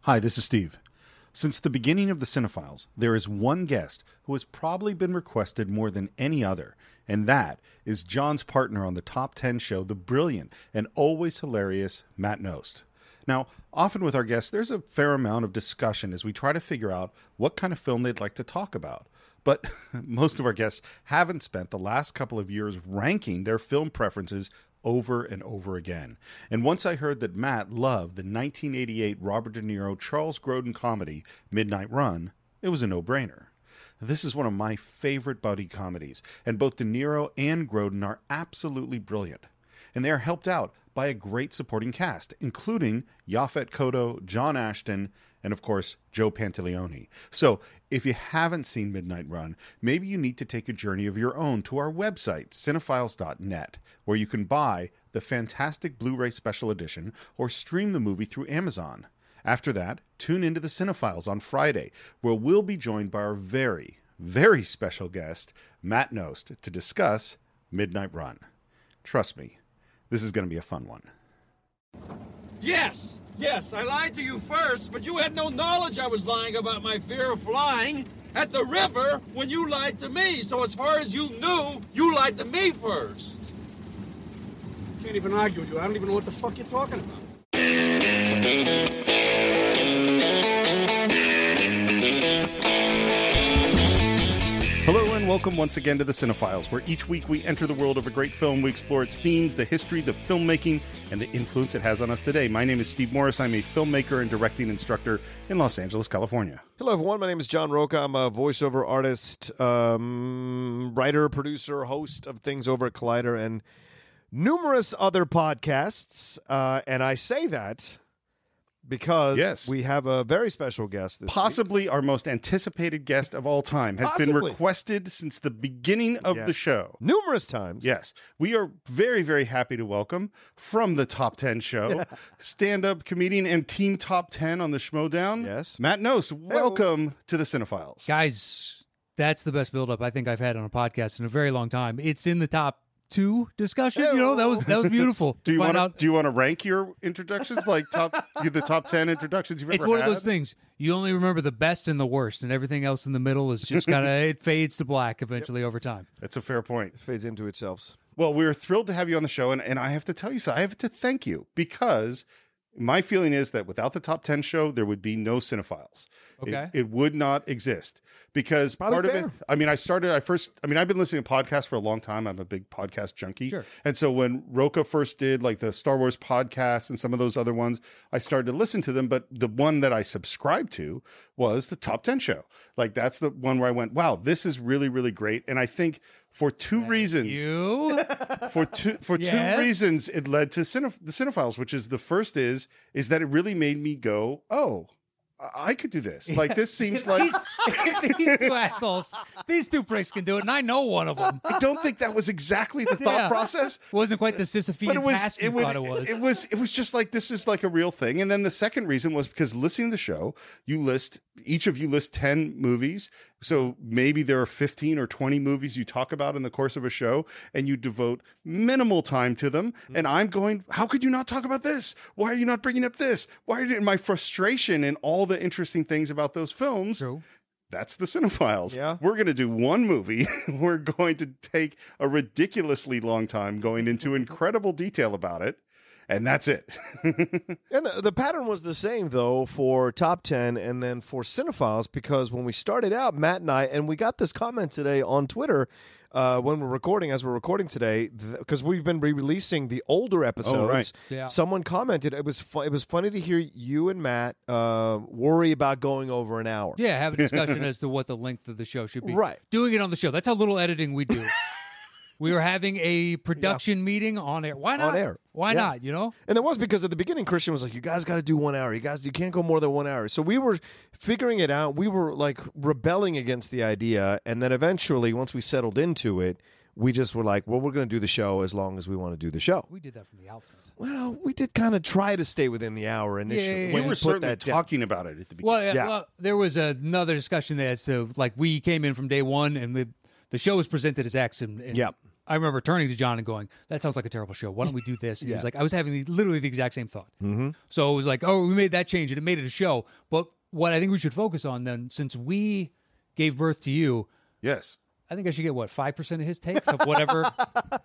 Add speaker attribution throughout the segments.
Speaker 1: Hi, this is Steve. Since the beginning of the Cinephiles, there is one guest who has probably been requested more than any other, and that is John's partner on the top 10 show, the brilliant and always hilarious Matt Nost. Now, often with our guests, there's a fair amount of discussion as we try to figure out what kind of film they'd like to talk about. But most of our guests haven't spent the last couple of years ranking their film preferences over and over again. And once I heard that Matt loved the 1988 Robert De Niro Charles Grodin comedy Midnight Run, it was a no brainer. This is one of my favorite buddy comedies, and both De Niro and Grodin are absolutely brilliant. And they are helped out by a great supporting cast, including Yafet Koto, John Ashton, and of course, Joe Pantaleone. So, if you haven't seen Midnight Run, maybe you need to take a journey of your own to our website, cinephiles.net, where you can buy the fantastic Blu ray special edition or stream the movie through Amazon. After that, tune into the Cinephiles on Friday, where we'll be joined by our very, very special guest, Matt Nost, to discuss Midnight Run. Trust me, this is going to be a fun one.
Speaker 2: Yes, yes, I lied to you first, but you had no knowledge I was lying about my fear of flying at the river when you lied to me. So as far as you knew, you lied to me first.
Speaker 3: Can't even argue with you. I don't even know what the fuck you're talking about.
Speaker 1: Hello and welcome once again to the Cinephiles, where each week we enter the world of a great film. We explore its themes, the history, the filmmaking, and the influence it has on us today. My name is Steve Morris. I'm a filmmaker and directing instructor in Los Angeles, California.
Speaker 4: Hello, everyone. My name is John Roca. I'm a voiceover artist, um, writer, producer, host of things over at Collider and numerous other podcasts. Uh, and I say that because
Speaker 1: Yes.
Speaker 4: we have a very special guest this
Speaker 1: Possibly our most anticipated guest of all time has been
Speaker 4: Possibly.
Speaker 1: requested since the beginning of
Speaker 4: Yes.
Speaker 1: the show.
Speaker 4: week. Numerous times.
Speaker 1: Yes, we are very, very happy to welcome from the Top 10 show, stand up comedian and team Top 10 on the Schmodown.
Speaker 4: Yes.
Speaker 1: Matt Nost, welcome to the Cinephiles.
Speaker 5: Guys, that's the best buildup I think I've had on a podcast in a very long time. It's in the top two discussion. You know, that was that was beautiful.
Speaker 1: Do you
Speaker 5: find
Speaker 1: want to
Speaker 5: out-
Speaker 1: do you want to rank your introductions like top you- the top ten introductions you've
Speaker 5: It's
Speaker 1: ever
Speaker 5: one
Speaker 1: had?
Speaker 5: of those things you only remember the best and the worst, and everything else in the middle is just kind of it fades to black eventually over time.
Speaker 1: That's a fair point.
Speaker 4: Fades into itself.
Speaker 1: Well, we're thrilled to have you on the show, and, and I have to tell you so. I have to thank you because my feeling is that without the top ten show, there would be no cinephiles. It-
Speaker 5: Okay.
Speaker 1: it, would not exist because
Speaker 4: Probably
Speaker 1: part
Speaker 4: fair.
Speaker 1: of it. I mean, I started. I first. I mean, I've been listening to podcasts for a long time. I'm a big podcast junkie,
Speaker 5: Sure.
Speaker 1: and so when Roca first did like the Star Wars podcast and some of those other ones, I started to listen to them. But the one that I subscribed to was the Top Ten Show. Like that's the one where I went, "Wow, this is really, really great." And I think for two reasons
Speaker 5: You
Speaker 1: for two for
Speaker 5: Yes.
Speaker 1: two reasons it led to cine, the cinephiles which is the first is is that it really made me go oh I- i could do this like this seems like
Speaker 5: these, these two assholes, these two pricks can do it, and I know one of them
Speaker 1: i don't think that was exactly the thought
Speaker 5: Yeah.
Speaker 1: process
Speaker 5: wasn't quite the Sisyphean
Speaker 1: but it was
Speaker 5: task you
Speaker 1: it, would,
Speaker 5: thought it was.
Speaker 1: it was it was just like this is like a real thing and then the second reason was because listening to the show you list each of you list 10 movies so maybe there are 15 or 20 movies you talk about in the course of a show and you devote minimal time to them
Speaker 5: Mm-hmm.
Speaker 1: and i'm going how could you not talk about this why are you not bringing up this why are you my frustration and all the interesting things about those films
Speaker 5: True.
Speaker 1: that's the cinephiles.
Speaker 4: Yeah.
Speaker 1: We're going to do one movie. We're going to take a ridiculously long time going into incredible detail about it. And that's it.
Speaker 4: And the, the pattern was the same, though, for Top 10 and then for Cinephiles, because when we started out, Matt and I, and we got this comment today on Twitter uh, when we're recording, as we're recording today, because we've been re releasing the older episodes.
Speaker 5: Yeah.
Speaker 4: Someone commented, it was, fu- it was funny to hear you and Matt uh, worry about going over an hour.
Speaker 5: Yeah, have a discussion as to what the length of the show should be.
Speaker 4: Right.
Speaker 5: Doing it on the show. That's how little editing we do. we were having a production meeting on air. Why not?
Speaker 4: air.
Speaker 5: Why
Speaker 4: Yeah.
Speaker 5: not? You know?
Speaker 4: And that was because at the beginning, Christian was like, "You guys got to do one hour. You guys, you can't go more than one hour." So we were figuring it out. We were like rebelling against the idea, and then eventually, once we settled into it, we just were like, "Well, we're going to do the show as long as we want to do the show."
Speaker 5: We did that from the outset.
Speaker 4: Well, we did kind of try to stay within the hour
Speaker 5: Yeah, yeah,
Speaker 4: initially.
Speaker 5: yeah.
Speaker 1: we
Speaker 4: We
Speaker 1: were
Speaker 4: put
Speaker 1: certainly
Speaker 4: that down.
Speaker 1: talking about it at the beginning.
Speaker 5: Well, yeah.
Speaker 4: Yeah.
Speaker 5: well, there was another discussion as to like we came in from day one and the, the show was presented as X and, and
Speaker 4: Yep.
Speaker 5: I remember turning to John and going, "That sounds like a terrible show. Why don't we do this?" And he was like, "I was having the, literally the exact same thought." Mm-hmm. So it was like, "Oh, we made that change and it made it a show." But what I think we should focus on then, since we gave birth to you,
Speaker 1: Yes.
Speaker 5: I think I should get what five percent of his takes of whatever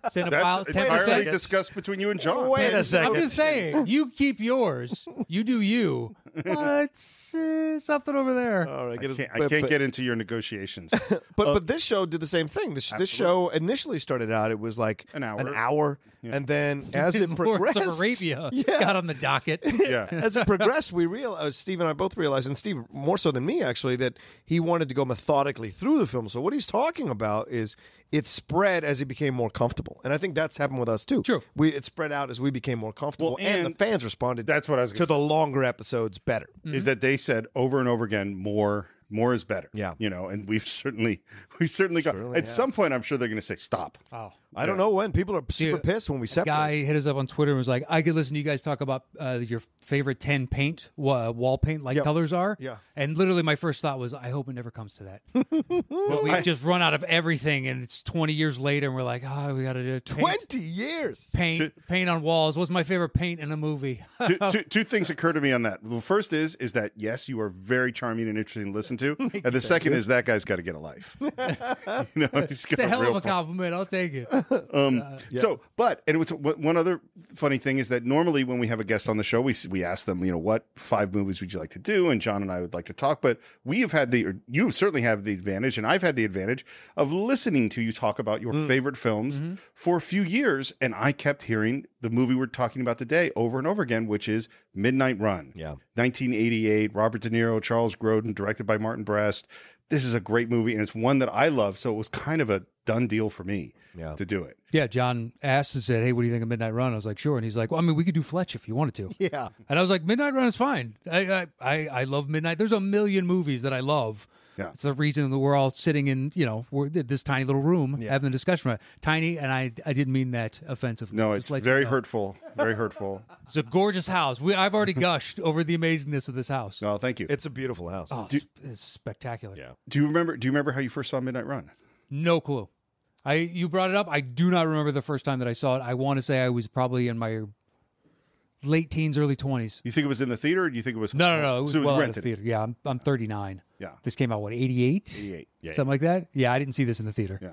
Speaker 5: cinephile.
Speaker 1: That's
Speaker 5: 10%?
Speaker 1: entirely discussed between you and John.
Speaker 4: Wait a
Speaker 5: I'm
Speaker 4: second.
Speaker 5: just saying, you keep yours, you do you. What's uh, something over there?
Speaker 4: All right,
Speaker 1: I
Speaker 4: get us-
Speaker 1: can't, I
Speaker 4: but-
Speaker 1: can't
Speaker 4: but-
Speaker 1: get into your negotiations.
Speaker 4: But but this show did the same thing. This this show initially started out. It was like
Speaker 1: An hour.
Speaker 4: an hour, and then as it
Speaker 5: Lawrence
Speaker 4: progressed,
Speaker 5: of Arabia
Speaker 4: yeah,
Speaker 5: got on the docket.
Speaker 1: yeah.
Speaker 4: as it progressed, we realized Steve and I both realized, and Steve more so than me actually, that he wanted to go methodically through the film. So what he's talking about is it spread as he became more comfortable, and I think that's happened with us too.
Speaker 5: True.
Speaker 4: we it spread out as we became more comfortable,
Speaker 1: Well,
Speaker 4: and,
Speaker 1: and-
Speaker 4: the fans responded.
Speaker 1: That's what I was
Speaker 4: to
Speaker 1: gonna
Speaker 4: the longer episodes better.
Speaker 1: is that they said over and over again more more is better
Speaker 4: Yeah.
Speaker 1: you know and we've certainly we've certainly got at some point i'm sure they're going to say stop
Speaker 5: Oh.
Speaker 4: I don't know when people are super
Speaker 5: Dude,
Speaker 4: pissed when we separate.
Speaker 5: Guy hit us up on Twitter and was like, "I could listen to you guys talk about uh, your favorite ten paint wa- wall paint like
Speaker 4: Yep.
Speaker 5: colors are."
Speaker 4: Yeah.
Speaker 5: and literally my first thought was, "I hope it never comes to that." but we just run out of everything, and it's twenty years later, and we're like, "Oh, we got to do a paint,
Speaker 4: Twenty years.
Speaker 5: paint, paint on walls." What's my favorite paint in a movie?
Speaker 1: two, two, two things occur to me on that the first is is that yes you are very charming and interesting to listen to and the second is that guy's got to get a life you know he's got
Speaker 5: It's a hell
Speaker 1: real
Speaker 5: of a
Speaker 1: problem.
Speaker 5: compliment. I'll take it.
Speaker 1: Um, So, but and it was wh- one other funny thing is that normally when we have a guest on the show, we s- we ask them, you know, what five movies would you like to do, and John and I would like to talk. But we have had the, or you certainly have the advantage, and I've had the advantage of listening to you talk about your favorite films for a few years, and I kept hearing the movie we're talking about today over and over again, which is Midnight Run.
Speaker 4: Yeah.
Speaker 1: 1988, Robert De Niro, Charles Grodin, directed by Martin Brest. This is a great movie, and it's one that I love. So it was kind of a done deal for me
Speaker 4: Yeah.
Speaker 1: to do it.
Speaker 5: Yeah, John asked and said, "Hey, what do you think of Midnight Run?" I was like, "Sure," and he's like, "Well, I mean, we could do Fletch if you wanted to."
Speaker 4: Yeah.
Speaker 5: And I was like, Midnight Run is fine. I I, I, I love Midnight. There's a million movies that I love.
Speaker 1: Yeah.
Speaker 5: It's the reason that we're all sitting in, you know, we're th- this tiny little room having a discussion about it. Tiny, and I I didn't mean that offensively.
Speaker 1: No,
Speaker 5: Just
Speaker 1: it's
Speaker 5: let you
Speaker 1: very
Speaker 5: know.
Speaker 1: hurtful. Very hurtful.
Speaker 5: It's a gorgeous house. We, I've already gushed over the amazingness of this house.
Speaker 1: No, thank you.
Speaker 4: It's a beautiful house.
Speaker 5: Oh, it's spectacular.
Speaker 4: Yeah.
Speaker 1: do you remember? Do you remember how you first saw Midnight Run?
Speaker 5: No clue. I you brought it up. I do not remember the first time that I saw it. I want to say I was probably in my late teens, early twenties.
Speaker 1: Do you think it was in the theater? Or do you think it was
Speaker 5: No, no, no. It was,
Speaker 1: so it was
Speaker 5: well out of
Speaker 1: rented.
Speaker 5: theater. Yeah, I'm, I'm 39.
Speaker 1: Yeah.
Speaker 5: This came out what 88?
Speaker 1: 88. Yeah,
Speaker 5: Something like that. Yeah, I didn't see this in the theater.
Speaker 1: Yeah.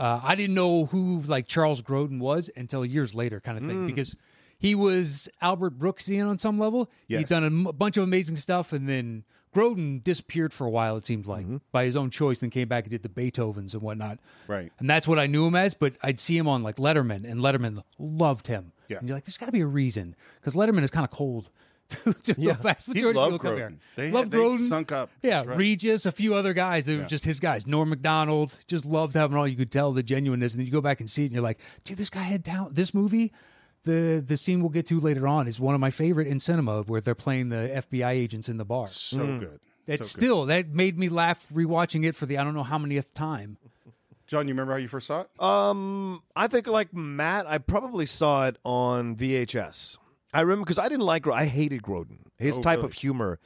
Speaker 5: Uh, I didn't know who like Charles Grodin was until years later, kind of
Speaker 1: Mm.
Speaker 5: thing, because he was Albert Brooksian on some level.
Speaker 1: Yes.
Speaker 5: He'd done a m- a bunch of amazing stuff, and then Grodin disappeared for a while. It seemed
Speaker 1: Mm-hmm.
Speaker 5: like by his own choice, then came back and did the Beethovens and whatnot.
Speaker 1: Right.
Speaker 5: And that's what I knew him as. But I'd see him on like Letterman, and Letterman loved him.
Speaker 1: Yeah.
Speaker 5: And you're like, there's got to be a reason because Letterman is kind of cold. to the vast
Speaker 1: He
Speaker 5: majority of
Speaker 1: loved
Speaker 5: people come here.
Speaker 1: Grodin. They-
Speaker 5: loved
Speaker 1: they
Speaker 5: Grodin.
Speaker 1: sunk up.
Speaker 5: Yeah,
Speaker 1: That's right.
Speaker 5: Regis, a few other guys. They were just his guys. Norm Macdonald just loved having all you could tell the genuineness. And then you go back and see it, and you're like, dude, this guy had talent. This movie, the the scene we'll get to later on is one of my favorite in cinema, where they're playing the FBI agents in the bar.
Speaker 1: So good.
Speaker 5: That's
Speaker 1: so good.
Speaker 5: still that made me laugh rewatching it for the I don't know how manyth time.
Speaker 1: John, you remember how you first saw it?
Speaker 4: Um, I think like Matt, I probably saw it on VHS. I remember because I didn't like. Gro- I hated Grodin. His type of humor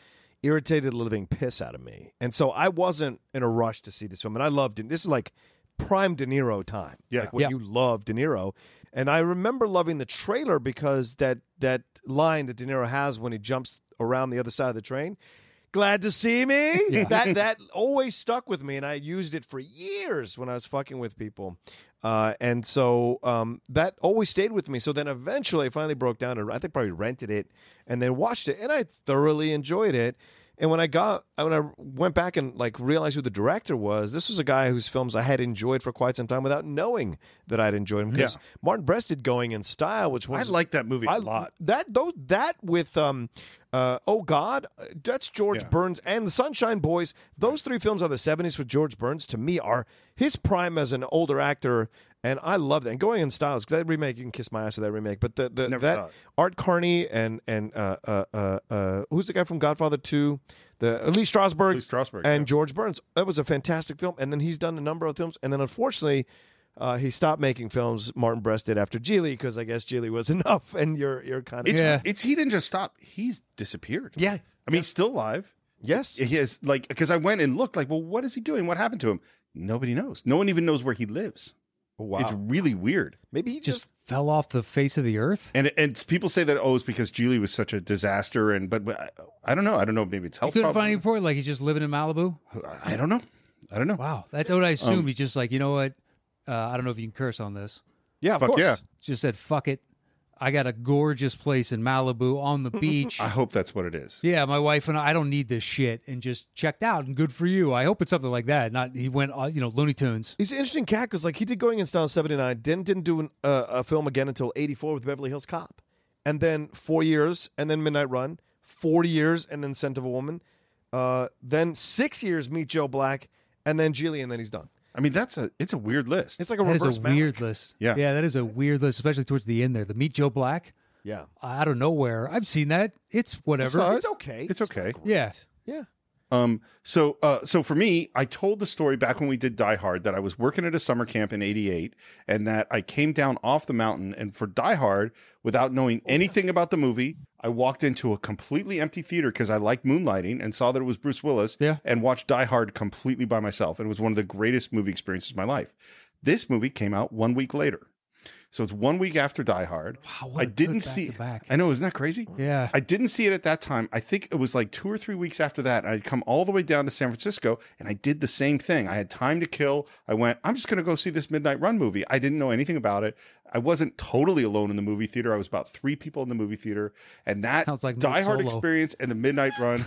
Speaker 4: irritated the living piss out of me, and so I wasn't in a rush to see this film. And I loved it. This is like prime De Niro time.
Speaker 1: Yeah.
Speaker 4: like when
Speaker 5: Yeah.
Speaker 4: you love De Niro. And I remember loving the trailer because that that line that De Niro has when he jumps around the other side of the train. Glad to see me. That that always stuck with me, and I used it for years when I was fucking with people, uh, and so um, that always stayed with me. So then eventually, I finally broke down and I think probably rented it and then watched it, and I thoroughly enjoyed it. And when I got when I went back and like realized who the director was, this was a guy whose films I had enjoyed for quite some time without knowing that I'd enjoyed him. Because
Speaker 1: Yeah.
Speaker 4: Martin Brest did Going in Style, which
Speaker 1: I
Speaker 4: was
Speaker 1: like that movie a
Speaker 4: I-
Speaker 1: lot.
Speaker 4: That though that with um uh oh God, uh, that's George
Speaker 1: Yeah.
Speaker 4: Burns and the Sunshine Boys. Those three films on the seventies with George Burns to me are his prime as an older actor. And I love that. And going in styles, that remake, you can kiss my ass with that remake. But the, the
Speaker 1: Never
Speaker 4: that
Speaker 1: saw it.
Speaker 4: Art Carney and and uh, uh, uh, uh, who's the guy from Godfather Two, the uh, Lee Strasberg,
Speaker 1: Lee Strasberg,
Speaker 4: and
Speaker 1: yeah.
Speaker 4: George Burns. That was a fantastic film, and then he's done a number of films, and then unfortunately. Uh, he stopped making films. Martin Brest did after Geely because I guess Geely was enough, and you're you're kind of
Speaker 1: It's,
Speaker 5: Yeah.
Speaker 1: it's he didn't just stop. He's disappeared.
Speaker 4: Yeah.
Speaker 1: I mean, he's still alive.
Speaker 4: yes,
Speaker 1: He is like because I went and looked like, well, what is he doing? What happened to him? Nobody knows. No one even knows where he lives.
Speaker 5: Oh,
Speaker 4: wow.
Speaker 1: It's really weird.
Speaker 4: Maybe he just,
Speaker 5: Just fell off the face of the earth.
Speaker 1: And and people say that oh, it's because Geely was such a disaster. And but, but I- I don't know. I don't know. Maybe it's health.
Speaker 5: Couldn't
Speaker 1: problem.
Speaker 5: find any port. Like he's just living in Malibu.
Speaker 1: I don't know. I don't know.
Speaker 5: Wow, that's what I assumed.
Speaker 1: Um,
Speaker 5: he's just like, you know what? Uh, I don't know if you can curse on this.
Speaker 4: yeah, of
Speaker 1: Fuck
Speaker 4: course.
Speaker 1: yeah.
Speaker 5: Just said, fuck it. I got a gorgeous place in Malibu on the beach.
Speaker 1: I hope that's what it is.
Speaker 5: yeah, my wife and I, I don't need this shit, and just checked out. And good for you. I hope it's something like that. Not he went, uh, you know, Looney Tunes.
Speaker 4: He's an interesting cat because like he did Going in Style in '79, didn't didn't do an, uh, a film again until '84 with Beverly Hills Cop, and then four years, and then Midnight Run, four years, and then Scent of a Woman, uh, then six years Meet Joe Black, and then Geely, and then he's done.
Speaker 1: I mean, that's a it's a weird list.
Speaker 4: It's like a
Speaker 5: That is
Speaker 4: reverse
Speaker 5: a
Speaker 4: Malick.
Speaker 5: weird list.
Speaker 1: Yeah.
Speaker 5: yeah, that is a weird list, especially towards the end there. The Meet Joe Black
Speaker 4: Yeah,
Speaker 5: out of nowhere. I've seen that. It's whatever.
Speaker 1: saw it.
Speaker 4: it's okay.
Speaker 1: It's
Speaker 4: not
Speaker 1: okay.
Speaker 4: great.
Speaker 5: Yeah.
Speaker 4: yeah.
Speaker 1: Um, so, uh, so for me, I told the story back when we did Die Hard that I was working at a summer camp in '88, and that I came down off the mountain, and for Die Hard, without
Speaker 5: Oh,
Speaker 1: knowing anything about the movie, I walked into a completely empty theater because I liked moonlighting and saw that it was Bruce Willis,
Speaker 5: Yeah.
Speaker 1: and watched Die Hard completely by myself, and it was one of the greatest movie experiences of my life. This movie came out one week later, so it's one week after Die Hard.
Speaker 5: Wow, what
Speaker 1: I
Speaker 5: a good
Speaker 1: didn't
Speaker 5: back
Speaker 1: see.
Speaker 5: to back.
Speaker 1: I know, isn't that crazy?
Speaker 5: Yeah.
Speaker 1: I didn't see it at that time. I think it was like two or three weeks after that. I'd come all the way down to San Francisco and I did the same thing. I had time to kill. I went, I'm just going to go see this Midnight Run movie. I didn't know anything about it. I wasn't totally alone in the movie theater. I was about three people in the movie theater. And that
Speaker 5: Sounds like
Speaker 1: Die
Speaker 5: Moot
Speaker 1: Hard
Speaker 5: Solo.
Speaker 1: experience and the Midnight Run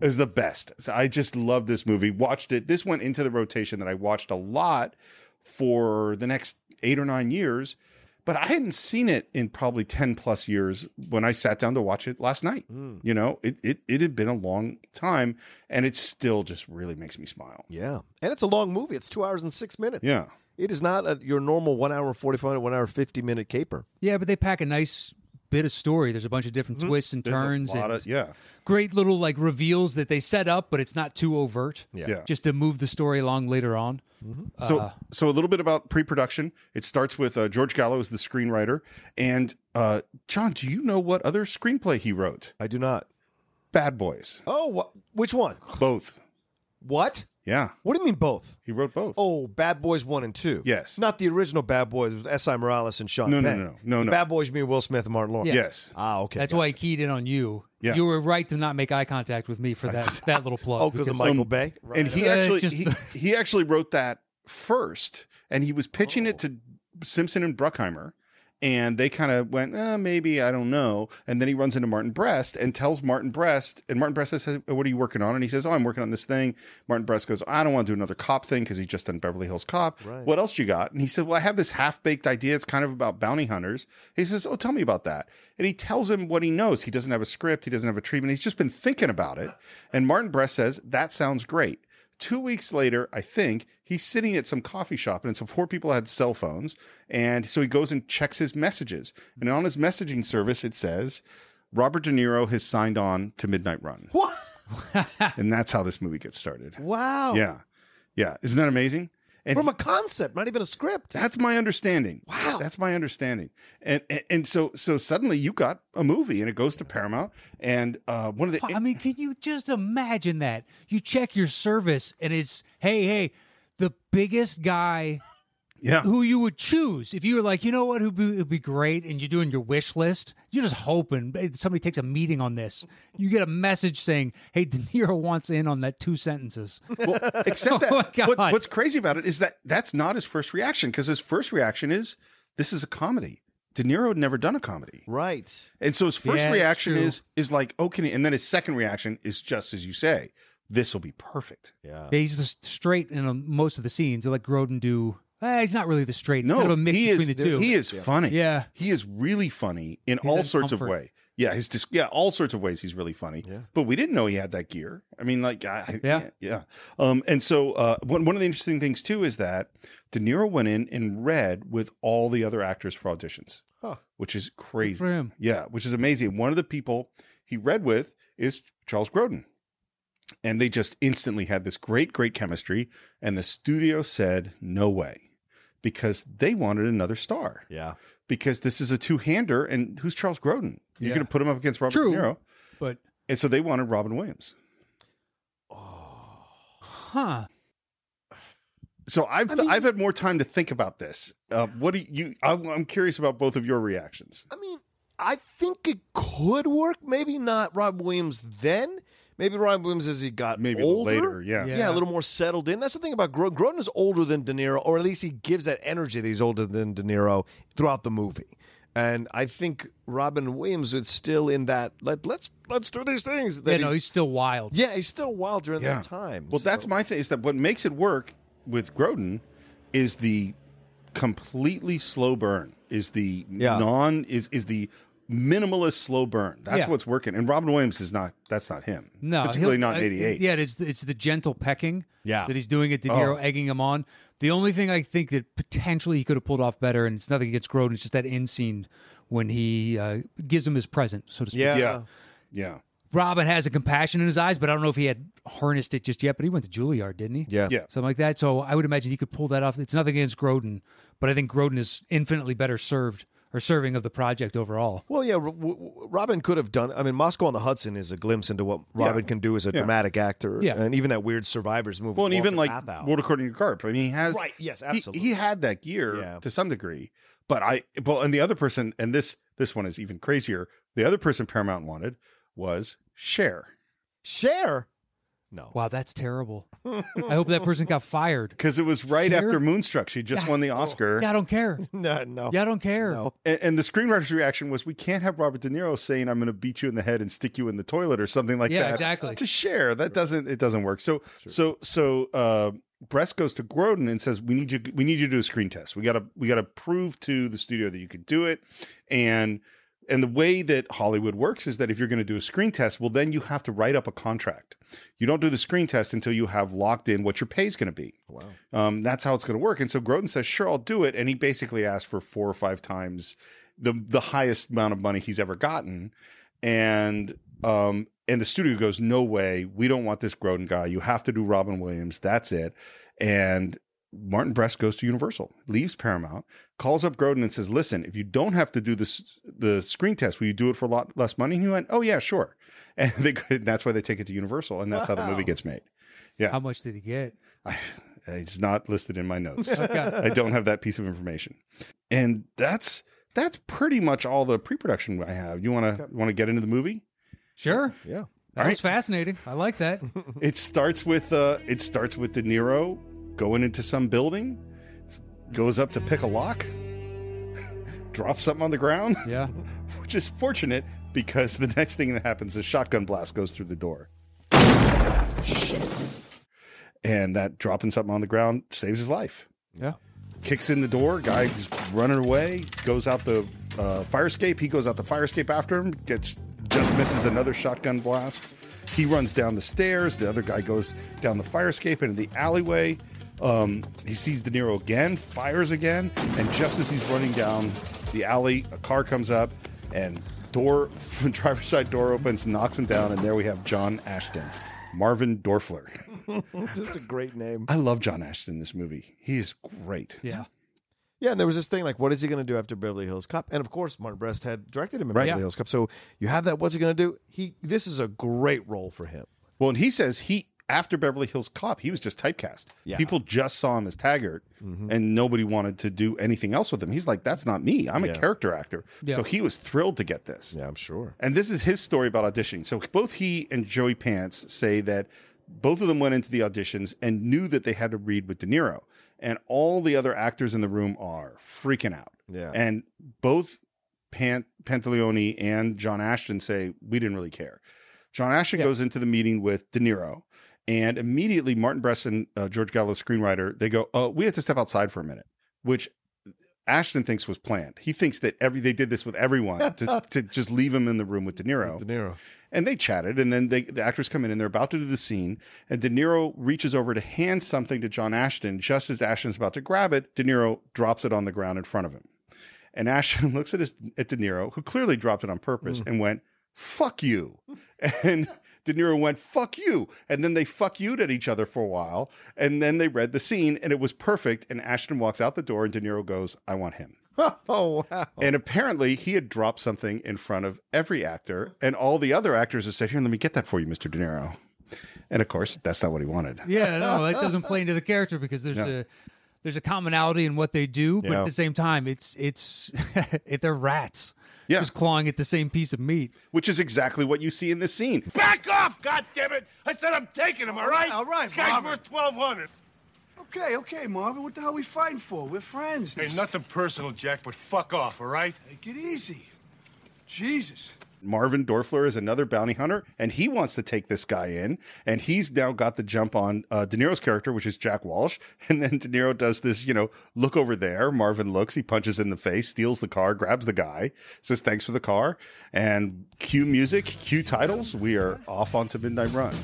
Speaker 1: is the best. So I just love this movie. Watched it. This went into the rotation that I watched a lot for the next eight or nine years, but I hadn't seen it in probably 10 plus years when I sat down to watch it last night. You know, it, it it had been a long time and it still just really makes me smile.
Speaker 4: Yeah, and it's a long movie. It's two hours and six minutes.
Speaker 1: Yeah.
Speaker 4: It is not a, your normal one hour forty five minute, one hour fifty minute caper.
Speaker 5: Yeah, but they pack a nice bit of story. There's a bunch of different twists and
Speaker 1: Mm-hmm. There's a
Speaker 5: turns
Speaker 1: lot
Speaker 5: and
Speaker 1: of- yeah.
Speaker 5: great little like reveals that they set up, but it's not too overt.
Speaker 1: Yeah.
Speaker 5: Just to move the story along later on.
Speaker 1: So,
Speaker 4: Uh-huh.
Speaker 1: so a little bit about pre-production. It starts with uh, George Gallo is the screenwriter, and uh, John, do you know what other screenplay he wrote?
Speaker 4: I do not.
Speaker 1: Bad Boys,
Speaker 4: Oh, wh- which one?
Speaker 1: both.
Speaker 4: What?
Speaker 1: Yeah,
Speaker 4: What do you mean both?
Speaker 1: he wrote both.
Speaker 4: Oh, Bad Boys One and Two.
Speaker 1: Yes.
Speaker 4: not the original Bad Boys with S.I. Morales and Sean.
Speaker 1: No, no, no,
Speaker 4: Penn.
Speaker 1: no, no,
Speaker 4: The
Speaker 1: no.
Speaker 4: Bad Boys mean Will Smith and Martin Lawrence.
Speaker 1: Yes.
Speaker 4: Ah, okay.
Speaker 5: That's
Speaker 4: gotcha.
Speaker 5: why I keyed in on you.
Speaker 1: Yeah.
Speaker 5: You were right to not make eye contact with me for that that little plug.
Speaker 4: Oh, because of Michael Bay.
Speaker 1: Um,
Speaker 4: Right.
Speaker 1: and he
Speaker 5: Uh,
Speaker 1: actually
Speaker 5: just-
Speaker 1: he, he actually wrote that first, and he was pitching it to Simpson and Bruckheimer, and they kind of went, eh, maybe I don't know. And then he runs into Martin Brest and tells Martin Brest, and Martin Brest says, "What are you working on?" And he says, "Oh, I'm working on this thing." Martin Brest goes, "I don't want to do another cop thing because he just done Beverly Hills Cop. What else you got?" And he said, "Well, I have this half baked idea. It's kind of about bounty hunters." He says, "Oh, tell me about that." And he tells him what he knows. He doesn't have a script. He doesn't have a treatment. He's just been thinking about it. And Martin Brest says, "That sounds great." Two weeks later, I think he's sitting at some coffee shop, and so four people had cell phones, and so he goes and checks his messages, and on his messaging service it says, "Robert De Niro has signed on to Midnight Run,"
Speaker 4: What?
Speaker 1: and that's how this movie gets started.
Speaker 4: Wow.
Speaker 1: Yeah, yeah, isn't that amazing? And
Speaker 4: From a concept, not even a script.
Speaker 1: that's my understanding. Wow. That's my understanding. And and, and so so suddenly you got a movie, and it goes to Paramount, and uh, one of the
Speaker 5: I mean, can you just imagine that? You check your service and it's hey, hey, the biggest guy
Speaker 1: yeah
Speaker 5: who you would choose if you were like, you know what, who'd be, would be great, and you're doing your wish list. You're just hoping eh, somebody takes a meeting on this. You get a message saying, "Hey, De Niro wants in on that two sentences."
Speaker 1: Well, except that
Speaker 5: Oh my
Speaker 1: what-
Speaker 5: God.
Speaker 1: what's crazy about it is that that's not his first reaction because his first reaction is this is a comedy. De Niro had never done a comedy,
Speaker 4: Right.
Speaker 1: and so his first
Speaker 5: Yeah, that's
Speaker 1: reaction
Speaker 5: true.
Speaker 1: is is like okay, and then his second reaction is just as you say, this will be perfect.
Speaker 4: Yeah.
Speaker 5: They- He's just straight in um, most of the scenes. They let Grodin do. eh, he's not really the straight. It's
Speaker 1: No,
Speaker 5: kind of a mix
Speaker 1: he is
Speaker 5: between the two.
Speaker 1: he is funny.
Speaker 5: Yeah.
Speaker 1: he is really funny in all
Speaker 5: has
Speaker 1: sorts of
Speaker 5: comfort.
Speaker 1: way. Yeah, his dis- yeah, all sorts of ways he's really funny. But we didn't know he had that gear. I mean, like, I, yeah,
Speaker 5: Yeah.
Speaker 1: yeah. Um, and so uh, one one of the interesting things too is that De Niro went in and read with all the other actors for auditions,
Speaker 4: Huh.
Speaker 1: which is crazy.
Speaker 5: for him.
Speaker 1: Yeah, which is amazing. One of the people he read with is Charles Grodin. And they just instantly had this great, great chemistry. And the studio said, no way, because they wanted another star.
Speaker 4: Yeah.
Speaker 1: Because this is a two hander. And who's Charles Grodin? You're
Speaker 5: Yeah.
Speaker 1: going to put him up against Robert
Speaker 5: True.
Speaker 1: De Niro.
Speaker 5: But
Speaker 1: And so they wanted Robin Williams.
Speaker 5: huh?
Speaker 1: So I've I've had more time to think about this. Uh, what do you? I'm, I'm curious about both of your reactions.
Speaker 4: I mean, I think it could work. Maybe not Rob Williams then. Maybe Rob Williams as he got
Speaker 1: Maybe
Speaker 4: older.
Speaker 1: later, yeah.
Speaker 4: yeah,
Speaker 5: Yeah.
Speaker 4: a little more settled in. That's the thing about Gro- Groden is older than De Niro, or at least he gives that energy that he's older than De Niro throughout the movie. And I think Robin Williams is still in that. Let, let's let's do these things. That
Speaker 5: yeah, no, he's still wild.
Speaker 4: yeah, he's still wild during
Speaker 1: Yeah.
Speaker 4: that time.
Speaker 1: Well, that's my thing. Is that what makes it work with Groden? Is the completely slow burn? Is the
Speaker 4: Yeah.
Speaker 1: non? Is is the minimalist slow burn? That's
Speaker 5: Yeah.
Speaker 1: what's working. And Robin Williams is not. That's not him.
Speaker 5: No,
Speaker 1: particularly
Speaker 5: he'll-
Speaker 1: not
Speaker 5: I-
Speaker 1: in '88.
Speaker 5: Yeah, it's it's the gentle pecking.
Speaker 4: Yeah.
Speaker 5: that he's doing at De
Speaker 1: Oh.
Speaker 5: Niro, egging him on. The only thing I think that potentially he could have pulled off better, and it's nothing against Groden, it's just that end scene when he uh, gives him his present, so to speak.
Speaker 4: yeah.
Speaker 1: yeah, yeah,
Speaker 5: Robin has a compassion in his eyes, but I don't know if he had harnessed it just yet. But he went to Juilliard, didn't he?
Speaker 4: yeah,
Speaker 1: yeah.
Speaker 5: something like that. So I would imagine he could pull that off. It's nothing against Groden, but I think Groden is infinitely better served or serving of the project overall.
Speaker 4: Well, yeah, w- w- Robin could have done. I mean, Moscow on the Hudson is a glimpse into what Robin can do as a dramatic actor,
Speaker 5: Yeah.
Speaker 4: and even that weird Survivors movie.
Speaker 1: Well, and even
Speaker 4: Walter
Speaker 1: like
Speaker 4: Matthau.
Speaker 1: World According to Garp. I mean, he has
Speaker 4: Right, yes,
Speaker 1: he-
Speaker 4: absolutely.
Speaker 1: He, had that gear
Speaker 4: Yeah.
Speaker 1: to some degree, but I. Well, and the other person, and this this one is even crazier. The other person Paramount wanted was Cher
Speaker 4: Cher. No,
Speaker 5: Wow, that's terrible. I hope that person got fired.
Speaker 1: because it was right
Speaker 5: Cher?
Speaker 1: after Moonstruck. She just won the Oscar,
Speaker 5: Yeah, I don't care.
Speaker 4: no, no.
Speaker 5: Yeah, I don't care.
Speaker 4: No.
Speaker 1: and, and the screenwriter's reaction was, "We can't have Robert De Niro saying I'm going to beat you in the head and stick you in the toilet or something like
Speaker 5: Yeah,
Speaker 1: that."
Speaker 5: exactly.
Speaker 1: To Cher, that doesn't it doesn't work. So so so. uh Bress goes to Groden and says, "We need you. We need you to do a screen test. We gotta we gotta prove to the studio that you can do it." And and the way that Hollywood works is that if you're going to do a screen test, well, then you have to write up a contract. You don't do the screen test until you have locked in what your pay is going to be. Wow. Um, that's how it's going to work. And so Groden says, sure, I'll do it. And he basically asked for four or five times the, the highest amount of money he's ever gotten. And, um, and the studio goes, no way. We don't want this Groden guy. You have to do Robin Williams. That's it. And Martin Brest goes to Universal, leaves Paramount, calls up Groden and says, "Listen, if you don't have to do this the screen test, will you do it for a lot less money?" And he went, "Oh yeah, sure." And they, that's why they take it to Universal, and that's how the movie gets made.
Speaker 5: How much did he get?
Speaker 1: I, it's not listed in my notes.
Speaker 5: Okay.
Speaker 1: I don't have that piece of information, and that's that's pretty much all the pre-production I have. You want to want to get into the movie?
Speaker 5: Sure.
Speaker 4: yeah.
Speaker 5: That was fascinating. I like that.
Speaker 1: It starts with uh, it starts with De Niro going into some building, goes up to pick a lock, drops something on the ground.
Speaker 5: Yeah.
Speaker 1: which is fortunate because the next thing that happens is shotgun blast goes through the door. And that dropping something on the ground saves his life.
Speaker 5: Yeah.
Speaker 1: Kicks in the door, guy's running away, goes out the uh, fire escape. He goes out the fire escape after him, gets just misses another shotgun blast. He runs down the stairs. The other guy goes down the fire escape into the alleyway. Um, he sees De Niro again, fires again, and just as he's running down the alley, a car comes up and door driver's side door opens, knocks him down, and there we have John Ashton, Marvin Dorfler.
Speaker 4: That's a great name.
Speaker 1: I love John Ashton in this movie. He is great.
Speaker 5: Yeah.
Speaker 4: Yeah, and there was this thing like, what is he going to do after Beverly Hills Cop? And of course, Martin Brest had directed him in Beverly
Speaker 5: Yeah.
Speaker 4: Hills Cop. So you have that. What's he going to do? He. This is a great role for him.
Speaker 1: Well, and he says he after Beverly Hills Cop, he was just typecast.
Speaker 4: Yeah. Mm-hmm.
Speaker 1: People just saw him as Taggart, and nobody wanted to do anything else with him. He's like, "That's not me. I'm a
Speaker 4: Yeah.
Speaker 1: character actor."
Speaker 5: Yeah.
Speaker 1: So he was thrilled to get this.
Speaker 4: Yeah, I'm sure.
Speaker 1: And this is his story about auditioning. So both he and Joey Pants say that both of them went into the auditions and knew that they had to read with De Niro. And all the other actors in the room are freaking out.
Speaker 4: Yeah.
Speaker 1: And both Pant- Pantaleone and John Ashton say, We didn't really care. John Ashton
Speaker 5: Yeah.
Speaker 1: goes into the meeting with De Niro. And immediately, Martin Brest and uh, George Gallo, screenwriter, they go, "Oh, we have to step outside for a minute," which Ashton thinks was planned. He thinks that every they did this with everyone to, to just leave him in the room with De Niro.
Speaker 4: De Niro.
Speaker 1: And they chatted, and then they, the actors come in and they're about to do the scene. And De Niro reaches over to hand something to John Ashton. Just as Ashton's about to grab it, De Niro drops it on the ground in front of him. And Ashton looks at his at De Niro, who clearly dropped it on purpose,
Speaker 4: Mm.
Speaker 1: and went, "Fuck you." And De Niro went, "Fuck you." And then they fuck you'd at each other for a while, and then they read the scene, and it was perfect. And Ashton walks out the door, and De Niro goes, "I want him."
Speaker 4: Oh wow.
Speaker 1: And apparently, he had dropped something in front of every actor, and all the other actors had said, "Here, let me get that for you, Mr. De Niro." And of course, that's not what he wanted.
Speaker 5: Yeah, no, that doesn't play into the character because there's
Speaker 1: No.
Speaker 5: a there's a commonality in what they do, but
Speaker 4: Yeah.
Speaker 5: at the same time, it's it's it, they're rats.
Speaker 1: Yeah.
Speaker 5: Just clawing at the same piece of meat.
Speaker 1: Which is exactly what you see in this scene.
Speaker 6: Back off, goddammit! I said I'm taking him, all right? All right, This guy's worth 1200
Speaker 7: Okay, okay, Marvin. What the hell are we fighting for? We're friends.
Speaker 6: Hey, nothing personal, Jack, but fuck off, all right?
Speaker 7: Take it easy. Jesus.
Speaker 1: Marvin Dorfler is another bounty hunter, and he wants to take this guy in, and he's now got the jump on uh, De Niro's character, which is Jack Walsh. And then De Niro does this, you know, look over there. Marvin looks, he punches in the face, steals the car, grabs the guy, says thanks for the car, and cue music, cue titles. We are off onto Midnight Run.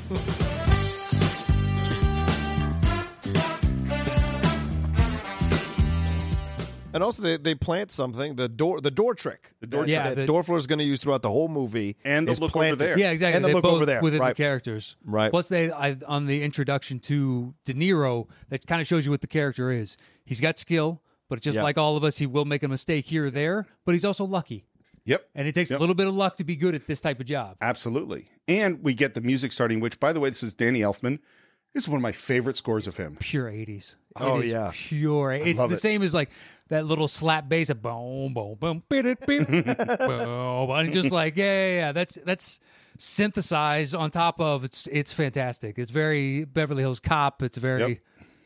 Speaker 4: And also, they, they plant something the door the door trick. The
Speaker 1: door
Speaker 5: Yeah,
Speaker 4: that
Speaker 5: trick. the-
Speaker 4: Dorfler is going to use throughout the whole movie.
Speaker 1: And the
Speaker 4: is
Speaker 1: look over
Speaker 4: planted.
Speaker 1: there.
Speaker 5: Yeah, exactly.
Speaker 4: And the
Speaker 5: They're
Speaker 4: look
Speaker 5: both
Speaker 4: over there.
Speaker 5: within
Speaker 4: right.
Speaker 5: the characters.
Speaker 4: Right.
Speaker 5: Plus, they I, on the introduction to De Niro, that kind of shows you what the character is. He's got skill, but just
Speaker 4: Yeah.
Speaker 5: like all of us, he will make a mistake here or there. But he's also lucky,
Speaker 1: Yep.
Speaker 5: and it takes a
Speaker 1: Yep.
Speaker 5: little bit of luck to be good at this type of job.
Speaker 1: Absolutely. And we get the music starting, which, by the way, this is Danny Elfman. This is one of my favorite scores of him.
Speaker 5: Pure eighties.
Speaker 4: Oh, yeah.
Speaker 5: pure. It's
Speaker 1: love
Speaker 5: the
Speaker 1: it.
Speaker 5: same as like that little slap bass of boom, boom, boom, beep, it, beep, boom, and just like yeah, yeah, yeah. That's that's synthesized on top of it's. It's fantastic. It's very Beverly Hills Cop. It's very
Speaker 1: Yep.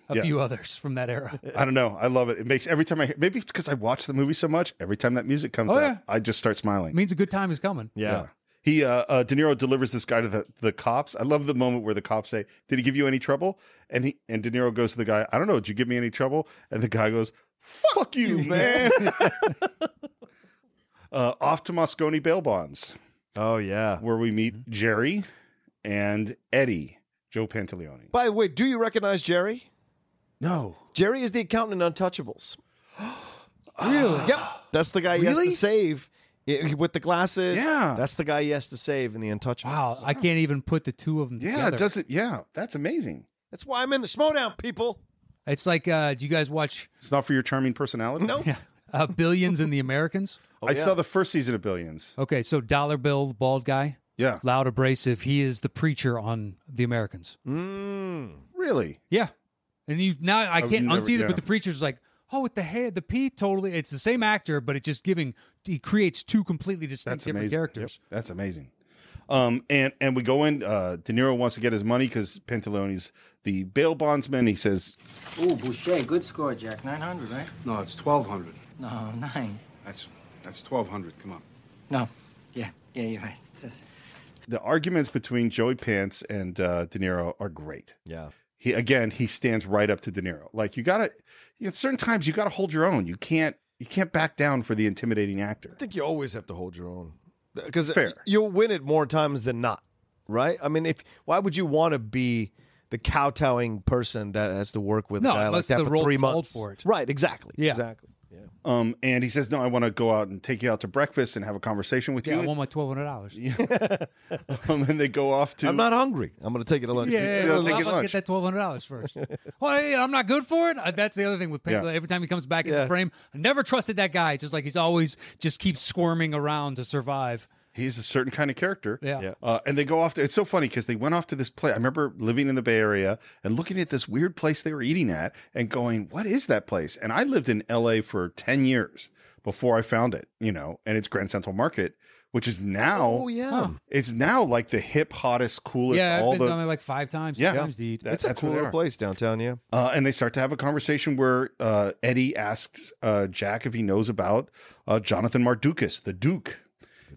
Speaker 5: a
Speaker 1: Yeah.
Speaker 5: few others from that era.
Speaker 1: I don't know. I love it. It makes every time I maybe it's because I watch the movie so much. Every time that music comes
Speaker 5: Oh,
Speaker 1: out,
Speaker 5: yeah.
Speaker 1: I just start smiling.
Speaker 5: It means a good time is coming.
Speaker 4: Yeah.
Speaker 1: He uh, uh De Niro delivers this guy to the, the cops. I love the moment where the cops say, "Did he give you any trouble?" And he and De Niro goes to the guy, "I don't know. Did you give me any trouble?" And the guy goes, "Fuck, you, man." uh, off to Moscone bail bonds,
Speaker 4: Oh, yeah.
Speaker 1: where we meet Jerry and Eddie Joe Pantaleone.
Speaker 4: By the way, do you recognize Jerry?
Speaker 1: No,
Speaker 4: Jerry is the accountant in Untouchables. really? Yep. That's the guy he has
Speaker 1: Really?
Speaker 4: to save i- with the glasses.
Speaker 1: Yeah.
Speaker 4: That's the guy he has to save in the Untouchables.
Speaker 5: Wow, I can't even put the two of them
Speaker 1: yeah,
Speaker 5: together.
Speaker 1: it doesn't. Yeah, that's amazing.
Speaker 4: That's why I'm in the Schmodown, people.
Speaker 5: It's like, uh, do you guys watch
Speaker 1: It's not for your charming personality. No,
Speaker 5: uh, Billions and the Americans?
Speaker 1: I saw the first season of Billions.
Speaker 5: Okay, so Dollar Bill, the bald guy,
Speaker 1: Yeah,
Speaker 5: loud, abrasive. He is the preacher on the Americans.
Speaker 1: really.
Speaker 5: Yeah, and you now I
Speaker 1: would
Speaker 5: can't
Speaker 1: never-
Speaker 5: unsee this,
Speaker 1: yeah.
Speaker 5: but the preacher's like, oh, with the hair, the P, totally. It's the same actor, but it's just giving. He creates two completely distinct
Speaker 1: That's
Speaker 5: different
Speaker 1: amazing.
Speaker 5: characters.
Speaker 1: Yep, that's amazing. Um, and and we go in. Uh, De Niro wants to get his money because Pantalone's the bail bondsman. He says,
Speaker 8: Ooh, Boucher, good score, Jack. 900, right?
Speaker 7: No, it's 1200.
Speaker 8: No, nine.
Speaker 7: That's that's 1200. Come on.
Speaker 8: No. Yeah, yeah, you're right.
Speaker 1: the arguments between Joey Pants and uh, De Niro are great.
Speaker 4: Yeah.
Speaker 1: He again, he stands right up to De Niro. Like you gotta, you know, certain times you gotta hold your own. You can't, you can't back down for the intimidating actor.
Speaker 4: I think you always have to hold your own because
Speaker 1: Fair.
Speaker 4: you'll win it more times than not, right? I mean, if why would you want to be the kowtowing person that has to work with
Speaker 5: No,
Speaker 4: a guy like
Speaker 5: unless
Speaker 4: that
Speaker 5: the
Speaker 4: for
Speaker 5: role
Speaker 4: three
Speaker 5: called
Speaker 4: months?
Speaker 5: for it.
Speaker 4: Right? Exactly.
Speaker 5: Yeah.
Speaker 4: Exactly. Yeah.
Speaker 1: Um, and he says, no, I want to go out and take you out to breakfast and have a conversation with
Speaker 5: Yeah, I
Speaker 1: you.
Speaker 5: won my twelve hundred dollars. Yeah,
Speaker 1: Um, and they go off to.
Speaker 4: I'm not hungry. I'm going to take it alone.
Speaker 5: yeah, well,
Speaker 1: they'll take
Speaker 5: I'm
Speaker 1: his
Speaker 5: gonna get
Speaker 1: lunch.
Speaker 5: that twelve hundred dollars first. well, yeah, I'm not good for it. Uh, That's the other thing with Panther.
Speaker 1: Yeah.
Speaker 5: Every time he comes back in
Speaker 4: Yeah.
Speaker 5: the frame, I never trusted that guy. Just like he's always just keeps squirming around to survive.
Speaker 1: He's a certain kind of character.
Speaker 5: Yeah. Yeah.
Speaker 1: Uh, and they go off to, it's so funny because they went off to this place. I remember living in the Bay Area and looking at this weird place they were eating at and going, what is that place? And I lived in LA for 10 years before I found it, you know, and it's Grand Central Market, which is now,
Speaker 4: Oh yeah.
Speaker 1: it's now like the hip, hottest, coolest,
Speaker 5: yeah, I've
Speaker 1: all
Speaker 5: been
Speaker 1: the,
Speaker 5: down there like five times.
Speaker 1: Yeah.
Speaker 5: Yeah, times to eat.
Speaker 1: That-
Speaker 4: It's a
Speaker 1: that's
Speaker 4: cool
Speaker 1: where they
Speaker 4: little
Speaker 1: are.
Speaker 4: place downtown. Yeah.
Speaker 1: Uh, and they start to have a conversation where uh, Eddie asks uh, Jack if he knows about uh, Jonathan Mardukas, the Duke.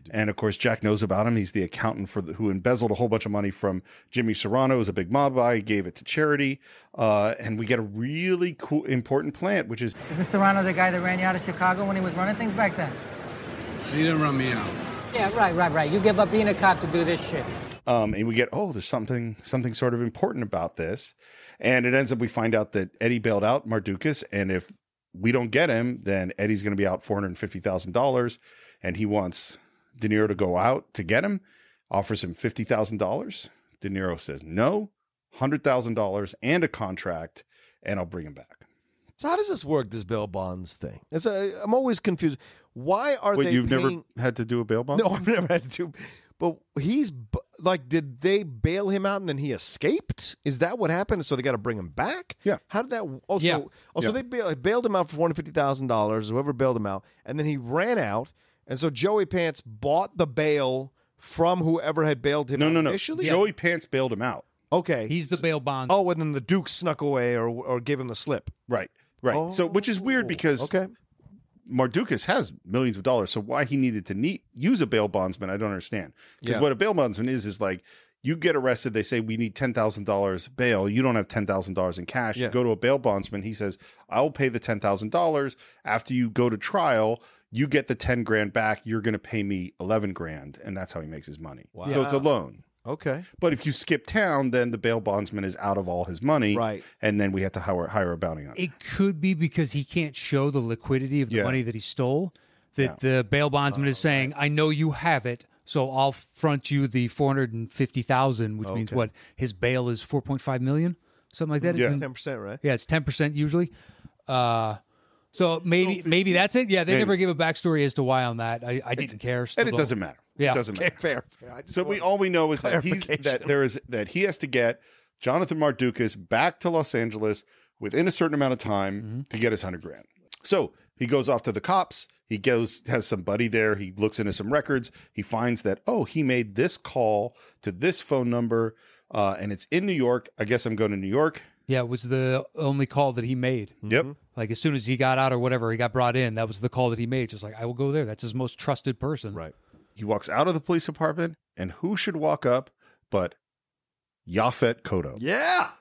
Speaker 1: And of course, Jack knows about him. He's the accountant for the, who embezzled a whole bunch of money from Jimmy Serrano, who's a big mob guy. He gave it to charity, uh, and we get a really cool, important plant, which is
Speaker 9: Isn't Serrano the guy that ran you out of Chicago when he was running things back then?
Speaker 3: He didn't run me out.
Speaker 9: Yeah, right, right, right. You give up being a cop to do this shit.
Speaker 1: um, and we get oh there's something something sort of important about this and it ends up we find out that eddie bailed out mardukas and if we don't get him then eddie's going to be out $450000 and he wants de niro to go out to get him offers him $50000 de niro says no $100000 and a contract and i'll bring him back
Speaker 4: So how does this work? This bail bonds thing. It's a, I'm always confused. Why are
Speaker 1: wait
Speaker 4: they?
Speaker 1: you've
Speaker 4: paying...
Speaker 1: never had to do a bail bond
Speaker 4: No, I've never had to. But he's b- like, did they bail him out and then he escaped? Is that what happened? So they got to bring him back?
Speaker 1: Yeah.
Speaker 4: How did that? Oh,
Speaker 5: Yeah.
Speaker 4: so, oh, so
Speaker 1: Yeah.
Speaker 4: they bail, bailed him out for four hundred fifty thousand dollars. Whoever bailed him out, and then he ran out, and so Joey Pants bought the bail from whoever had bailed him.
Speaker 1: No,
Speaker 4: out
Speaker 1: no, no.
Speaker 4: Initially,
Speaker 1: Joey Pants bailed him out.
Speaker 4: Okay.
Speaker 5: He's the bail bonds.
Speaker 4: oh, and then the Duke snuck away or or gave him the slip.
Speaker 1: Right. Right. So, which is weird because
Speaker 4: Oh, Okay.
Speaker 1: Mardukas has millions of dollars, so why he needed to ne- use a bail bondsman, I don't understand. Because
Speaker 4: Yeah.
Speaker 1: what a bail bondsman is is like you get arrested, they say we need ten thousand dollars bail. You don't have ten thousand dollars in cash. You
Speaker 4: Yeah.
Speaker 1: go to a bail bondsman, he says, I'll pay the ten thousand dollars. After you go to trial, you get the ten grand back, you're gonna pay me eleven grand, and that's how he makes his money. So it's a loan.
Speaker 4: Okay.
Speaker 1: But if you skip town, then the bail bondsman is out of all his money.
Speaker 4: Right.
Speaker 1: And then we have to hire hire a bounty on him.
Speaker 5: It could be because he can't show the liquidity of the
Speaker 1: Yeah. Oh,
Speaker 5: money that he stole. That the bail bondsman is saying, "I know you have it, so I'll front you the four hundred and fifty thousand, which means what his bail is four point five million, something like that.
Speaker 1: Yeah.
Speaker 5: Isn't-
Speaker 4: Ten percent, right?
Speaker 5: yeah, it's ten percent usually. Uh, so maybe maybe that's it. Yeah, they never give a backstory as to why on that. I, I didn't care. still
Speaker 1: and it
Speaker 5: don't.
Speaker 1: doesn't matter.
Speaker 5: Yeah.
Speaker 1: It doesn't matter.
Speaker 4: Fair.
Speaker 1: So we all we know is that he's that there is that he has to get Jonathan Mardukas back to Los Angeles within a certain amount of time
Speaker 4: Mm-hmm.
Speaker 1: to get his hundred grand. So he goes off to the cops. He goes has some buddy there. He looks into some records. He finds that oh he made this call to this phone number uh, and it's in New York. I guess I'm going to New York.
Speaker 5: Yeah, it was the only call that he made.
Speaker 4: Mm-hmm.
Speaker 1: Yep.
Speaker 5: Like as soon as he got out or whatever, he got brought in. That was the call that he made. Just like I will go there. That's his most trusted person.
Speaker 1: Right. He walks out of the police department, and who should walk up but Yafet Koto?
Speaker 4: Yeah. Mm-hmm. Oh,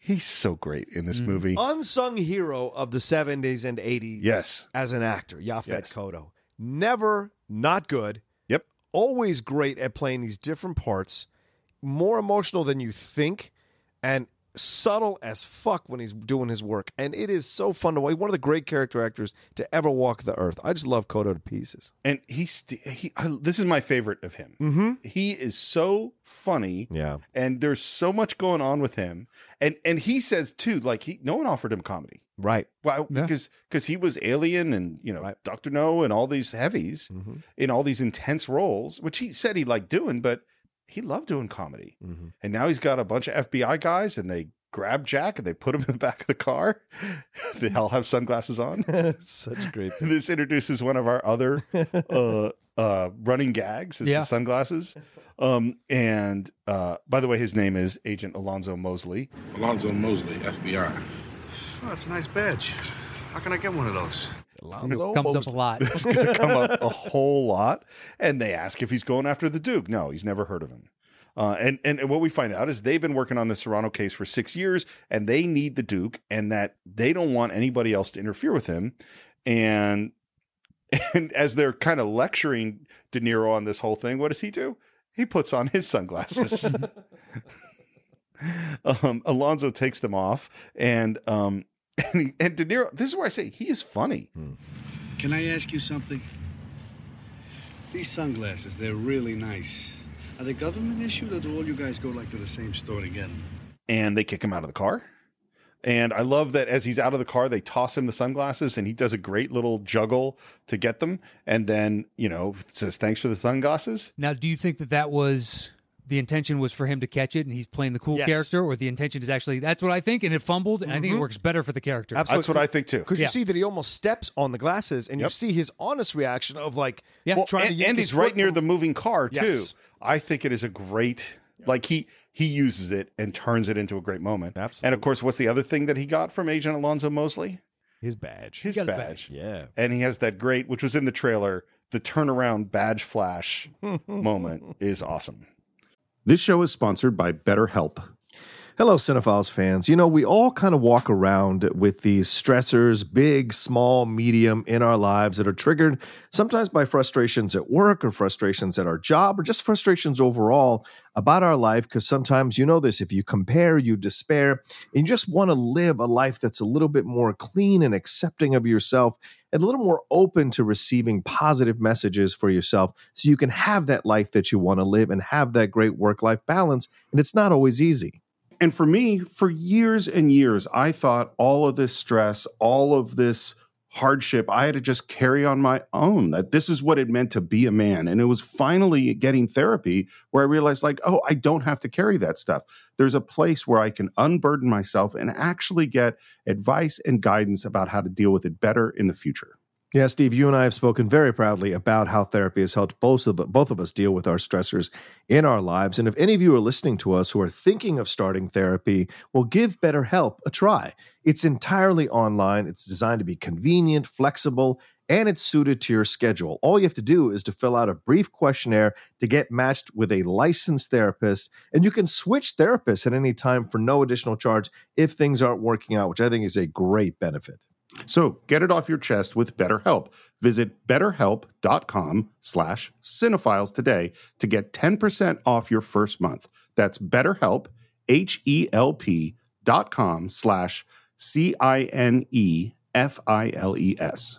Speaker 1: He's so great in this movie.
Speaker 4: unsung hero of the 70s and 80s
Speaker 1: Yes.
Speaker 4: as an actor Yaphet
Speaker 1: Yes.
Speaker 4: Koto never not good
Speaker 1: Yep.
Speaker 4: always great at playing these different parts more emotional than you think and subtle as fuck when he's doing his work and it is so fun to watch one of the great character actors to ever walk the earth I just love Koto to pieces
Speaker 1: and he's st- he I, this is my favorite of him mm-hmm. he is so funny
Speaker 4: Yeah.
Speaker 1: and there's so much going on with him and and he says too like he no one offered him comedy
Speaker 4: right
Speaker 1: Why?
Speaker 5: Yeah.
Speaker 1: because because he was alien and you know dr no and all these heavies in all these intense roles which he said he liked doing but he loved doing comedy and now he's got a bunch of fbi guys and they grab jack and they put him in the back of the car they all have sunglasses on
Speaker 4: such great
Speaker 1: this introduces one of our other uh, uh, running gags is
Speaker 5: Yeah.
Speaker 1: the sunglasses. Um, and uh, by the way, his name is Agent Alonzo Mosley.
Speaker 6: Alonzo Mosley, FBI.
Speaker 7: Oh, that's a nice badge. How can I get one of those?
Speaker 4: Alonzo
Speaker 5: Comes up a
Speaker 4: Mosley.
Speaker 5: lot.
Speaker 1: It's going to come up a whole lot. And they ask if he's going after the Duke. No, he's never heard of him. Uh, and, and and what we find out is they've been working on the Serrano case for six years, and they need the Duke, and that they don't want anybody else to interfere with him. And and as they're kind of lecturing De Niro on this whole thing, what does he do? He puts on his sunglasses. um, Alonzo takes them off, and um, and, he, and De Niro. This is where I say he is funny.
Speaker 3: Can I ask you something? These sunglasses, they're really nice. Are they government issued or do all you guys go like to the same store to get them?
Speaker 1: and they kick him out of the car. And I love that as he's out of the car, they toss him the sunglasses and he does a great little juggle to get them. And then, you know, says, thanks for the sunglasses.
Speaker 5: Now, do you think that that was the intention was for him to catch it and he's playing the cool
Speaker 4: Yes. Mm-hmm.
Speaker 5: character, or the intention is actually that's what I think and it fumbled and I think it works better for the character.
Speaker 1: That's what I think too.
Speaker 4: because you
Speaker 5: Yeah.
Speaker 4: see that he almost steps on the glasses and you see his honest reaction of like
Speaker 5: Yeah.
Speaker 1: Well,
Speaker 4: trying to
Speaker 1: and,
Speaker 4: yank
Speaker 1: and
Speaker 4: his
Speaker 1: he's right
Speaker 4: foot
Speaker 1: near
Speaker 4: from-
Speaker 1: the moving car too.
Speaker 4: Yes.
Speaker 1: I think it is a great, like he, he uses it and turns it into a great moment. And
Speaker 4: Absolutely.
Speaker 1: of course, what's the other thing that he got from Agent Alonzo Mosley?
Speaker 4: his badge
Speaker 1: His
Speaker 5: got his
Speaker 1: badge.
Speaker 4: yeah
Speaker 1: and he has that great, which was in the trailer, the turnaround badge flash moment is awesome. This show is sponsored by BetterHelp.
Speaker 4: Hello, Cinephiles fans. You know, we all kind of walk around with these stressors, big, small, medium, in our lives that are triggered sometimes by frustrations at work or frustrations at our job or just frustrations overall about our life. Because sometimes you know this if you compare, you despair, and you just want to live a life that's a little bit more clean and accepting of yourself and a little more open to receiving positive messages for yourself so you can have that life that you want to live and have that great work life balance. And it's not always easy.
Speaker 1: And for me, for years and years, I thought all of this stress, all of this
Speaker 10: hardship I had to just carry on my own. That this is what it meant to be a man. And it was finally getting therapy where I realized, like, oh, I don't have to carry that stuff. There's a place where I can unburden myself and actually get advice and guidance about how to deal with it better in the future.
Speaker 4: Yeah, Steve, you and I have spoken very proudly about how therapy has helped both of both of us deal with our stressors in our lives. And if any of you are listening to us who are thinking of starting therapy, well, give BetterHelp a try. It's entirely online. It's designed to be convenient, flexible, and it's suited to your schedule. All you have to do is to fill out a brief questionnaire to get matched with a licensed therapist, and you can switch therapists at any time for no additional charge if things aren't working out, which I think is a great benefit.
Speaker 10: So get it off your chest with BetterHelp. Visit betterhelp.com slash cinephiles today to get 10% off your first month. That's betterhelp, H-E-L-P dot com slash E C-I-N-E-F-I-L-E-S.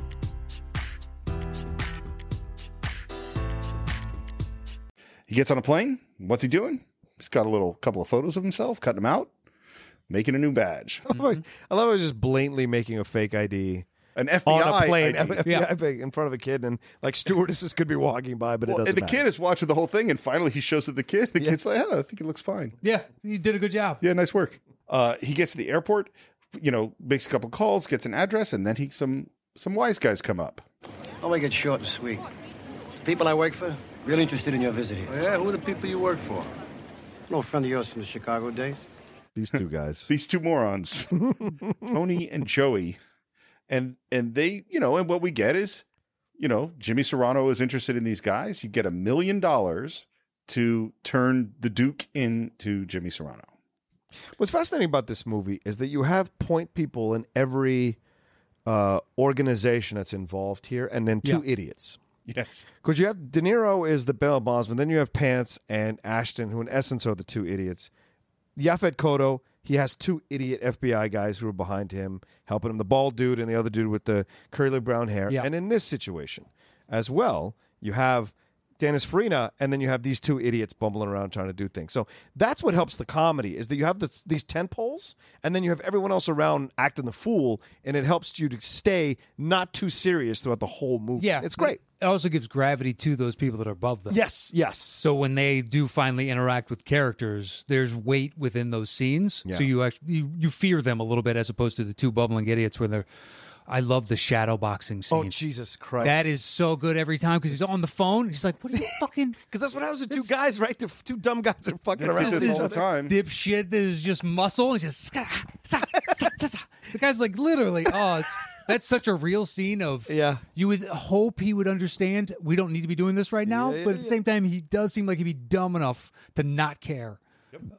Speaker 1: He gets on a plane. What's he doing? He's got a little couple of photos of himself, cutting them out, making a new badge.
Speaker 4: I love how I was just blatantly making a fake ID.
Speaker 1: An FBI
Speaker 4: on a plane
Speaker 1: ID.
Speaker 4: FBI in front of a kid, and like stewardesses could be walking by, but
Speaker 1: Well,
Speaker 4: it
Speaker 1: and
Speaker 4: doesn't.
Speaker 1: the
Speaker 4: matter.
Speaker 1: kid is watching the whole thing, and finally he shows it to the kid. The kid's like, oh, I think it looks fine.
Speaker 5: Yeah, you did a good job.
Speaker 1: Yeah, nice work. Uh, he gets to the airport, you know, makes a couple calls, gets an address, and then he some some wise guys come up.
Speaker 11: I'll make it short and sweet. The people I work for, really interested in your visit here. yeah, who are the people you work for? No friend of yours from the Chicago days.
Speaker 4: These two guys,
Speaker 1: these two morons, Tony and Joey, and and they, you know, and what we get is, you know, Jimmy Serrano is interested in these guys. You get a million dollars to turn the Duke into Jimmy Serrano.
Speaker 4: What's fascinating about this movie is that you have point people in every uh, organization that's involved here, and then two
Speaker 1: Yeah.
Speaker 4: idiots.
Speaker 1: Yes.
Speaker 4: Because you have De Niro is the bail bondsman, then you have Pants and Ashton, who in essence are the two idiots. Yafet Koto, he has two idiot FBI guys who are behind him, helping him the bald dude and the other dude with the curly brown hair.
Speaker 5: Yeah.
Speaker 4: And in this situation as well, you have Dennis Farina, and then you have these two idiots bumbling around trying to do things. So that's what helps the comedy is that you have this, these tent poles, and then you have everyone else around acting the fool, and it helps you to stay not too serious throughout the whole movie.
Speaker 5: Yeah,
Speaker 4: it's great.
Speaker 5: It also gives gravity to those people that are above them.
Speaker 4: Yes, yes. So
Speaker 5: when they do finally interact with characters, there's weight within those scenes.
Speaker 4: Yeah.
Speaker 5: So you actually you, you fear them a little bit as opposed to the two bubbling idiots where they're. I love the shadow boxing scene.
Speaker 4: Oh Jesus Christ!
Speaker 5: That is so good every time because he's on the phone. He's like, "What are you fucking?"
Speaker 4: Because that's what happens with two guys, right? The two dumb guys are fucking
Speaker 5: This
Speaker 4: around
Speaker 5: is
Speaker 4: all the
Speaker 5: this
Speaker 4: time.
Speaker 5: Dipshit that is just muscle. And he's just "Ska, sa, sa, sa, sa." the guy's like literally. Oh, it's, that's such a real scene of.
Speaker 4: Yeah.
Speaker 5: You would hope he would understand. We don't need to be doing this right now,
Speaker 4: yeah,
Speaker 5: but at the
Speaker 4: yeah.
Speaker 5: same time, he does seem like he'd be dumb enough to not care.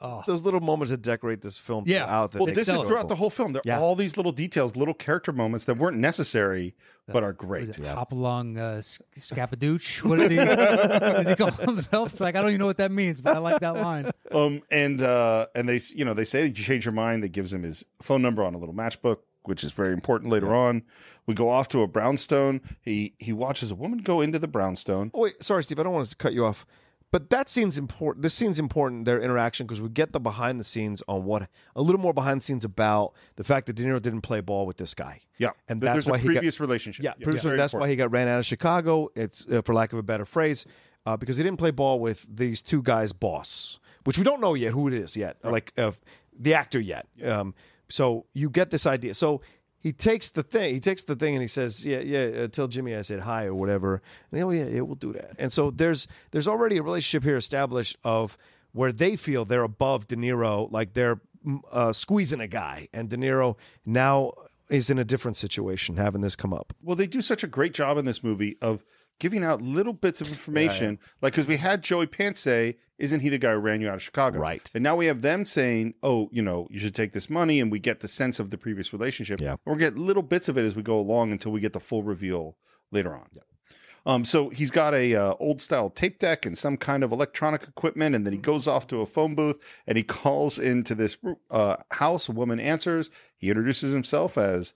Speaker 5: Oh.
Speaker 4: Those little moments that decorate this film
Speaker 5: Yeah.
Speaker 4: throughout. That
Speaker 5: Well,
Speaker 4: make
Speaker 5: this
Speaker 4: it
Speaker 5: is
Speaker 4: so
Speaker 5: throughout
Speaker 4: cool.
Speaker 1: The whole film, there are
Speaker 4: Yeah.
Speaker 1: all these little details, little character moments that weren't necessary but are great.
Speaker 5: Hop along, uh, sc- Scappadooch. What is he? does he call himself? It's like I don't even know what that means, but I like that line.
Speaker 1: Um, and uh, and they, you know, they say you change your mind. That gives him his phone number on a little matchbook, which is very important later on. We go off to a brownstone. He he watches a woman go into the brownstone.
Speaker 4: Oh, wait, sorry, Steve. I don't want to cut you off, but that scene's important. This scene's important. Their interaction because we get the behind the scenes on what a little more behind the scenes about the fact that De Niro didn't play ball with this guy.
Speaker 1: Yeah,
Speaker 4: and
Speaker 1: That
Speaker 4: that's
Speaker 1: there's a
Speaker 4: why he
Speaker 1: previous
Speaker 4: got,
Speaker 1: relationship.
Speaker 4: Yeah,
Speaker 1: Yeah,
Speaker 4: previous-
Speaker 1: very
Speaker 4: that's why
Speaker 1: important.
Speaker 4: he got ran out of Chicago. It's uh, for lack of a better phrase, uh, because he didn't play ball with these two guys' boss, which we don't know yet who it is yet, like uh, the actor yet. Um, so you get this idea. So he takes the thing. He takes the thing and he says, "Yeah, yeah." Uh, tell Jimmy I said hi or whatever. And he, oh yeah, yeah, we'll do that. And so there's there's already a relationship here established of where they feel they're above De Niro, like they're mm, uh, squeezing a guy, and De Niro now is in a different situation having this come up.
Speaker 1: Well, they do such a great job in this movie of giving out little bits of information, like because we had Joey Pants say, "Isn't he the guy who ran you out of Chicago?" Right, and now we have them saying, "Oh, you know, you should take this money," and we get the sense of the previous relationship. Yeah, we get little bits of it as we go along until we get the full reveal later on. Um, so he's got a uh, old style tape deck and some kind of electronic equipment, and then he goes off to a phone booth and he calls into this uh, house. A woman answers. He introduces himself as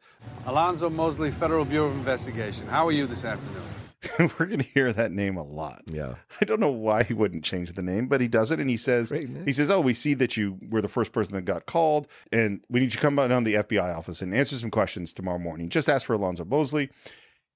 Speaker 12: Alonzo Mosley, Federal Bureau of Investigation. How are you this afternoon?
Speaker 1: we're going to hear that name a lot. Yeah. I don't know why he wouldn't change the name, but he does it. And he says, he says, oh, we see that you were the first person that got called and we need you to come down to the FBI office and answer some questions tomorrow morning. Just ask for Alonzo Mosley.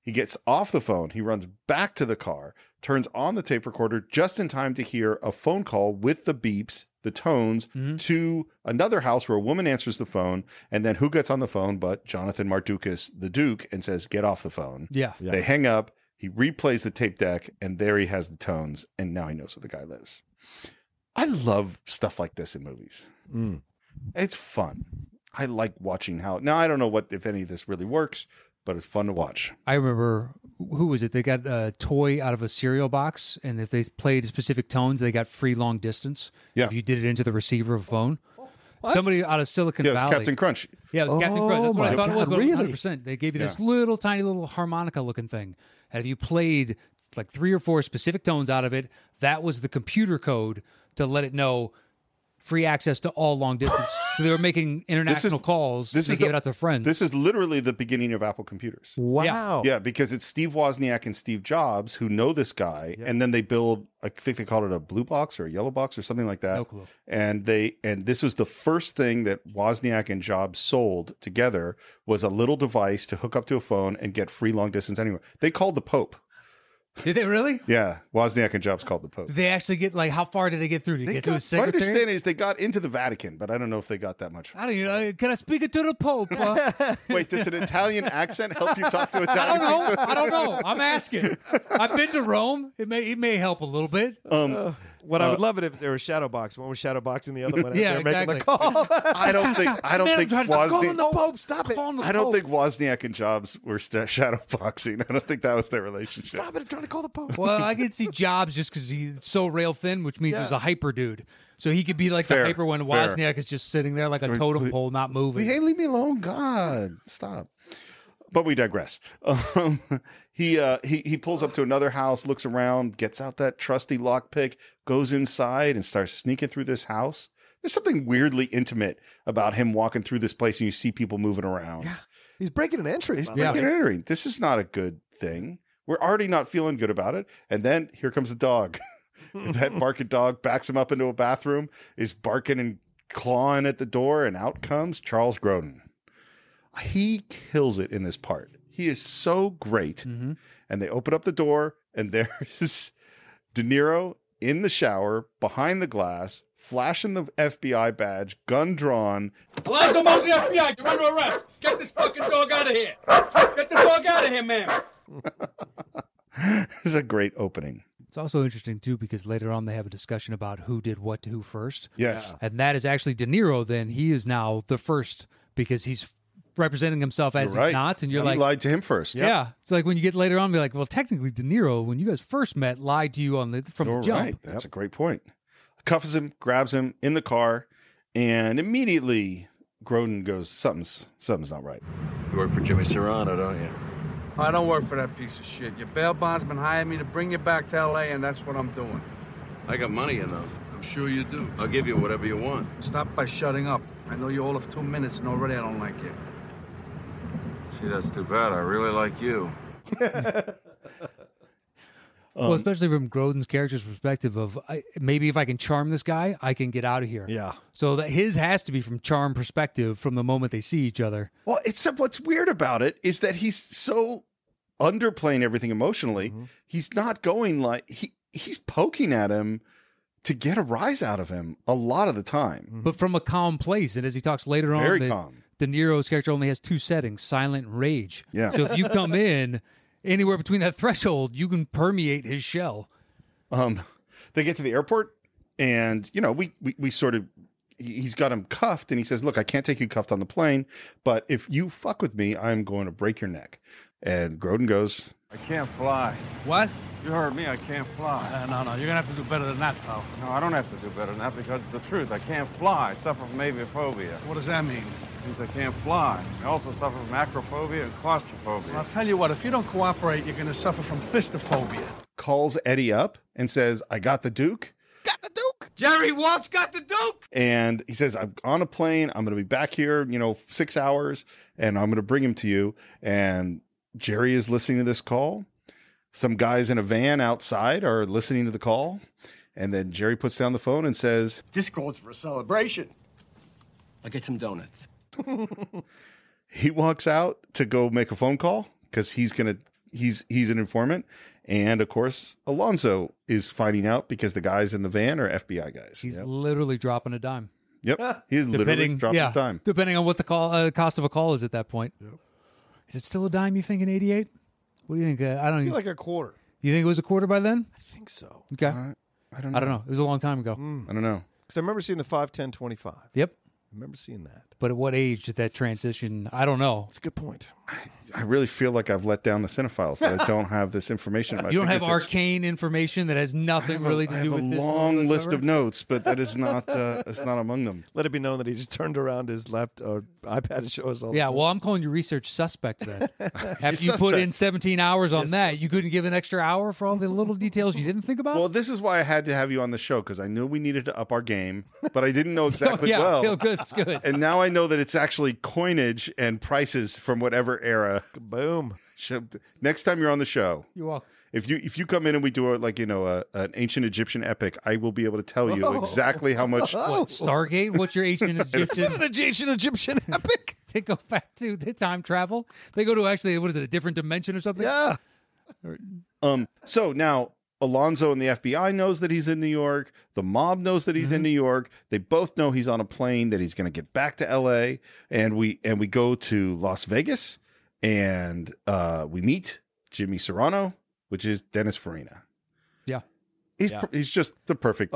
Speaker 1: He gets off the phone. He runs back to the car, turns on the tape recorder just in time to hear a phone call with the beeps, the tones to another house where a woman answers the phone. And then who gets on the phone but Jonathan Mardukas, the Duke, and says, get off the phone.
Speaker 5: Yeah. Yeah.
Speaker 1: They hang up. He replays the tape deck, and there he has the tones. And now he knows where the guy lives. I love stuff like this in movies. It's fun. I like watching how. Now, I don't know what, if any of this really works, but it's fun to watch.
Speaker 5: I remember who was it? They got a toy out of a cereal box, and if they played specific tones, they got free long distance.
Speaker 1: Yeah.
Speaker 5: if you did it into the receiver of a phone. Somebody out of Silicon
Speaker 1: Yeah, it was
Speaker 5: Valley.
Speaker 1: Captain Crunch.
Speaker 5: Yeah, it was Captain Crunch.
Speaker 1: Oh
Speaker 5: That's what
Speaker 1: my
Speaker 5: I thought it was.
Speaker 1: God,
Speaker 5: but it was
Speaker 1: really?
Speaker 5: 100%. They gave you this
Speaker 1: Yeah.
Speaker 5: little tiny little harmonica looking thing, and if you played like three or four specific tones out of it, that was the computer code to let it know free access to all long distance. so they were making international calls. They gave it out to friends.
Speaker 1: This is literally the beginning of Apple computers.
Speaker 4: Wow.
Speaker 1: Yeah, because it's Steve Wozniak and Steve Jobs who know this guy, and then they build. I think they called it a blue box or a yellow box or something like that.
Speaker 5: No clue.
Speaker 1: And they and this was the first thing that Wozniak and Jobs sold together was a little device to hook up to a phone and get free long distance anywhere. They called the Pope.
Speaker 5: Did they really?
Speaker 1: Yeah, Wozniak and Jobs called the Pope.
Speaker 5: Did they actually get like how far did they get through? Did they
Speaker 1: They
Speaker 5: get to
Speaker 1: got-
Speaker 5: the
Speaker 1: my
Speaker 5: secretary?
Speaker 1: understanding is they got into the Vatican, but I don't know if they got that much.
Speaker 5: I don't even know. Can I speak it to the Pope? Uh,
Speaker 1: Wait, does an Italian accent help you talk to
Speaker 5: I
Speaker 1: Italian?
Speaker 5: don't know. I don't know. I'm asking. I've been to Rome. It may it may help a little bit.
Speaker 1: Um,
Speaker 4: what I would
Speaker 5: uh,
Speaker 4: love it if there was shadow box. One was shadow box and the other one.
Speaker 5: Yeah,
Speaker 4: yeah, making the
Speaker 5: exactly.
Speaker 4: call.
Speaker 1: I don't think. I don't
Speaker 4: Man, I'm
Speaker 1: think
Speaker 4: trying to- I'm calling the
Speaker 1: Wozniak.
Speaker 4: Pope. Stop it.
Speaker 1: I don't think Wozniak and Jobs were st- shadow boxing. I don't think that was their relationship.
Speaker 4: Stop it. I'm trying to call the Pope.
Speaker 5: Well, I could see Jobs just because he's so rail thin, which means
Speaker 4: Yeah.
Speaker 5: he's a hyper dude. So he could be like
Speaker 1: Fair,
Speaker 5: the hyper when
Speaker 1: fair.
Speaker 5: Wozniak is just sitting there like a totem pole, not moving.
Speaker 1: Hey, leave me alone, God! Stop. But we digress. Um, he uh, he he pulls up to another house, looks around, gets out that trusty lockpick, goes inside, and starts sneaking through this house. There's something weirdly intimate about him walking through this place, and you see people moving around.
Speaker 4: He's breaking an entry.
Speaker 1: He's breaking and entering. This is not a good thing. We're already not feeling good about it. And then here comes a dog. And that barking dog backs him up into a bathroom, is barking and clawing at the door, and out comes Charles Grodin. He kills it in this part. He is so great.
Speaker 5: Mm-hmm.
Speaker 1: And they open up the door, and there's De Niro in the shower, behind the glass, flashing the FBI badge, gun drawn.
Speaker 2: Alonzo Mosley, FBI, you're under arrest. Get this fucking dog out of here. Get the dog out of here, man.
Speaker 1: This is a great opening.
Speaker 5: It's also interesting too because later on they have a discussion about who did what to who first.
Speaker 1: Yes.
Speaker 5: and that is actually De Niro. Then he is now the first because he's representing himself as
Speaker 1: You're right.
Speaker 5: if not, and you're
Speaker 1: And
Speaker 5: like
Speaker 1: he lied to him first.
Speaker 5: Yeah, it's like when you get later on, be like, well, technically, De Niro, when you guys first met, lied to you on the from
Speaker 1: All
Speaker 5: the jump.
Speaker 1: right, That's a great point. Cuffs him, grabs him in the car, and immediately Groden goes, Something's something's not right.
Speaker 2: You work for Jimmy Serrano, don't you?
Speaker 12: I don't work for that piece of shit. Your bail bondsman hired me to bring you back to LA, and that's what I'm doing.
Speaker 2: I got money, you know. I'm sure you do. I'll give you whatever you want.
Speaker 12: Stop by shutting up. I know you all of two minutes, and already I don't like you.
Speaker 2: See, that's too bad. I really like you.
Speaker 1: Um,
Speaker 5: well, especially from Groden's character's perspective of I, maybe if I can charm this guy, I can get out of here.
Speaker 4: Yeah.
Speaker 5: So that his has to be from charm perspective from the moment they see each other.
Speaker 1: Well, except what's weird about it is that he's so underplaying everything emotionally. He's not going like he he's poking at him to get a rise out of him a lot of the time.
Speaker 5: Mm-hmm. But from a calm place, and as he talks later on,
Speaker 1: Very
Speaker 5: that
Speaker 1: calm.
Speaker 5: De Niro's character only has two settings: silent and rage.
Speaker 1: Yeah.
Speaker 5: So if you come in anywhere between that threshold, you can permeate his shell.
Speaker 1: Um, they get to the airport, and you know, we we, we sort of he- he's got him cuffed, and he says, "Look, I can't take you cuffed on the plane, but if you fuck with me, I'm going to break your neck." And Groden goes,
Speaker 6: I can't fly. What? You heard me. I can't fly.
Speaker 2: Uh,
Speaker 6: no, no. You're gonna have to do better than that, pal. No, I don't have to do better than that because it's the truth. I can't fly. I suffer from aviophobia.
Speaker 12: What does that mean?
Speaker 6: It means I can't fly. I also suffer from acrophobia and claustrophobia.
Speaker 12: I'll tell you what, if you don't cooperate, you're going to suffer from fistophobia.
Speaker 1: calls Eddie up and says, "I got the Duke."
Speaker 2: Jerry Walsh got the Duke.
Speaker 1: and he says i'm on a plane i'm going to be back here you know six hours and i'm going to bring him to you and jerry is listening to this call some guys in a van outside are listening to the call and then jerry puts down the phone and says
Speaker 13: This calls for a celebration.
Speaker 8: I'll get some donuts.
Speaker 1: he walks out to go make a phone call because he's going to he's he's an informant and of course alonso is finding out because the guys in the van are fbi guys
Speaker 5: He's
Speaker 1: yep,
Speaker 5: literally dropping a dime.
Speaker 1: yep. he's literally dropping
Speaker 5: yeah,
Speaker 1: time
Speaker 5: Depending on what the call uh, cost of a call is at that point. Is it still a dime? You think in '88? What do you think? Uh, I don't.
Speaker 4: Be
Speaker 5: even-
Speaker 4: like a quarter.
Speaker 5: you think it was a quarter by then? I
Speaker 4: think so.
Speaker 5: Okay.
Speaker 1: I don't.
Speaker 5: I don't know. It was a long time ago.
Speaker 1: I don't know.
Speaker 4: Because I remember seeing the 5, 10, 25. I
Speaker 5: Yep.
Speaker 4: remember seeing that.
Speaker 5: But at what age did that transition? I don't know. It's
Speaker 4: a good point.
Speaker 1: I really feel like I've let down the cinephiles that I don't have this information. About.
Speaker 5: You don't have arcane information that has nothing really to
Speaker 1: I have
Speaker 5: do
Speaker 1: a
Speaker 5: with this.
Speaker 1: long list
Speaker 5: whatsoever?
Speaker 1: of notes, but that is not uh, it's not among them.
Speaker 4: Let it be known that he just turned around his left uh, iPad to show us all.
Speaker 5: Yeah,
Speaker 4: the-
Speaker 5: well, I'm calling you research suspect then. After you
Speaker 1: suspect.
Speaker 5: put in 17 hours on
Speaker 1: Yes,
Speaker 5: that, you couldn't give an extra hour for all the little details you didn't think about.
Speaker 1: Well, this is why I had to have you on the show because I knew we needed to up our game, but I didn't know exactly
Speaker 5: Oh, yeah,
Speaker 1: well.
Speaker 5: feel good, it's good.
Speaker 1: And now I know that it's actually coinage and prices from whatever era.
Speaker 4: Boom.
Speaker 1: Next time you're on the show,
Speaker 5: You're welcome.
Speaker 1: If you if you come in and we do a, like you know a, an ancient Egyptian epic, I will be able to tell you
Speaker 5: Oh.
Speaker 1: exactly how much
Speaker 5: What, Stargate? What's your ancient Egyptian?
Speaker 1: It's not
Speaker 4: an ancient Egyptian epic.
Speaker 5: they go back to the time travel. They go to actually what is it, a different dimension or something?
Speaker 4: Yeah.
Speaker 1: Um, so now Alonzo and the FBI knows that he's in New York. The mob knows that he's in New York. They both know he's on a plane that he's going to get back to LA. And we and we go to Las Vegas and uh, we meet Jimmy Serrano, which is Dennis Farina.
Speaker 5: Yeah,
Speaker 1: he's
Speaker 4: Yeah.
Speaker 1: per- he's just the perfect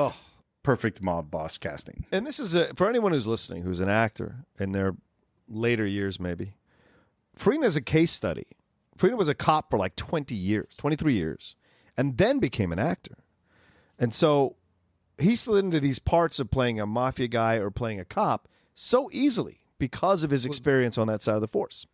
Speaker 1: perfect mob boss casting.
Speaker 4: And this is a, for anyone who's listening, who's an actor in their later years, maybe. Farina is a case study. Farina was a cop for like 20 years, 23 years, and then became an actor. And so he slid into these parts of playing a mafia guy or playing a cop so easily because of his experience on that side of the force.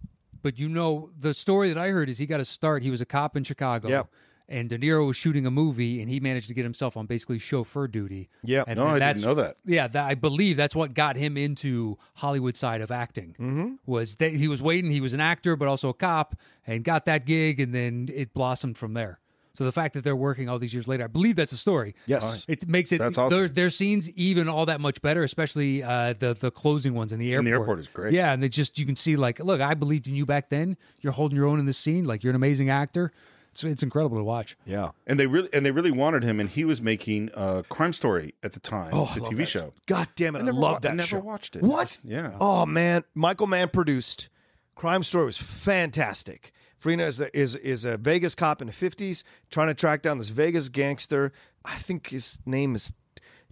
Speaker 5: But you know, the story that I heard is he got a start. He was a cop in Chicago. Yep. And De Niro was shooting a movie, and he managed to get himself on basically chauffeur duty.
Speaker 1: Yep.
Speaker 5: and
Speaker 1: No,
Speaker 5: then
Speaker 1: I didn't
Speaker 5: that's-
Speaker 1: know that.
Speaker 5: Yeah, that, I believe that's what got him into Hollywood side of acting. Mm-hmm. Was that he was waiting? He was an actor, but also a cop, and got that gig, and then it blossomed from there. So the fact that they're working all these years later, I believe that's the story.
Speaker 4: Yes.
Speaker 5: it makes it
Speaker 1: That's awesome.
Speaker 5: their, their scenes even all that much better, especially uh, the the closing ones in the airport.
Speaker 1: And the airport is great.
Speaker 5: Yeah, and they just you can see like, look, I believed in you back then. You're holding your own in this scene. Like you're an amazing actor. It's it's incredible to watch.
Speaker 4: Yeah.
Speaker 1: And they really and they really wanted him, and he was making a crime story at the time,
Speaker 4: Oh, I
Speaker 1: the
Speaker 4: love
Speaker 1: TV
Speaker 4: that.
Speaker 1: show.
Speaker 4: God damn it, I,
Speaker 1: I never
Speaker 4: love
Speaker 1: wa- I
Speaker 4: that
Speaker 1: never
Speaker 4: show.
Speaker 1: watched it.
Speaker 4: What?
Speaker 1: Yeah.
Speaker 4: Oh man, Michael Mann produced. Crime Story was fantastic. Farina is the, is is a Vegas cop in the fifties trying to track down this Vegas gangster. I think his name is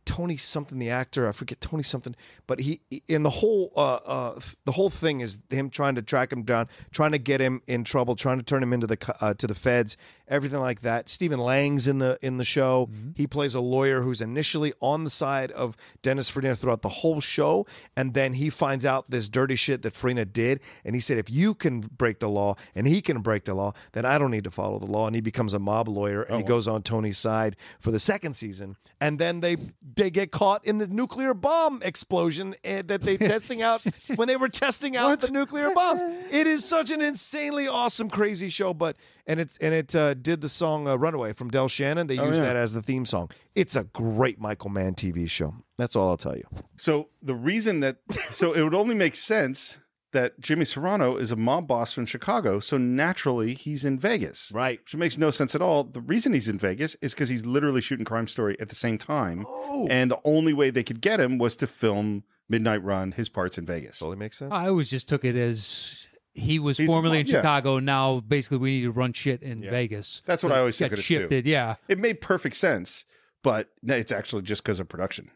Speaker 4: Tony something, the actor. I forget Tony something, but he in the whole uh, uh, the whole thing is him trying to track him down, trying to get him in trouble, trying to turn him into the co- uh, to the feds, everything like that. Stephen Lang's in the in the show. He plays a lawyer who's initially on the side of Dennis Farina throughout the whole show, and then he finds out this dirty shit that Farina did, and he said, if you can break the law and he can break the law, then I don't need to follow the law, and he becomes a mob lawyer,
Speaker 1: Oh,
Speaker 4: and he goes on Tony's side for the second season, and then they they get caught in the nuclear bomb explosion eh, that they testing out when they were testing out the nuclear bombs. It is such an insanely awesome, crazy show, but and it's and it uh, did the song uh, "Runaway" from Del Shannon. They
Speaker 1: Oh,
Speaker 4: used
Speaker 1: yeah.
Speaker 4: that as the theme song. It's a great Michael Mann TV show. That's all I'll tell you.
Speaker 1: So the reason that so it would only make sense that Jimmy Serrano is a mob boss from Chicago, so naturally he's in Vegas.
Speaker 4: Right.
Speaker 1: Which makes no sense at all. The reason he's in Vegas is because
Speaker 4: Oh.
Speaker 1: he's literally shooting crime story at the same time. And the only way they could get him was to film Midnight Run, his parts in Vegas.
Speaker 4: Totally makes sense.
Speaker 5: I always just took it as he was
Speaker 1: He's-
Speaker 5: formerly in
Speaker 1: yeah.
Speaker 5: Chicago. Now basically we need to run shit in
Speaker 1: Yeah.
Speaker 5: Vegas.
Speaker 1: That's what
Speaker 5: So
Speaker 1: I always
Speaker 5: it
Speaker 1: took
Speaker 5: got
Speaker 1: it as too.
Speaker 5: shifted. Yeah.
Speaker 1: It made perfect sense, but no, it's actually just because of production.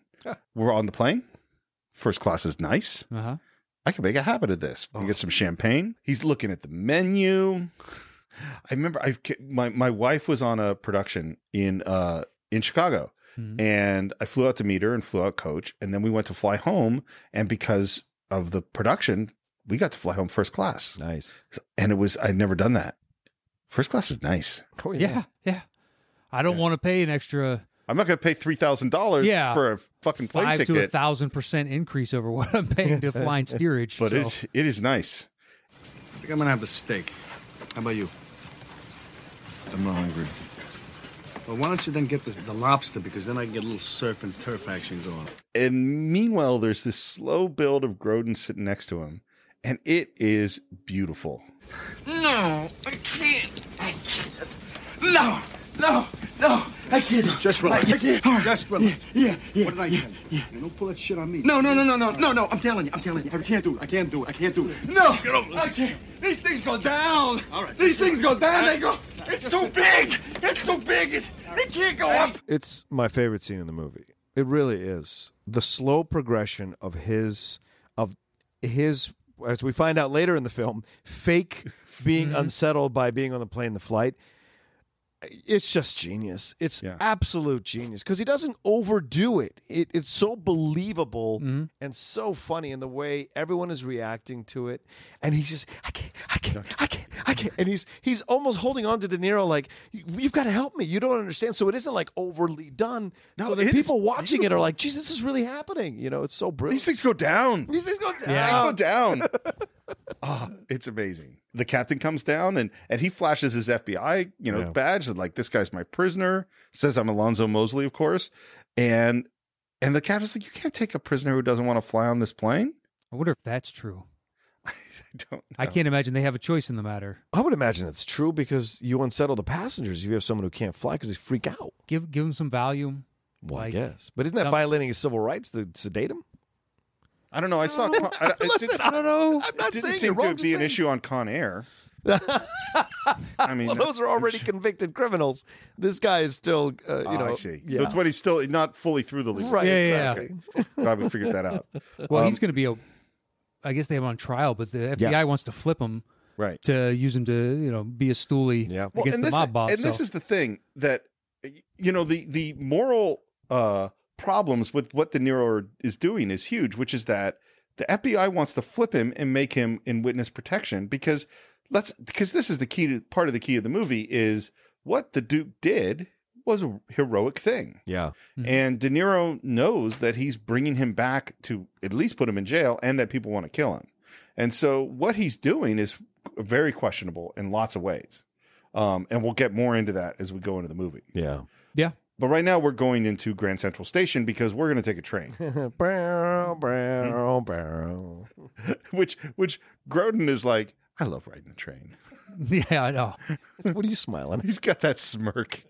Speaker 1: We're on the plane. First class is nice.
Speaker 5: Uh-huh.
Speaker 1: I can make a habit of this. We can get some champagne. He's looking at the menu. I remember I ca- my my wife was on a production in uh in Chicago,
Speaker 5: Hmm.
Speaker 1: and I flew out to meet her and flew out coach, and then we went to fly home, and because of the production, we got to fly home first class.
Speaker 4: Nice,
Speaker 1: and it was I'd never done that. First class is nice.
Speaker 4: Oh
Speaker 5: yeah. Yeah. I don't want to pay an extra
Speaker 1: I'm not going to pay three thousand dollars
Speaker 5: Yeah.
Speaker 1: for a fucking plane
Speaker 5: five
Speaker 1: ticket.
Speaker 5: to a thousand percent increase over what I'm paying to fly in steerage.
Speaker 1: but
Speaker 5: so.
Speaker 1: it it is nice.
Speaker 12: I think I'm gonna have the steak. How about you?
Speaker 11: I'm not hungry. Well, why don't you then get the, the lobster? Because then I can get a little surf and turf action going.
Speaker 1: And meanwhile, there's this slow build of Groden sitting next to him, and it is beautiful.
Speaker 14: No, I can't. I can't. No, no, no, I can't.
Speaker 11: Just relax.
Speaker 14: I can't. All right.
Speaker 11: Just relax.
Speaker 14: Yeah, yeah,
Speaker 11: What did I
Speaker 14: yeah,
Speaker 11: tell you? You Don't pull that shit on me.
Speaker 14: No, no, no, no, no, no, no. I'm telling you, I'm telling you. I can't do it. I can't do it. I can't do it. No,
Speaker 11: Get over it.
Speaker 14: I can't. These things go down.
Speaker 11: All right.
Speaker 14: These things go down. They go.
Speaker 11: All right.
Speaker 14: It's
Speaker 11: Just
Speaker 14: too
Speaker 11: sit.
Speaker 14: big. It's too big. It, it can't go up.
Speaker 4: It's my favorite scene in the movie. It really is. The slow progression of his of his as we find out later in the film, fake being unsettled by being on the plane the flight. It's just genius. It's absolute genius because he doesn't overdo it. it it's so believable and so funny in the way everyone is reacting to it. And he's just, I can't, I can't, I can't, I can't. And he's he's almost holding on to De Niro like, "You- you've got to help me. You don't understand. So it isn't like overly done.
Speaker 1: No,
Speaker 4: so the
Speaker 1: it is
Speaker 4: people watching it are
Speaker 1: beautiful.
Speaker 4: like, geez, this is really happening. You know, it's so brilliant.
Speaker 1: These things go down.
Speaker 4: These things go down.
Speaker 1: Yeah. Go down. Ah, it's amazing. The captain comes down and and he flashes his FBI, you know,
Speaker 4: Yeah.
Speaker 1: badge and like this guy's my prisoner. Says I'm Alonzo Mosley, of course. And and the captain's like, you can't take a prisoner who doesn't want to fly on this plane.
Speaker 5: I wonder if that's true.
Speaker 1: I don't.
Speaker 5: I can't imagine they have a choice in the matter.
Speaker 4: I would imagine it's true because you unsettle the passengers if you have someone who can't fly because they freak out.
Speaker 5: Give give him some volume.
Speaker 4: Well,
Speaker 5: Like,
Speaker 4: I guess. But isn't that
Speaker 5: some-
Speaker 4: violating his civil rights to sedate him?
Speaker 1: I don't know. I saw. Con- I, it
Speaker 4: Listen,
Speaker 1: didn't-
Speaker 4: I don't
Speaker 5: know.
Speaker 4: I'm not
Speaker 1: it didn't
Speaker 4: saying
Speaker 1: seem
Speaker 4: you're wrong,
Speaker 1: to
Speaker 4: just
Speaker 1: be an
Speaker 4: saying-
Speaker 1: issue on Con Air. I mean,
Speaker 4: well,
Speaker 1: that's-
Speaker 4: those are already convicted criminals. This guy is still, uh, you
Speaker 1: Oh,
Speaker 4: know.
Speaker 1: I see.
Speaker 4: Yeah.
Speaker 1: So it's when he's still not fully through the legal.
Speaker 4: Right,
Speaker 1: system.
Speaker 4: Yeah, yeah,
Speaker 1: Okay. Glad we figured that out.
Speaker 5: Well,
Speaker 1: Um,
Speaker 5: he's going to be a. I guess they have him on trial, but the FBI wants to flip him,
Speaker 1: right?
Speaker 5: To use him to you know be a stoolie
Speaker 1: Well,
Speaker 5: against
Speaker 1: and
Speaker 5: the
Speaker 1: this,
Speaker 5: mob boss.
Speaker 1: And this
Speaker 5: so-
Speaker 1: is the thing that you know the the moral uh, problems with what De Niro is doing is huge, which is that the FBI wants to flip him and make him in witness protection because let's because this is the key to part of the key of the movie is what the Duke did was a heroic thing.
Speaker 4: Yeah.
Speaker 1: And De Niro knows that he's bringing him back to at least put him in jail and that people want to kill him. And so what he's doing is very questionable in lots of ways. Um, and we'll get more into that as we go into the movie.
Speaker 4: Yeah.
Speaker 5: Yeah.
Speaker 1: But right now we're going into Grand Central Station because we're going to take a train,
Speaker 4: barrel, barrel, barrel.
Speaker 1: which which Groden is like, I love riding the train.
Speaker 5: yeah, I know.
Speaker 4: What are you smiling?
Speaker 1: He's got that smirk.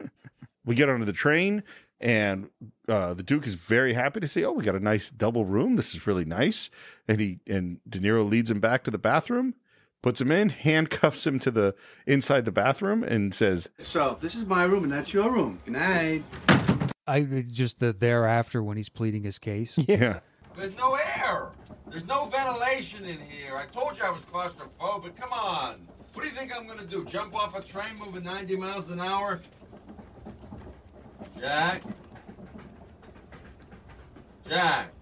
Speaker 1: we get onto the train, and uh, the Duke is very happy to see. Oh, we got a nice double room. This is really nice. And he and De Niro leads him back to the bathroom, puts him in, handcuffs him to the inside the bathroom, and says,
Speaker 3: So, this is my room and that's your room. Good night.
Speaker 5: I just the thereafter when he's pleading his case.
Speaker 1: Yeah.
Speaker 2: There's no air. There's no ventilation in here. I told you I was claustrophobic. Come on. What do you think I'm gonna do? Jump off a train moving 90 miles an hour? Jack? Jack?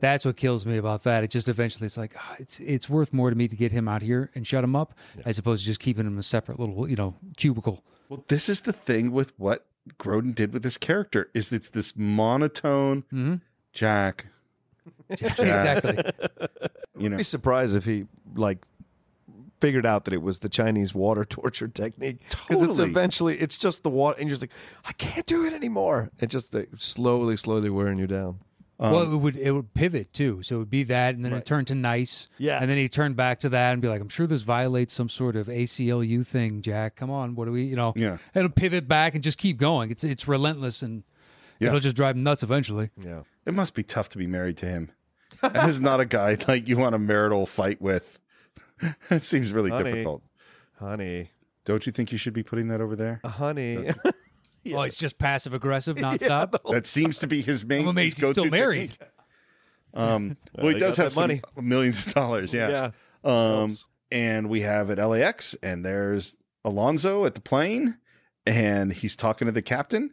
Speaker 5: That's what kills me about that. It just eventually it's like ah, it's it's worth more to me to get him out here and shut him up as opposed to just keeping him in a separate little you know cubicle.
Speaker 1: "Well, this is the thing with what Groden did with this character is it's this monotone Jack." Jack. You know,
Speaker 4: I'd be surprised if he like figured out that it was the Chinese water torture technique because it's
Speaker 1: Totally.
Speaker 4: eventually it's just the water, and you're just like, I can't do it anymore. It just like, slowly, slowly wearing you down.
Speaker 5: well, it would it would pivot too, so it would be that, and then it turned to nice,
Speaker 4: Yeah.
Speaker 5: and then he turned back to that and be like, "I'm sure this violates some sort of ACLU thing, Jack. Come on, what do we, you know?
Speaker 1: Yeah.
Speaker 5: it'll pivot back and just keep going. It's it's relentless, and
Speaker 1: Yeah.
Speaker 5: it'll just drive him nuts eventually.
Speaker 4: Yeah,
Speaker 1: it must be tough to be married to him. that is not a guy like you want a marital fight with. That seems really
Speaker 4: Honey.
Speaker 1: difficult.
Speaker 4: Honey.
Speaker 1: Don't you think you should be putting that over there?
Speaker 4: honey.
Speaker 5: Oh, he's just passive aggressive, nonstop.
Speaker 1: that seems to be his main.
Speaker 5: I'm amazed
Speaker 1: his
Speaker 5: he's still
Speaker 1: go-to
Speaker 5: married.
Speaker 1: technique. Um, well,
Speaker 4: Well,
Speaker 1: he
Speaker 4: he
Speaker 1: does
Speaker 4: got
Speaker 1: have
Speaker 4: that
Speaker 1: some
Speaker 4: money.
Speaker 1: millions of dollars. Yeah. Um, and we have at LAX, and there's Alonzo at the plane, and he's talking to the captain,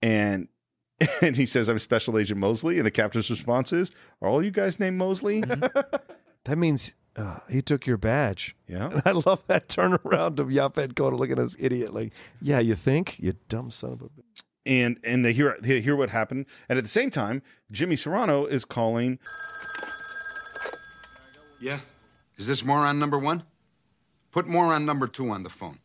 Speaker 1: and and he says, "I'm Special Agent Mosley," and the captain's response is, "Are all you guys named Mosley?"
Speaker 4: That means uh, he took your badge.
Speaker 1: Yeah.
Speaker 4: And I love that turnaround of Yaphet going to look at us idiot like, yeah, you think? You dumb son of a bitch.
Speaker 1: and and they hear they hear what happened, and at the same time, Jimmy Serrano is calling
Speaker 15: Yeah? Is this moron number one? Put moron number two on the phone.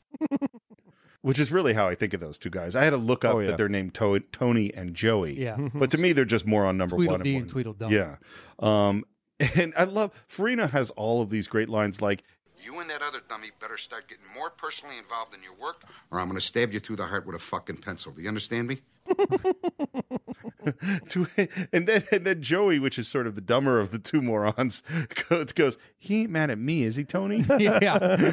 Speaker 1: which is really how I think of those two guys. I had to look up that they're named to- Tony and Joey.
Speaker 5: Yeah.
Speaker 1: but to me, they're just more on number one.
Speaker 5: Tweedledee
Speaker 1: one.
Speaker 5: and Tweedledum.
Speaker 1: Yeah. Um, and I love Farina has all of these great lines like,
Speaker 15: You and that other dummy better start getting more personally involved in your work, or I'm going to stab you through the heart with a fucking pencil. Do you understand me?
Speaker 1: to, and then and then Joey, which is sort of the dumber of the two morons, goes, goes he ain't mad at me, is he, Tony?
Speaker 5: Yeah.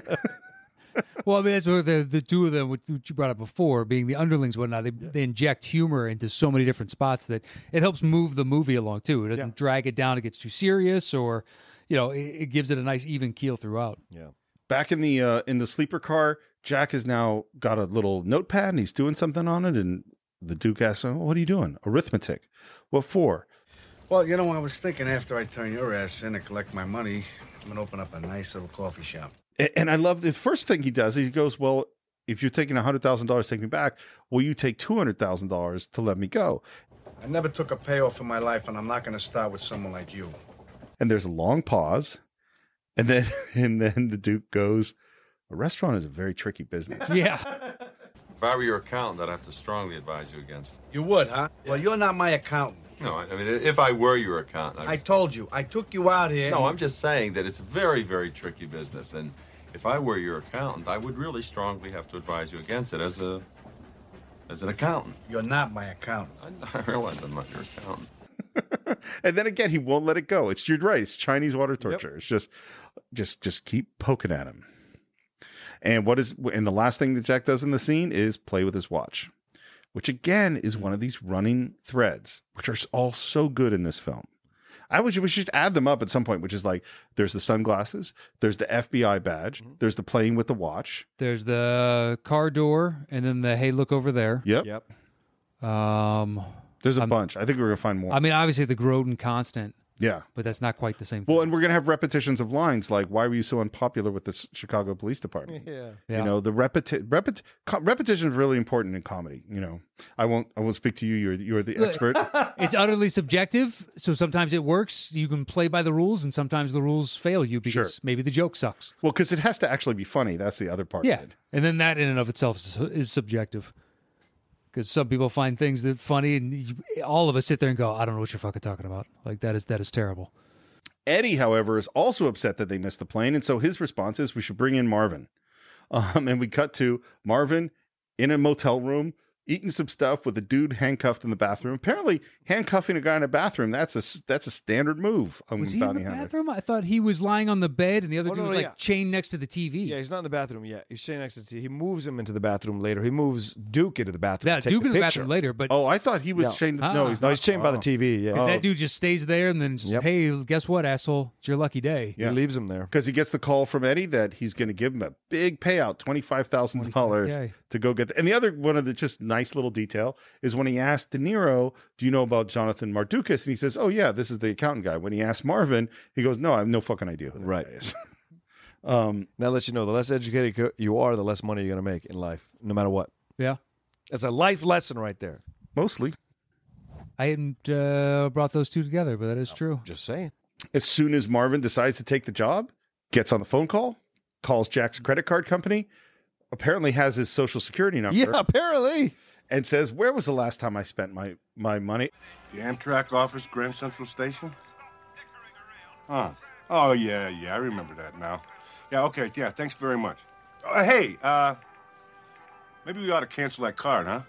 Speaker 5: Well, I mean, that's where the, the two of them, which, which you brought up before, being the underlings, and whatnot, they, they inject humor into so many different spots that it helps move the movie along, too. It doesn't drag it down, it gets too serious, or, you know, it, it gives it a nice even keel throughout.
Speaker 4: Yeah.
Speaker 1: back in the uh, in the sleeper car, Jack has now got a little notepad and he's doing something on it. And the Duke asks him, "What are you doing? Arithmetic? What for?"
Speaker 3: Well, you know, I was thinking after I turn your ass in and collect my money, I'm gonna open up a nice little coffee shop.
Speaker 1: A- And I love the first thing he does. He goes, "Well, if you're taking hundred thousand dollars, to take me back. Will you take two hundred thousand dollars to let me go?"
Speaker 3: I never took a payoff in my life, and I'm not gonna start with someone like you.
Speaker 1: And there's a long pause, and then and then the Duke goes, "A restaurant is a very tricky business."
Speaker 6: If I were your accountant, I'd have to strongly advise you against it.
Speaker 3: You would, huh? Well, you're not my accountant.
Speaker 6: No, I I mean, if I were your accountant,
Speaker 3: I
Speaker 6: I'd...
Speaker 3: told you, I took you out here.
Speaker 6: No, I'm just saying that it's a very, very tricky business, and if I were your accountant, I would really strongly have to advise you against it as a, as an accountant.
Speaker 3: You're not my accountant.
Speaker 6: I realize I'm not your accountant.
Speaker 1: and then again, he won't let it go. It's you're right. It's Chinese water torture. It's just, just, just keep poking at him. And what is and the last thing that Jack does in the scene is play with his watch, which again is one of these running threads, which are all so good in this film. I wish we should add them up at some point, which is like there's the sunglasses, there's the FBI badge, there's the playing with the watch.
Speaker 5: There's the car door, and then the hey, look over there.
Speaker 1: Yep.
Speaker 5: Um,
Speaker 1: There's a bunch. I think we're gonna find more.
Speaker 5: I mean, obviously the Groden constant,
Speaker 1: yeah.
Speaker 5: but that's not quite the same.
Speaker 1: Well, and we're gonna have repetitions of lines like "Why were you so unpopular with the S- Chicago Police Department?"
Speaker 4: Yeah.
Speaker 5: Yeah.
Speaker 1: You know, the repeti- repet- co- repetition is really important in comedy. You know, I won't I won't speak to you. You're you're the
Speaker 5: Look,
Speaker 1: expert.
Speaker 5: it's utterly subjective, so sometimes it works. You can play by the rules, and sometimes the rules fail you because
Speaker 1: Sure.
Speaker 5: maybe the joke sucks.
Speaker 1: well, because it has to actually be funny. That's the other part. of
Speaker 5: Yeah,
Speaker 1: it.
Speaker 5: and then that in and of itself is, is subjective because some people find things that funny, and you, all of us sit there and go, "I don't know what you're fucking talking about." Like that is that is terrible.
Speaker 1: Eddie, however, is also upset that they missed the plane, and so his response is, "We should bring in Marvin." Um, and we cut to Marvin in a motel room eating some stuff with a dude handcuffed in the bathroom. Apparently, handcuffing a guy in a bathroom—that's a—that's a standard move. on
Speaker 5: Was he in
Speaker 1: Bounty
Speaker 5: the
Speaker 1: Hunter.
Speaker 5: bathroom? I thought he was lying on the bed, and the other
Speaker 4: Oh,
Speaker 5: dude
Speaker 4: no,
Speaker 5: was
Speaker 4: no,
Speaker 5: like
Speaker 4: yeah.
Speaker 5: chained next to the TV.
Speaker 4: Yeah, he's not in the bathroom yet. He's sitting next to the He moves him into the bathroom later. He moves Duke into the bathroom.
Speaker 5: Yeah,
Speaker 4: to take
Speaker 5: Duke
Speaker 4: the
Speaker 5: in the
Speaker 4: picture.
Speaker 5: bathroom later, but
Speaker 1: Oh, I thought he was chained. No, he's not.
Speaker 4: No, he's chained by the TV. Yeah.
Speaker 5: If that dude just stays there and then, just, hey, guess what, asshole? It's your lucky day.
Speaker 1: Yeah.
Speaker 4: leaves him there.
Speaker 1: because he gets the call from Eddie that he's going to give him a big payout, twenty five thousand dollars
Speaker 5: Yay.
Speaker 1: to go get. The, and the other one of the just nice little detail is when he asked De Niro, "Do you know about Jonathan Mardukas?" And he says, "Oh yeah, this is the accountant guy." When he asked Marvin, he goes, "No, I have no fucking idea who that right. guy is." um,
Speaker 4: That lets you know the less educated co- you are, the less money you're going to make in life, no matter what.
Speaker 5: Yeah.
Speaker 4: That's a life lesson right there.
Speaker 1: Mostly.
Speaker 5: I hadn't uh, brought those two together, but that is true.
Speaker 4: Just saying.
Speaker 1: As soon as Marvin decides to take the job, gets on the phone call, calls Jack's credit card company, apparently has his social security number,
Speaker 4: Yeah, apparently.
Speaker 1: and says, "Where was the last time I spent my my money?"
Speaker 13: The Amtrak offers Grand Central Station? Huh. Oh, yeah, yeah, I remember that now. Yeah, okay, yeah, thanks very much. Uh, hey, uh, maybe we ought to cancel that card, huh?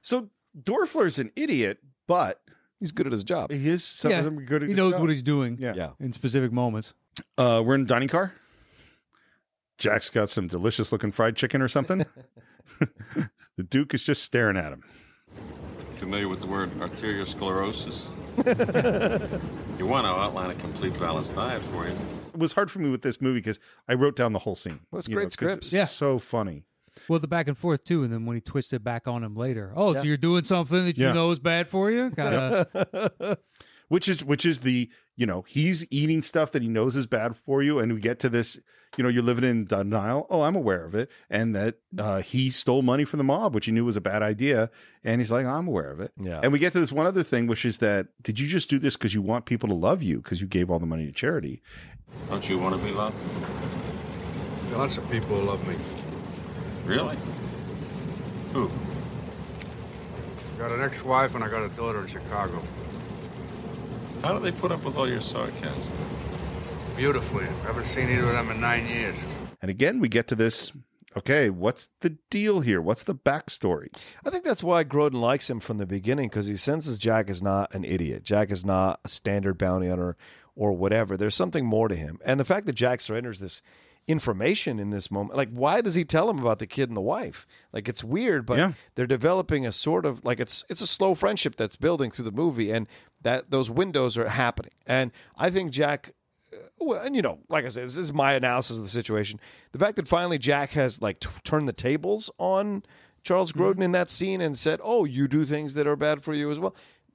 Speaker 1: So Dorfler's an idiot, but
Speaker 4: He's good at his job.
Speaker 1: He is some-
Speaker 5: Yeah.
Speaker 1: some good at
Speaker 5: He
Speaker 1: his
Speaker 5: knows
Speaker 1: job.
Speaker 5: what he's doing.
Speaker 1: Yeah.
Speaker 5: In specific moments.
Speaker 1: Uh, we're in a dining car. Jack's got some delicious looking fried chicken or something. the Duke is just staring at him.
Speaker 6: Familiar with the word arteriosclerosis? you want to outline a complete balanced diet for you.
Speaker 1: It was hard for me with this movie because I wrote down the whole scene.
Speaker 4: Well, it's
Speaker 1: you
Speaker 4: great
Speaker 1: 'cause
Speaker 4: scripts.
Speaker 1: it's
Speaker 4: Yeah.
Speaker 1: So funny.
Speaker 5: Well, the back and forth too, and then when he twists it back on him later. Oh,
Speaker 1: Yeah.
Speaker 5: so you're doing something that you
Speaker 1: Yeah.
Speaker 5: know is bad for you? Gotta
Speaker 1: which is which is the you know he's eating stuff that he knows is bad for you and we get to this you know you're living in denial oh i'm aware of it and that uh, he stole money from the mob which he knew was a bad idea and he's like i'm aware of it
Speaker 4: Yeah.
Speaker 1: and we get to this one other thing which is that did you just do this because you want people to love you because you gave all the money to charity
Speaker 6: Don't you want to be loved?
Speaker 12: Lots of people love me.
Speaker 6: Really? Who?
Speaker 12: Got an ex-wife and I got a daughter in Chicago.
Speaker 6: How do they put up with all your sarcasm?
Speaker 12: Beautifully. Haven't seen either of them in nine years.
Speaker 1: and again we get to this okay what's the deal here what's the backstory
Speaker 4: I think that's why Grodin likes him from the beginning because he senses Jack is not an idiot. Jack is not a standard bounty hunter or whatever. There's something more to him. And the fact that Jack surrenders this information in this moment, like, why does he tell him about the kid and the wife? Like, it's weird, but they're developing a sort of like it's it's a slow friendship that's building through the movie, and that those windows are happening. And I think Jack well, and you know, like I said, this is my analysis of the situation. The fact that finally Jack has like t- turned the tables on Charles Grodin in that scene and said, "Oh, you do things that are bad for you as well."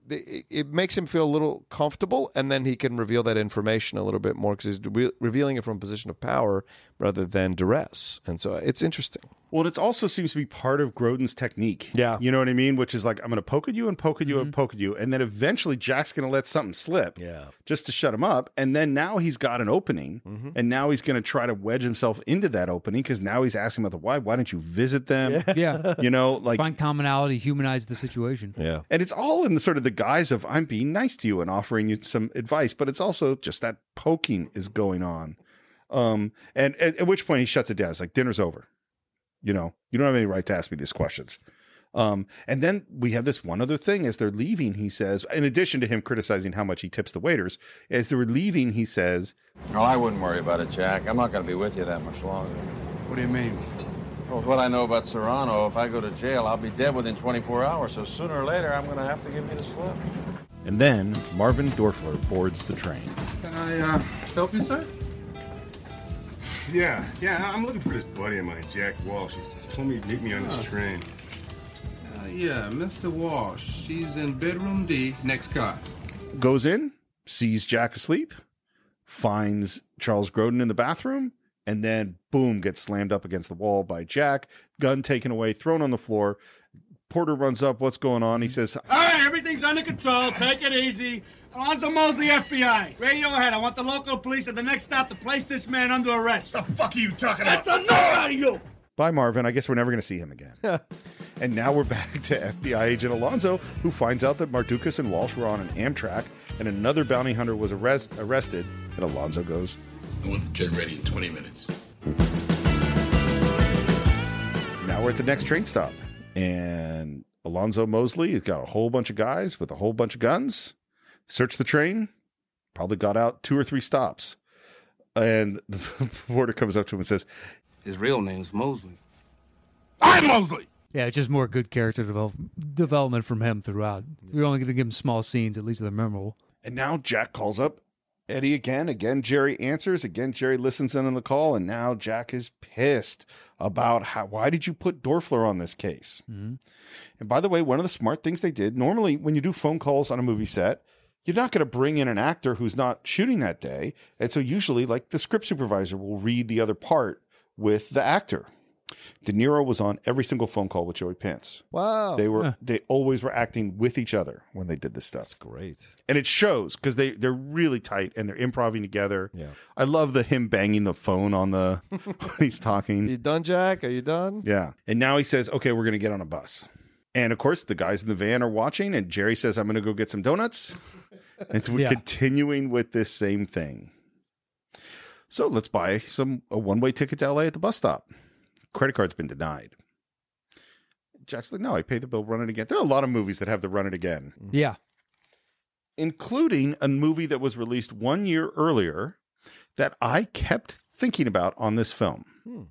Speaker 4: the- It it makes him feel a little comfortable, and then he can reveal that information a little bit more because he's re- revealing it from a position of power rather than duress. And so uh, it's interesting.
Speaker 1: Well, it also seems to be part of Grodin's technique.
Speaker 4: Yeah.
Speaker 1: You know what I mean? Which is like, I'm going to poke at you and poke at you and poke at you. And then eventually Jack's going to let something slip. Yeah. Just to shut him up. And then now he's got an opening. And now he's going to try to wedge himself into that opening because now he's asking about the why. Why don't you visit them?
Speaker 5: Yeah.
Speaker 1: You know, like,
Speaker 5: find commonality, humanize the situation.
Speaker 4: Yeah.
Speaker 1: and it's all in the sort of the guise of I'm being nice to you and offering you some advice, but it's also just that poking is going on. Um, and at, at which point he shuts it down. It's like dinner's over. You know, you don't have any right to ask me these questions. Um, and then we have this one other thing as they're leaving, he says, in addition to him criticizing how much he tips the waiters, as they're leaving, he says,
Speaker 6: Well, I wouldn't worry about it, Jack. I'm not going to be with you that much longer. What do you mean? Well, with what I know about Serrano, if I go to jail, I'll be dead within 24 hours. So sooner or later, I'm going to have to give you the slip.
Speaker 1: and then Marvin Dorfler boards the train.
Speaker 13: Can I uh, help you, sir? Yeah, yeah. I'm looking for this buddy of mine, Jack Walsh. He told me to meet me on this
Speaker 12: Huh.
Speaker 13: train.
Speaker 12: Uh, yeah, Mr. Walsh. She's in bedroom D, next car.
Speaker 1: goes in, sees Jack asleep, finds Charles Grodin in the bathroom, and then boom, gets slammed up against the wall by Jack, gun taken away, thrown on the floor. Porter runs up, what's going on? He says,
Speaker 16: All right, everything's under control. Take it easy. Alonzo Mosley, FBI. Radio ahead. I want the local police at the next stop to place this man under arrest. The fuck are you talking about? That's enough out of you!
Speaker 1: Bye, Marvin. I guess we're never going to see him again. and now we're back to FBI agent Alonzo, who finds out that Mardukas and Walsh were on an Amtrak and another bounty hunter was arrest- arrested. And Alonzo goes,
Speaker 17: I want the jet ready in 20 minutes.
Speaker 1: Now we're at the next train stop, and Alonzo Mosley has got a whole bunch of guys with a whole bunch of guns. Searched the train, probably got out two or three stops, and the porter comes up to him and says,
Speaker 8: His real name's Mosley.
Speaker 5: I'm Mosley. Yeah, it's just more good character develop- development from him throughout. We're only going to give him small scenes, at least they're memorable.
Speaker 1: And now Jack calls up Eddie again. Again, Jerry answers. Again, Jerry listens in on the call. And now Jack is pissed about how, why did you put Dorfler on this case? And by the way, one of the smart things they did normally when you do phone calls on a movie set, you're not going to bring in an actor who's not shooting that day. And so usually, like the script supervisor will read the other part with the actor. De Niro was on every single phone call with Joey Pants.
Speaker 4: Wow.
Speaker 1: They were
Speaker 4: Huh.
Speaker 1: they always were acting with each other when they did this stuff. That's
Speaker 4: great.
Speaker 1: And it shows because they they're really tight and they're improving together.
Speaker 4: Yeah.
Speaker 1: I love the him banging the phone on the when he's talking.
Speaker 4: You done, Jack? Are you done?
Speaker 1: Yeah. And now he says, okay, we're going to get on a bus. And of course, the guys in the van are watching, and Jerry says, I'm going to go get some donuts. And we're
Speaker 5: Yeah.
Speaker 1: continuing with this same thing. So let's buy some a one way ticket to LA at the bus stop. Credit card's been denied. Mm-hmm. Jack's like, no, I pay the bill, run it again. There are a lot of movies that have the run it again.
Speaker 5: Yeah.
Speaker 1: including a movie that was released one year earlier that I kept thinking about on this film.
Speaker 4: Hmm.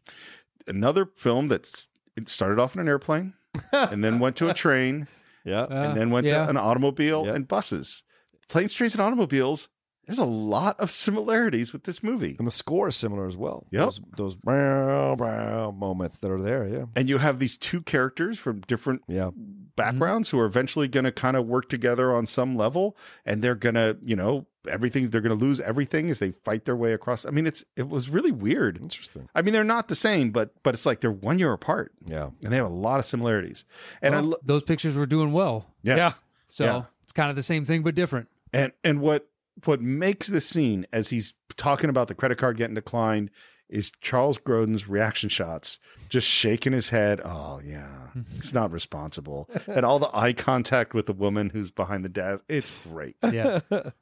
Speaker 1: Another film that's it started off in an airplane and then went to a train.
Speaker 4: Yeah.
Speaker 5: Uh,
Speaker 1: and then went
Speaker 5: yeah.
Speaker 1: to an automobile and buses. Planes, trains, and automobiles. There's a lot of similarities with this movie.
Speaker 4: And the score is similar as well.
Speaker 1: Yep.
Speaker 4: Those, those brow, brow moments that are there. Yeah.
Speaker 1: And you have these two characters from different
Speaker 4: Yeah.
Speaker 1: backgrounds who are eventually going to kind of work together on some level and they're going to, you know, everything they're going to lose everything as they fight their way across. I mean, it's it was really weird.
Speaker 4: Interesting.
Speaker 1: I mean, they're not the same, but but it's like they're 1 year apart.
Speaker 4: Yeah.
Speaker 1: And they have a lot of similarities. And I
Speaker 5: Well,
Speaker 1: lo-
Speaker 5: those pictures were doing well.
Speaker 1: yeah.
Speaker 5: So
Speaker 1: Yeah.
Speaker 5: it's kind of the same thing but different.
Speaker 1: And and what what makes the scene as he's talking about the credit card getting declined is Charles Grodin's reaction shots, just shaking his head. Oh yeah, it's not responsible, and all the eye contact with the woman who's behind the desk. It's great.
Speaker 5: Yeah.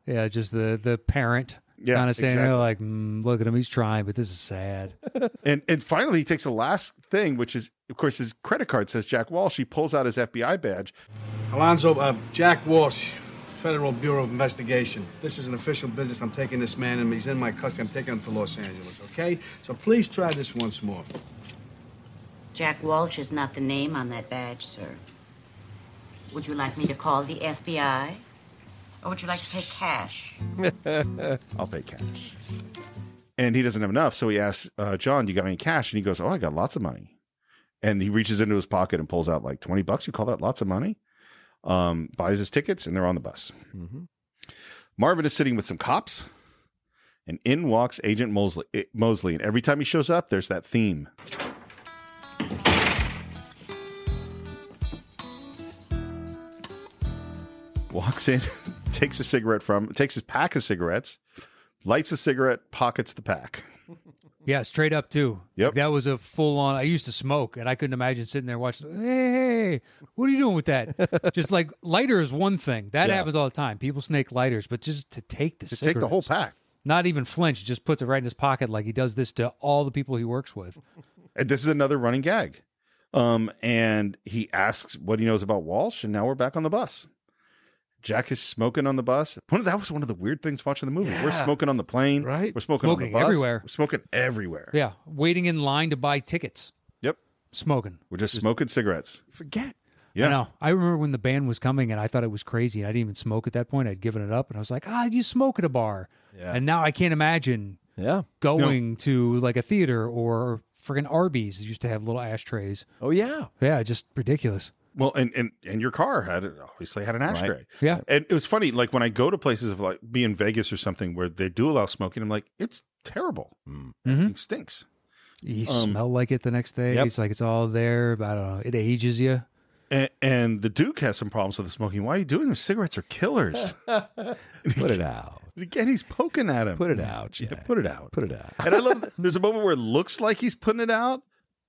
Speaker 5: yeah. Just the the parent
Speaker 1: Yeah,
Speaker 5: kind of standing there
Speaker 1: exactly.
Speaker 5: like, mm, look at him, he's trying, but this is sad.
Speaker 1: and and finally, he takes the last thing, which is of course his credit card says Jack Walsh. He pulls out his FBI badge.
Speaker 11: Alonzo, uh, Jack Walsh, Federal Bureau of Investigation. This is an official business. I'm taking this man, and he's in my custody. I'm taking him to Los Angeles, okay? So please try this once more.
Speaker 18: Jack Walsh is not the name on that badge, sir. Would you like me to call the FBI? Or would you like to pay cash?
Speaker 1: I'll pay cash. And he doesn't have enough, so he asks uh, John, "You got any cash?" And he goes, "Oh, I got lots of money." And he reaches into his pocket and pulls out like twenty bucks. You call that lots of money? Um, buys his tickets, and they're on the bus. Marvin is sitting with some cops, and in walks Agent Mosley. eh, Mosley, and every time he shows up, there's that theme. Walks in, takes a cigarette from, takes his pack of cigarettes, lights a cigarette, pockets the pack.
Speaker 5: Yeah, straight up too.
Speaker 1: Yep.
Speaker 5: Like, that was a full on. I used to smoke, and I couldn't imagine sitting there watching. Hey, hey, what are you doing with that? just like lighter is one thing that
Speaker 1: Yeah.
Speaker 5: happens all the time. People snake lighters, but just to take the
Speaker 1: To take the whole
Speaker 5: cigarettes,
Speaker 1: pack.
Speaker 5: not even flinch, just puts it right in his pocket like he does this to all the people he works with.
Speaker 1: And this is another running gag. Um, and he asks what he knows about Walsh, and now we're back on the bus. Jack is smoking on the bus. One of, that was one of the weird things watching the movie. We're
Speaker 5: Yeah.
Speaker 1: smoking on the plane,
Speaker 5: Right.
Speaker 1: We're smoking, on
Speaker 5: Smoking
Speaker 1: the bus.
Speaker 5: everywhere.
Speaker 1: We're smoking everywhere.
Speaker 5: Yeah, waiting in line to buy tickets,
Speaker 1: Yep.
Speaker 5: smoking.
Speaker 1: We're just smoking cigarettes.
Speaker 5: Forget.
Speaker 1: Yeah.
Speaker 5: I know. I remember when the band was coming, and I thought it was crazy. and I didn't even smoke at that point. I'd given it up, and I was like, "Ah, you smoke at a bar."
Speaker 4: Yeah.
Speaker 5: And now I can't imagine
Speaker 4: Yeah.
Speaker 5: going to like a theater or friggin' Arby's that used to have little ashtrays.
Speaker 4: Oh yeah.
Speaker 5: Yeah, just ridiculous.
Speaker 1: Well, and and and your car had obviously had an ashtray.
Speaker 5: Yeah.
Speaker 1: And it was funny, like when I go to places of like be in Vegas or something where they do allow smoking, I'm like, it's terrible.
Speaker 5: Mm-hmm.
Speaker 1: It stinks.
Speaker 5: You
Speaker 1: Um,
Speaker 5: smell like it the next day.
Speaker 1: yep.
Speaker 5: It's like it's all there, but I don't know. It ages you.
Speaker 1: And, and the Duke has some problems with the smoking. Why are you doing this? Cigarettes are killers.
Speaker 4: Put it out.
Speaker 1: Again, he's poking at him.
Speaker 4: Put it out.
Speaker 1: Yeah,
Speaker 4: Yeah.
Speaker 1: put it out.
Speaker 4: Put it out.
Speaker 1: And I love that there's a moment where it looks like he's putting it out.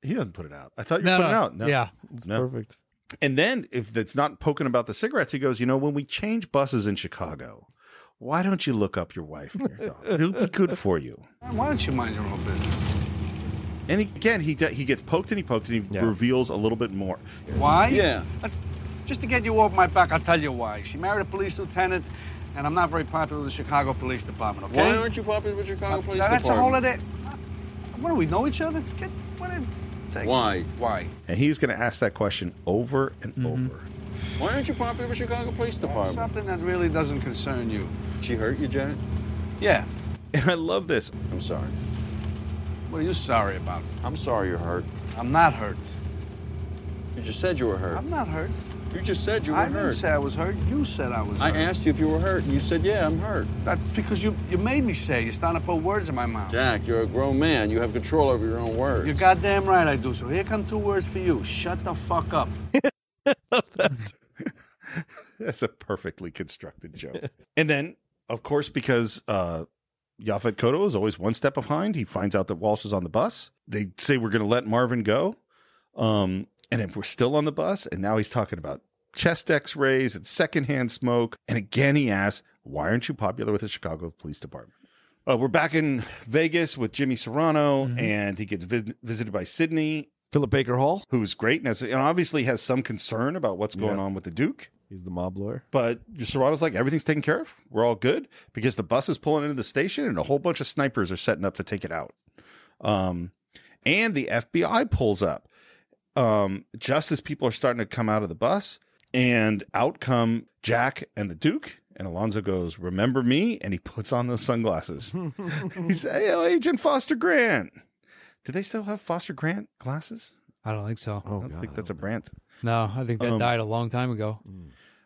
Speaker 1: He doesn't put it out. I thought you were
Speaker 5: No,
Speaker 1: putting
Speaker 5: no.
Speaker 1: it out. No.
Speaker 5: Yeah.
Speaker 4: It's
Speaker 1: No.
Speaker 4: perfect.
Speaker 1: And then if it's not poking about the cigarettes, he goes, you know, when we change buses in Chicago, why don't you look up your wife and your dog? It'll be good for you.
Speaker 3: Why don't you mind your own business?
Speaker 1: And again, he de- he gets poked and he poked and he reveals a little bit more.
Speaker 3: Why? Uh, Just to get you off my back, I'll tell you why. She married a police lieutenant, and I'm not very popular with the Chicago Police Department, okay?
Speaker 11: Why aren't you popular with Chicago Police
Speaker 3: now, Uh, that's a whole
Speaker 11: Department?
Speaker 3: other. What do we know each other? Get, what do- take-
Speaker 11: Why?
Speaker 3: Why?
Speaker 1: And he's going to ask that question over and over.
Speaker 11: Why aren't you popular with Chicago Police
Speaker 3: That's
Speaker 11: Department?
Speaker 3: something that really doesn't concern you.
Speaker 11: She hurt you, Janet?
Speaker 3: Yeah.
Speaker 1: And I love this.
Speaker 11: I'm sorry.
Speaker 3: What are you sorry about?
Speaker 11: I'm sorry you're hurt.
Speaker 3: I'm not hurt.
Speaker 11: You just said you were hurt.
Speaker 3: I'm not hurt.
Speaker 11: You just said you were
Speaker 3: I
Speaker 11: hurt.
Speaker 3: didn't say I was hurt. You said I was
Speaker 11: I
Speaker 3: hurt.
Speaker 11: asked you if you were hurt, and you said, yeah, I'm hurt.
Speaker 3: That's because you you made me say. You're starting to put words in my mouth.
Speaker 11: Jack, you're a grown man. You have control over your own words.
Speaker 3: You're goddamn right I do. So here come two words for you. Shut the fuck up.
Speaker 1: That's a perfectly constructed joke. and then, of course, because uh, Yaphet Koto is always one step behind, he finds out that Walsh is on the bus. They say we're going to let Marvin go, um, and then we're still on the bus. And now he's talking about chest X-rays and secondhand smoke. And again, he asks, "Why aren't you popular with the Chicago Police Department?" Uh, we're back in Vegas with Jimmy Serrano, and he gets vis- visited by Sydney.
Speaker 4: Philip Baker Hall.
Speaker 1: Who's great and, has, and obviously has some concern about what's going
Speaker 4: Yeah.
Speaker 1: on with the Duke.
Speaker 4: He's the mob lawyer.
Speaker 1: But Serrano's like, everything's taken care of. We're all good because the bus is pulling into the station and a whole bunch of snipers are setting up to take it out. Um, and the FBI pulls up um, just as people are starting to come out of the bus. And out come Jack and the Duke. And Alonzo goes, Remember me? And he puts on those sunglasses. He's, Hey, oh, Agent Foster Grant. Do they still have Foster Grant glasses?
Speaker 5: I don't think so.
Speaker 4: Oh,
Speaker 1: Oh, I don't think that's a brand.
Speaker 5: No, I think that
Speaker 1: Um,
Speaker 5: died a long time ago.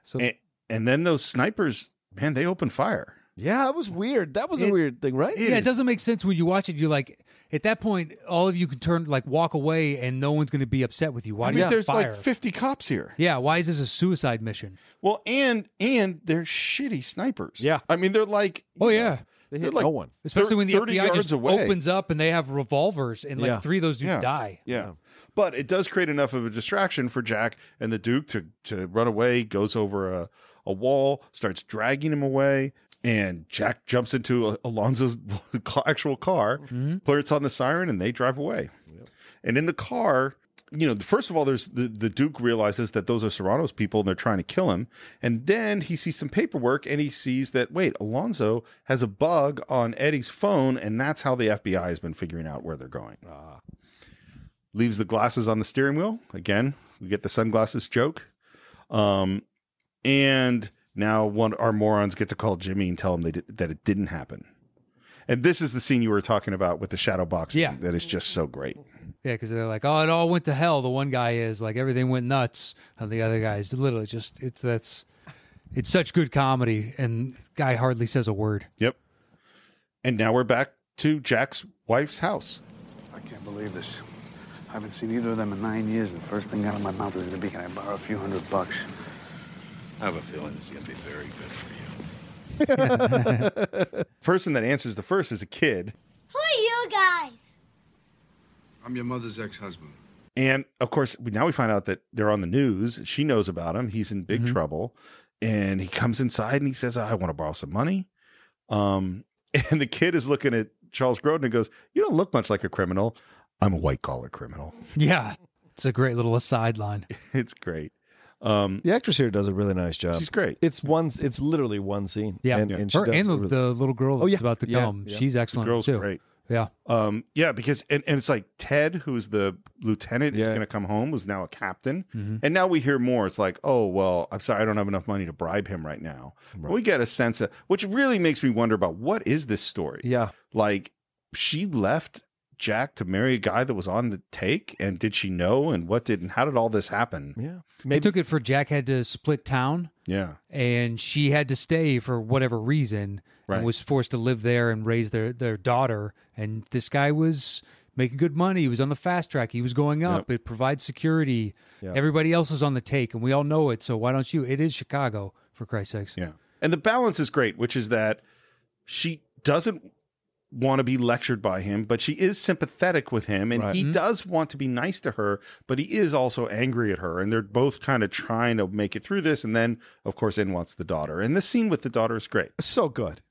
Speaker 5: So
Speaker 1: and, and then those snipers, man, they open fire.
Speaker 4: Yeah, that was weird. That was
Speaker 5: It-
Speaker 4: a weird thing, right?
Speaker 5: yeah, it doesn't make sense when you watch it. You're like, at that point, all of you can turn, like, walk away, and no one's going to be upset with you. Why
Speaker 1: I
Speaker 5: do
Speaker 1: mean,
Speaker 5: you
Speaker 1: there's
Speaker 5: fire?
Speaker 1: like 50 cops here.
Speaker 5: yeah, why is this a suicide mission?
Speaker 1: Well, and and they're shitty snipers. Yeah, I mean, they're like,
Speaker 5: oh yeah,
Speaker 1: they hit like, no one,
Speaker 5: Especially when the FBI just opens up and they have revolvers, and like
Speaker 1: Yeah.
Speaker 5: three of those dudes
Speaker 1: Yeah.
Speaker 5: die.
Speaker 1: Yeah. But it does create enough of a distraction for Jack and the Duke to to run away, goes over a, a wall, starts dragging him away, and Jack jumps into Al- Alonzo's actual car,
Speaker 5: Mm-hmm.
Speaker 1: puts on the siren, and they drive away. And in the car, you know, first of all, there's the, the Duke realizes that those are Serrano's people and they're trying to kill him. And then he sees some paperwork and he sees that, wait, Alonzo has a bug on Eddie's phone. And that's how the FBI has been figuring out where they're going leaves the glasses on the steering wheel. Again, we get the sunglasses joke. Um, and now one our morons get to call Jimmy and tell him they did, that it didn't happen. And this is the scene you were talking about with the shadow boxing.
Speaker 5: Yeah.
Speaker 1: that is just so great.
Speaker 5: Yeah, because they're like, oh, it all went to hell. The one guy is like, everything went nuts, and the other guy is literally just, it's that's, it's such good comedy, and guy hardly says a word.
Speaker 1: Yep. And now we're back to Jack's wife's house.
Speaker 3: I can't believe this. I haven't seen either of them in nine years. The first thing out of my mouth is gonna be, can I borrow a few hundred bucks?
Speaker 17: I have a feeling this is going to be very good for you.
Speaker 1: Person that answers the first is a kid,
Speaker 19: Who are you guys?
Speaker 12: I'm your mother's ex-husband.
Speaker 1: and of course we- now we find out that they're on the news. She knows about him. He's in big trouble, and he comes inside and he says, "I want to borrow some money." Um, and the kid is looking at Charles Grodin and goes, "You don't look much like a criminal. I'm a white collar criminal."
Speaker 5: Yeah, it's a great little aside line.
Speaker 1: It's great. Um,
Speaker 4: the actress here does a really nice job.
Speaker 1: She's great.
Speaker 4: It's one. It's literally one scene.
Speaker 5: Yeah,
Speaker 4: and, and she
Speaker 5: her
Speaker 4: does
Speaker 5: and
Speaker 4: a
Speaker 5: the,
Speaker 4: really-
Speaker 5: the little girl that's
Speaker 4: Oh, yeah.
Speaker 5: about to
Speaker 4: Yeah,
Speaker 5: come,
Speaker 4: yeah.
Speaker 5: she's
Speaker 1: The
Speaker 5: excellent
Speaker 1: girl's
Speaker 5: too.
Speaker 1: great.
Speaker 5: Yeah,
Speaker 1: Um, yeah, because and, and it's like Ted, who's the lieutenant, is going to come home, was now a captain, and now we hear more. It's like, oh well, I'm sorry, I don't have enough money to bribe him right now. We get a sense of which really makes me wonder about what is this story?
Speaker 4: Yeah,
Speaker 1: like she left Jack to marry a guy that was on the take, and did she know? And what did? And how did all this happen?
Speaker 4: Yeah,
Speaker 5: they took it for Jack had to split town,
Speaker 1: yeah,
Speaker 5: and she had to stay for whatever reason,
Speaker 1: Right.
Speaker 5: and was forced to live there and raise their their daughter. And this guy was making good money. He was on the fast track. He was going up. It provides security.
Speaker 1: Yep.
Speaker 5: Everybody else is on the take, and we all know it. So why don't you? It is Chicago, for Christ's sakes.
Speaker 1: Yeah. And the balance is great, which is that she doesn't want to be lectured by him, but she is sympathetic with him and
Speaker 5: Mm-hmm.
Speaker 1: he does want to be nice to her, but he is also angry at her and they're both kind of trying to make it through this and then of course in wants the daughter. And this scene with the daughter is great.
Speaker 4: So good.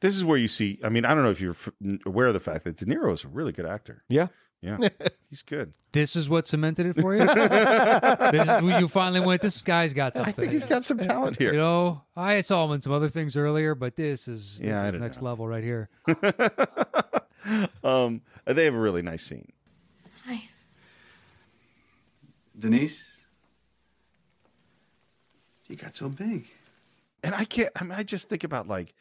Speaker 1: This is where you see I mean, I don't know if you're f- aware of the fact that De Niro is a really good actor.
Speaker 4: Yeah.
Speaker 1: Yeah. He's good.
Speaker 5: This is what cemented it for you. this is when you finally went. This guy's got something. I think he's
Speaker 1: got some talent here.
Speaker 5: You know, I saw him in some other things earlier, but this is
Speaker 1: Yeah, I
Speaker 5: this is
Speaker 1: don't
Speaker 5: next level right here.
Speaker 1: Um they have a really nice scene.
Speaker 12: Denise, you got so big.
Speaker 1: And I can't I mean I just think about like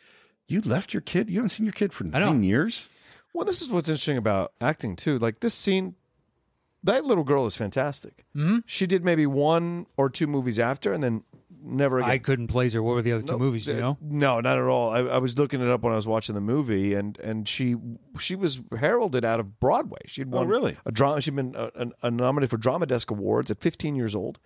Speaker 1: you left your kid, you haven't seen your kid for
Speaker 4: know.
Speaker 1: nine years.
Speaker 4: Well, this is what's interesting about acting too. Like this scene, that little girl is fantastic. Mm-hmm. She did maybe one or two movies after, and then never again.
Speaker 5: I couldn't place her. What were the other two
Speaker 4: No,
Speaker 5: movies? You
Speaker 4: uh,
Speaker 5: know,
Speaker 4: No, not at all. I, I was looking it up when I was watching the movie, and and she she was heralded out of Broadway. She'd won
Speaker 1: really?
Speaker 4: a drama. She'd been uh, an- uh, nominated for Drama Desk Awards at 15 years old.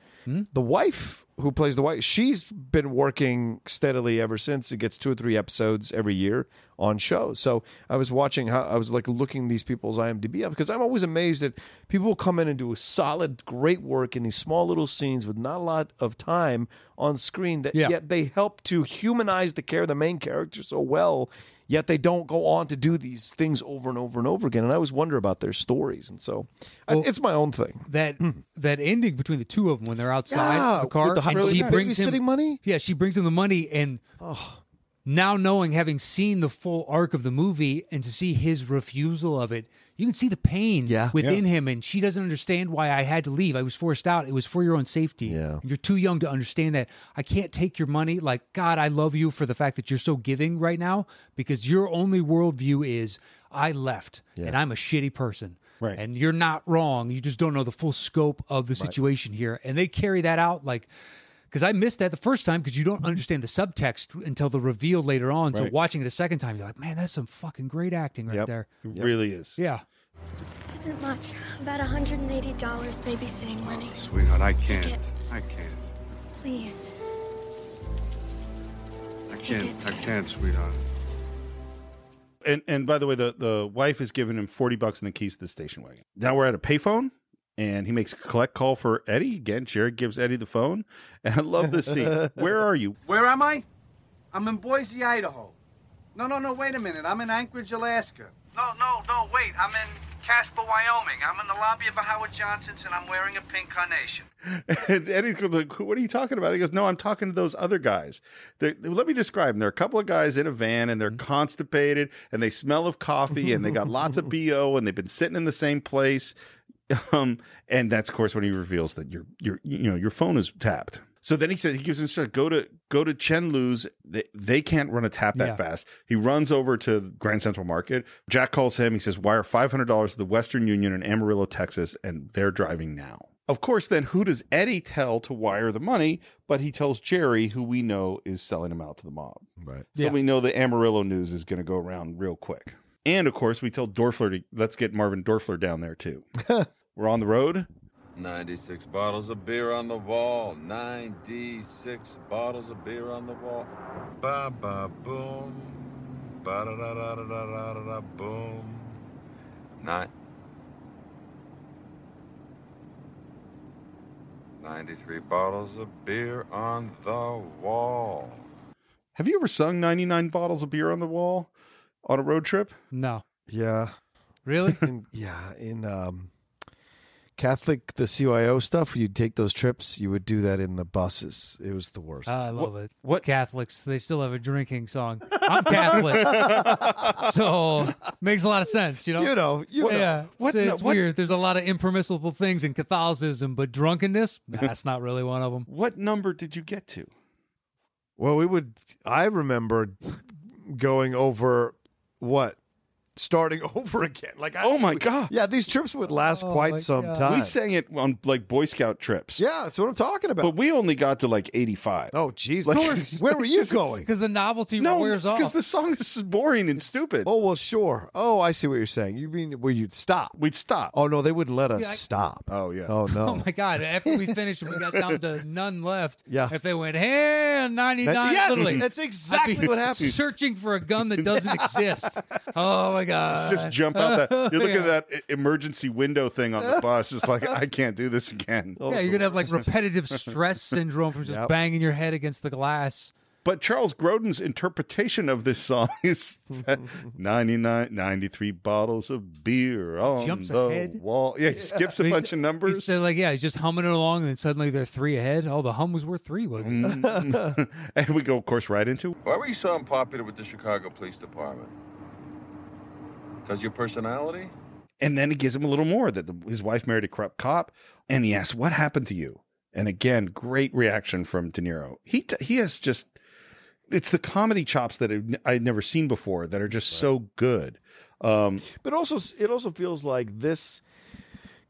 Speaker 4: The wife who plays the wife, she's been working steadily ever since. It gets two or three episodes every year on shows. So I was watching how I was like looking these people's IMDb up because I'm always amazed that people come in and do a solid, great work in these small little scenes with not a lot of time on screen. That
Speaker 5: Yeah.
Speaker 4: yet they help to humanize the care the main character so well Yet they don't go on to do these things over and over and over again. And I always wonder about their stories. And so I- it's my own thing.
Speaker 5: That that ending between the two of them when they're outside
Speaker 4: Hmm. Yeah,
Speaker 5: the car
Speaker 4: with the
Speaker 5: and
Speaker 4: really
Speaker 5: she
Speaker 4: nice
Speaker 5: brings him
Speaker 4: babysitting money.
Speaker 5: Yeah, she brings him the money, and now knowing, having seen the full arc of the movie, and to see his refusal of it, you can see the pain within
Speaker 4: Yeah.
Speaker 5: him, and she doesn't understand why I had to leave. I was forced out. It was for your own safety. Yeah, you're too young to understand that. I can't take your money. Like God, I love you for the fact that you're so giving right now because your only worldview is I left
Speaker 4: Yeah.
Speaker 5: and I'm a shitty person. Right. And you're not wrong. You just don't know the full scope of the
Speaker 4: Right.
Speaker 5: situation here. And they carry that out like because I missed that the first time because you don't understand the subtext until the reveal later on. So
Speaker 1: Right.
Speaker 5: watching it a second time, you're like, man, that's some fucking great acting right there.
Speaker 1: It really is.
Speaker 5: Yeah.
Speaker 19: Isn't much. About $180 babysitting money.
Speaker 12: Sweetheart, I can't.
Speaker 19: it.
Speaker 12: I can't.
Speaker 19: Please.
Speaker 12: I can't. I can't, sweetheart.
Speaker 1: And and by the way, the the wife is giving him forty bucks and the keys to the station wagon. Now we're at a payphone, and he makes a collect call for Eddie again. Jared gives Eddie the phone, and I love this scene. Where are you?
Speaker 12: Where am I? I'm in Boise, Idaho. No, no, no, wait a minute. I'm in Anchorage, Alaska. No, no, no, wait. I'm in Casper, Wyoming. I'm in the lobby of a Howard Johnson's and I'm wearing a pink carnation.
Speaker 1: And Eddie's going like, "What are you talking about?" He goes, "No, I'm talking to those other guys. They're, let me describe them. They're a couple of guys in a van, and they're constipated, and they smell of coffee, and they got lots of bo, and they've been sitting in the same place. Um, and that's of course when he reveals that your your you know your phone is tapped. So then he says he gives him stuff. Go to go to Chen Lu's. They, they can't run a tap that
Speaker 5: Yeah.
Speaker 1: fast. He runs over to Grand Central Market. Jack calls him. He says, "Wire five hundred dollars to the Western Union in Amarillo, Texas, and they're driving now." Of course, then who does Eddie tell to wire the money? But he tells Jerry, who we know is selling him out to the mob. Right. So
Speaker 5: Yeah.
Speaker 1: we know the Amarillo news is going to go around real quick. And of course, we tell Dorfler to let's get Marvin Dorfler down there too. We're on the road.
Speaker 6: 96 bottles of beer on the wall. 96 bottles of beer on the wall. Ba ba boom. Ba da da da da da da da da boom. Nine. 93 bottles of beer on the wall.
Speaker 1: Have you ever sung 99 bottles of beer on the wall on a road trip?
Speaker 5: No.
Speaker 4: Yeah.
Speaker 5: Really?
Speaker 4: In, yeah. In um, Catholic, the CYO stuff, you'd take those trips, you would do that in the buses. It was the worst.
Speaker 1: Uh,
Speaker 5: I love it. What Catholics? They still have a drinking song. I'm Catholic, so makes a lot of sense. You know.
Speaker 4: You know, you know.
Speaker 5: yeah.
Speaker 4: What-
Speaker 5: It's, it's
Speaker 4: what-
Speaker 5: weird. There's a lot of impermissible things in Catholicism, but drunkenness. Nah, that's not really one of them.
Speaker 1: What number did you get to?
Speaker 4: Well, we would. I remember going over what starting over again. Like, I,
Speaker 1: oh my god, Oh
Speaker 4: yeah, these trips would last quite some time.
Speaker 1: We sang it on like Boy Scout trips.
Speaker 4: yeah, that's what I'm talking about.
Speaker 1: But we only got to like 85.
Speaker 4: oh, jeez,
Speaker 1: Like-
Speaker 4: where were you going?
Speaker 5: Because the novelty
Speaker 1: No,
Speaker 5: wears off.
Speaker 1: because the song is boring and stupid.
Speaker 4: Oh well, sure. Oh, I see what you're saying. You mean where you'd stop?
Speaker 1: We'd stop.
Speaker 4: Oh no, they wouldn't let us
Speaker 5: Yeah, I-
Speaker 4: stop.
Speaker 1: Oh yeah.
Speaker 4: Oh no.
Speaker 5: Oh my God! After we finished, we got down to none left.
Speaker 4: Yeah.
Speaker 5: If they went, hey, ninety nine,
Speaker 4: Yes,
Speaker 5: Italy,"
Speaker 4: that's
Speaker 5: I'd be
Speaker 4: exactly what happened.
Speaker 5: Searching for a gun that doesn't exist. Oh my God!
Speaker 1: Let's just jump out that. You're looking
Speaker 5: Yeah.
Speaker 1: at that e- emergency window thing on the bus. It's like I can't do this again.
Speaker 5: yeah, you're gonna have like repetitive stress syndrome from just banging your head against the glass.
Speaker 1: But Charles Grodin's interpretation of this song is 99, 93 bottles of beer on
Speaker 5: Jumps
Speaker 1: the
Speaker 5: ahead.
Speaker 1: wall. Yeah, he skips a
Speaker 5: He-
Speaker 1: bunch of numbers.
Speaker 5: He's uh, like, yeah, he's just humming it along, and then suddenly they're three ahead. Oh, the hum was worth three,
Speaker 4: Mm-hmm.
Speaker 5: wasn't it?
Speaker 1: and we go, of course, right into
Speaker 6: Why were you so unpopular with the Chicago Police Department? Because your personality?
Speaker 1: And then he gives him a little more that the, his wife married a corrupt cop, and he asks, "What happened to you?" And again, great reaction from De Niro. He t- he has just it's the comedy chops that I've n- I'd never seen before that are just so good. Um,
Speaker 4: But also, it also feels like this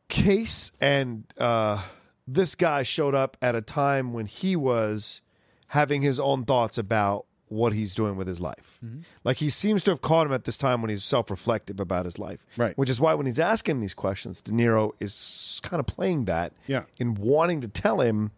Speaker 4: case and uh, this guy showed up at a time when he was having his own thoughts about what he's doing with his life. Like he seems to have caught him at this time when he's self-reflective about his life, right? Which is why when he's asking these questions, De Niro is kind of playing that,
Speaker 1: Yeah.
Speaker 4: in wanting to tell him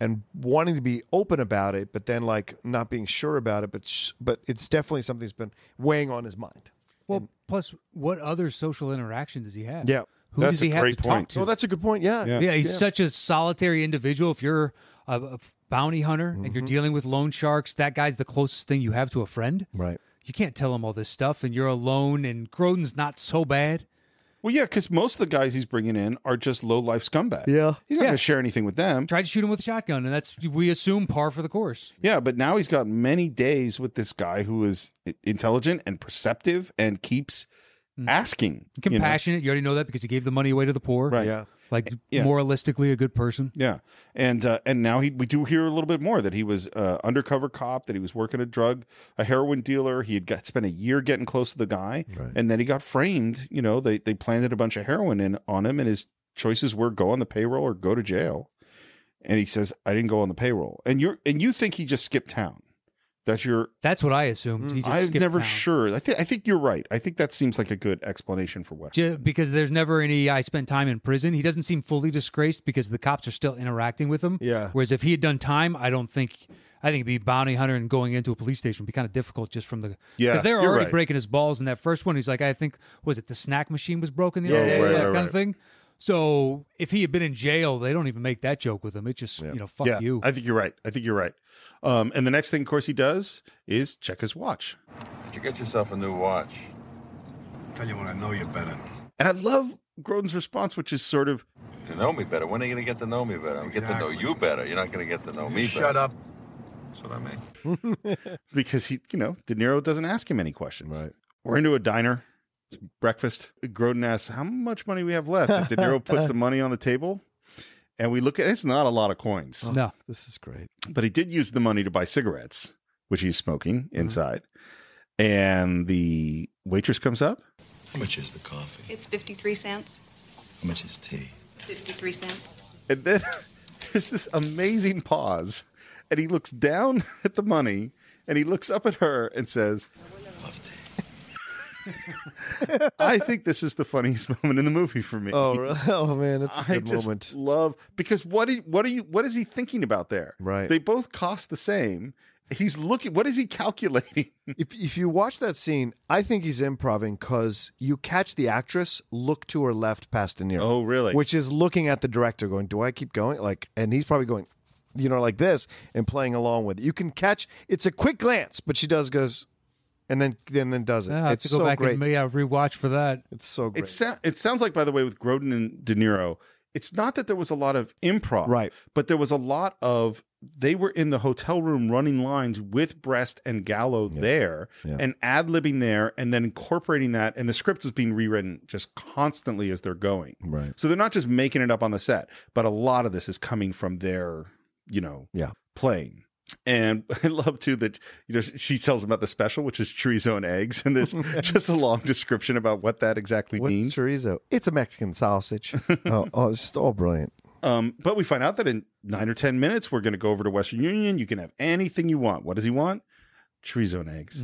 Speaker 4: and wanting to be open about it, but then like not being sure about it. But sh- but it's definitely something that's been weighing on his mind.
Speaker 5: Well, plus, what other social interaction does he have?
Speaker 4: Yeah.
Speaker 5: who does he have to talk to?
Speaker 4: Oh, that's a good point. Yeah.
Speaker 5: Yeah, he's such a solitary individual. If you're
Speaker 1: Mm-hmm.
Speaker 5: a, a bounty hunter and you're dealing with loan sharks, that guy's the closest thing you have to a friend.
Speaker 4: Right.
Speaker 5: you can't tell him all this stuff, and you're alone, and Groden's not so bad.
Speaker 1: Well, yeah, because most of the guys he's bringing in are just low life scumbags.
Speaker 4: Yeah.
Speaker 1: He's not going to share anything with them.
Speaker 5: Tried to shoot him with a shotgun, and that's, we assume, par for the course.
Speaker 1: Yeah, but now he's got many days with this guy who is i- intelligent and perceptive and keeps asking. you know?
Speaker 5: Compassionate, you, already know that because he gave the money away to the poor.
Speaker 1: Right. Yeah.
Speaker 5: Like,
Speaker 1: Yeah.
Speaker 5: moralistically, a good person.
Speaker 1: Yeah, and uh, and now he we do hear a little bit more that he was uh, undercover cop, that he was working a drug, a heroin dealer. He had got spent a year getting close to the guy, and then he got framed. You know, they they planted a bunch of heroin in on him, and his choices were go on the payroll or go to jail. And he says, "I didn't go on the payroll," and you're and you think he just skipped town. That's your.
Speaker 5: That's what I assumed. He just
Speaker 1: I'm
Speaker 5: skipped
Speaker 1: Mm. never
Speaker 5: town.
Speaker 1: sure. I think I think you're right. I think that seems like a good explanation for what.
Speaker 5: Ju- because there's never any I spent time in prison. He doesn't seem fully disgraced because the cops are still interacting with him.
Speaker 4: Yeah.
Speaker 5: Whereas if he had done time, I don't think I think it'd be bounty hunter and going into a police station would be kind of difficult just from the
Speaker 1: Yeah,
Speaker 5: 'cause they're
Speaker 1: you're
Speaker 5: already
Speaker 1: right.
Speaker 5: breaking his balls in that first one. He's like, I think was it the snack machine was broken the
Speaker 1: Yeah,
Speaker 5: other day,
Speaker 1: right,
Speaker 5: that
Speaker 1: right,
Speaker 5: kind
Speaker 1: right.
Speaker 5: of thing. So if he had been in jail, they don't even make that joke with him. It just you know fuck
Speaker 1: yeah,
Speaker 5: you.
Speaker 1: I think you're right. I think you're right. Um, and the next thing, of course, he does is check his watch.
Speaker 6: Did you get yourself a new watch?
Speaker 11: Tell you when I know you better.
Speaker 1: And I love Groden's response, which is sort of
Speaker 6: You know me better. When are you going to get to know me better? I'm going to get to know you better. You're not going to get to know me better.
Speaker 11: Shut up.
Speaker 6: That's what I mean.
Speaker 1: because he, you know, De Niro doesn't ask him any questions. Right. We're into a diner. It's breakfast. Groden asks, "How much money we have left?" And De Niro puts the money on the table, and we look at it's not a lot of coins.
Speaker 5: no,
Speaker 4: Oh, this is great.
Speaker 1: but he did use the money to buy cigarettes, which he's smoking
Speaker 4: Mm-hmm.
Speaker 1: inside. And the waitress comes up.
Speaker 17: How much is the coffee?
Speaker 20: It's 53 cents.
Speaker 17: How much is tea?
Speaker 20: 53 cents.
Speaker 1: And then there's this amazing pause, and he looks down at the money, and he looks up at her and says, I think this is the funniest moment in the movie for me.
Speaker 4: Oh, really? oh man, that's a
Speaker 1: I
Speaker 4: good
Speaker 1: just
Speaker 4: moment.
Speaker 1: love because what do- what are you what is he thinking about there?
Speaker 4: Right.
Speaker 1: They both cost the same. He's looking. What is he calculating?
Speaker 4: If, if you watch that scene, I think he's improving because you catch the actress look to her left past De Niro.
Speaker 1: Oh, really?
Speaker 4: Which is looking at the director, going, "Do I keep going?" Like, and he's probably going, you know, like this and playing along with it. You can catch. It's a quick glance, but she does goes, and then and then does it.
Speaker 5: Yeah, I have
Speaker 4: it's
Speaker 5: to go
Speaker 4: so
Speaker 5: back
Speaker 4: great.
Speaker 5: and yeah rewatch for that.
Speaker 4: It's so
Speaker 1: It sa- it sounds like, by the way, with Groden and De Niro, it's not that there was a lot of improv,
Speaker 4: Right.
Speaker 1: But there was a lot of they were in the hotel room running lines with Breast and Gallo there,
Speaker 4: Yeah.
Speaker 1: and ad libbing there, and then incorporating that, and the script was being rewritten just constantly as they're going,
Speaker 4: Right.
Speaker 1: So they're not just making it up on the set, but a lot of this is coming from their, you know,
Speaker 4: Yeah.
Speaker 1: playing. And I love too that you know she tells him about the special, which is chorizo and eggs, and there's just a long description about what that exactly
Speaker 4: What's
Speaker 1: means.
Speaker 4: chorizo? It's a Mexican sausage. oh, oh, it's just all brilliant.
Speaker 1: Um, but we find out that in nine or ten minutes, we're going to go over to Western Union. You can have anything you want. What does he want? Chorizo and eggs.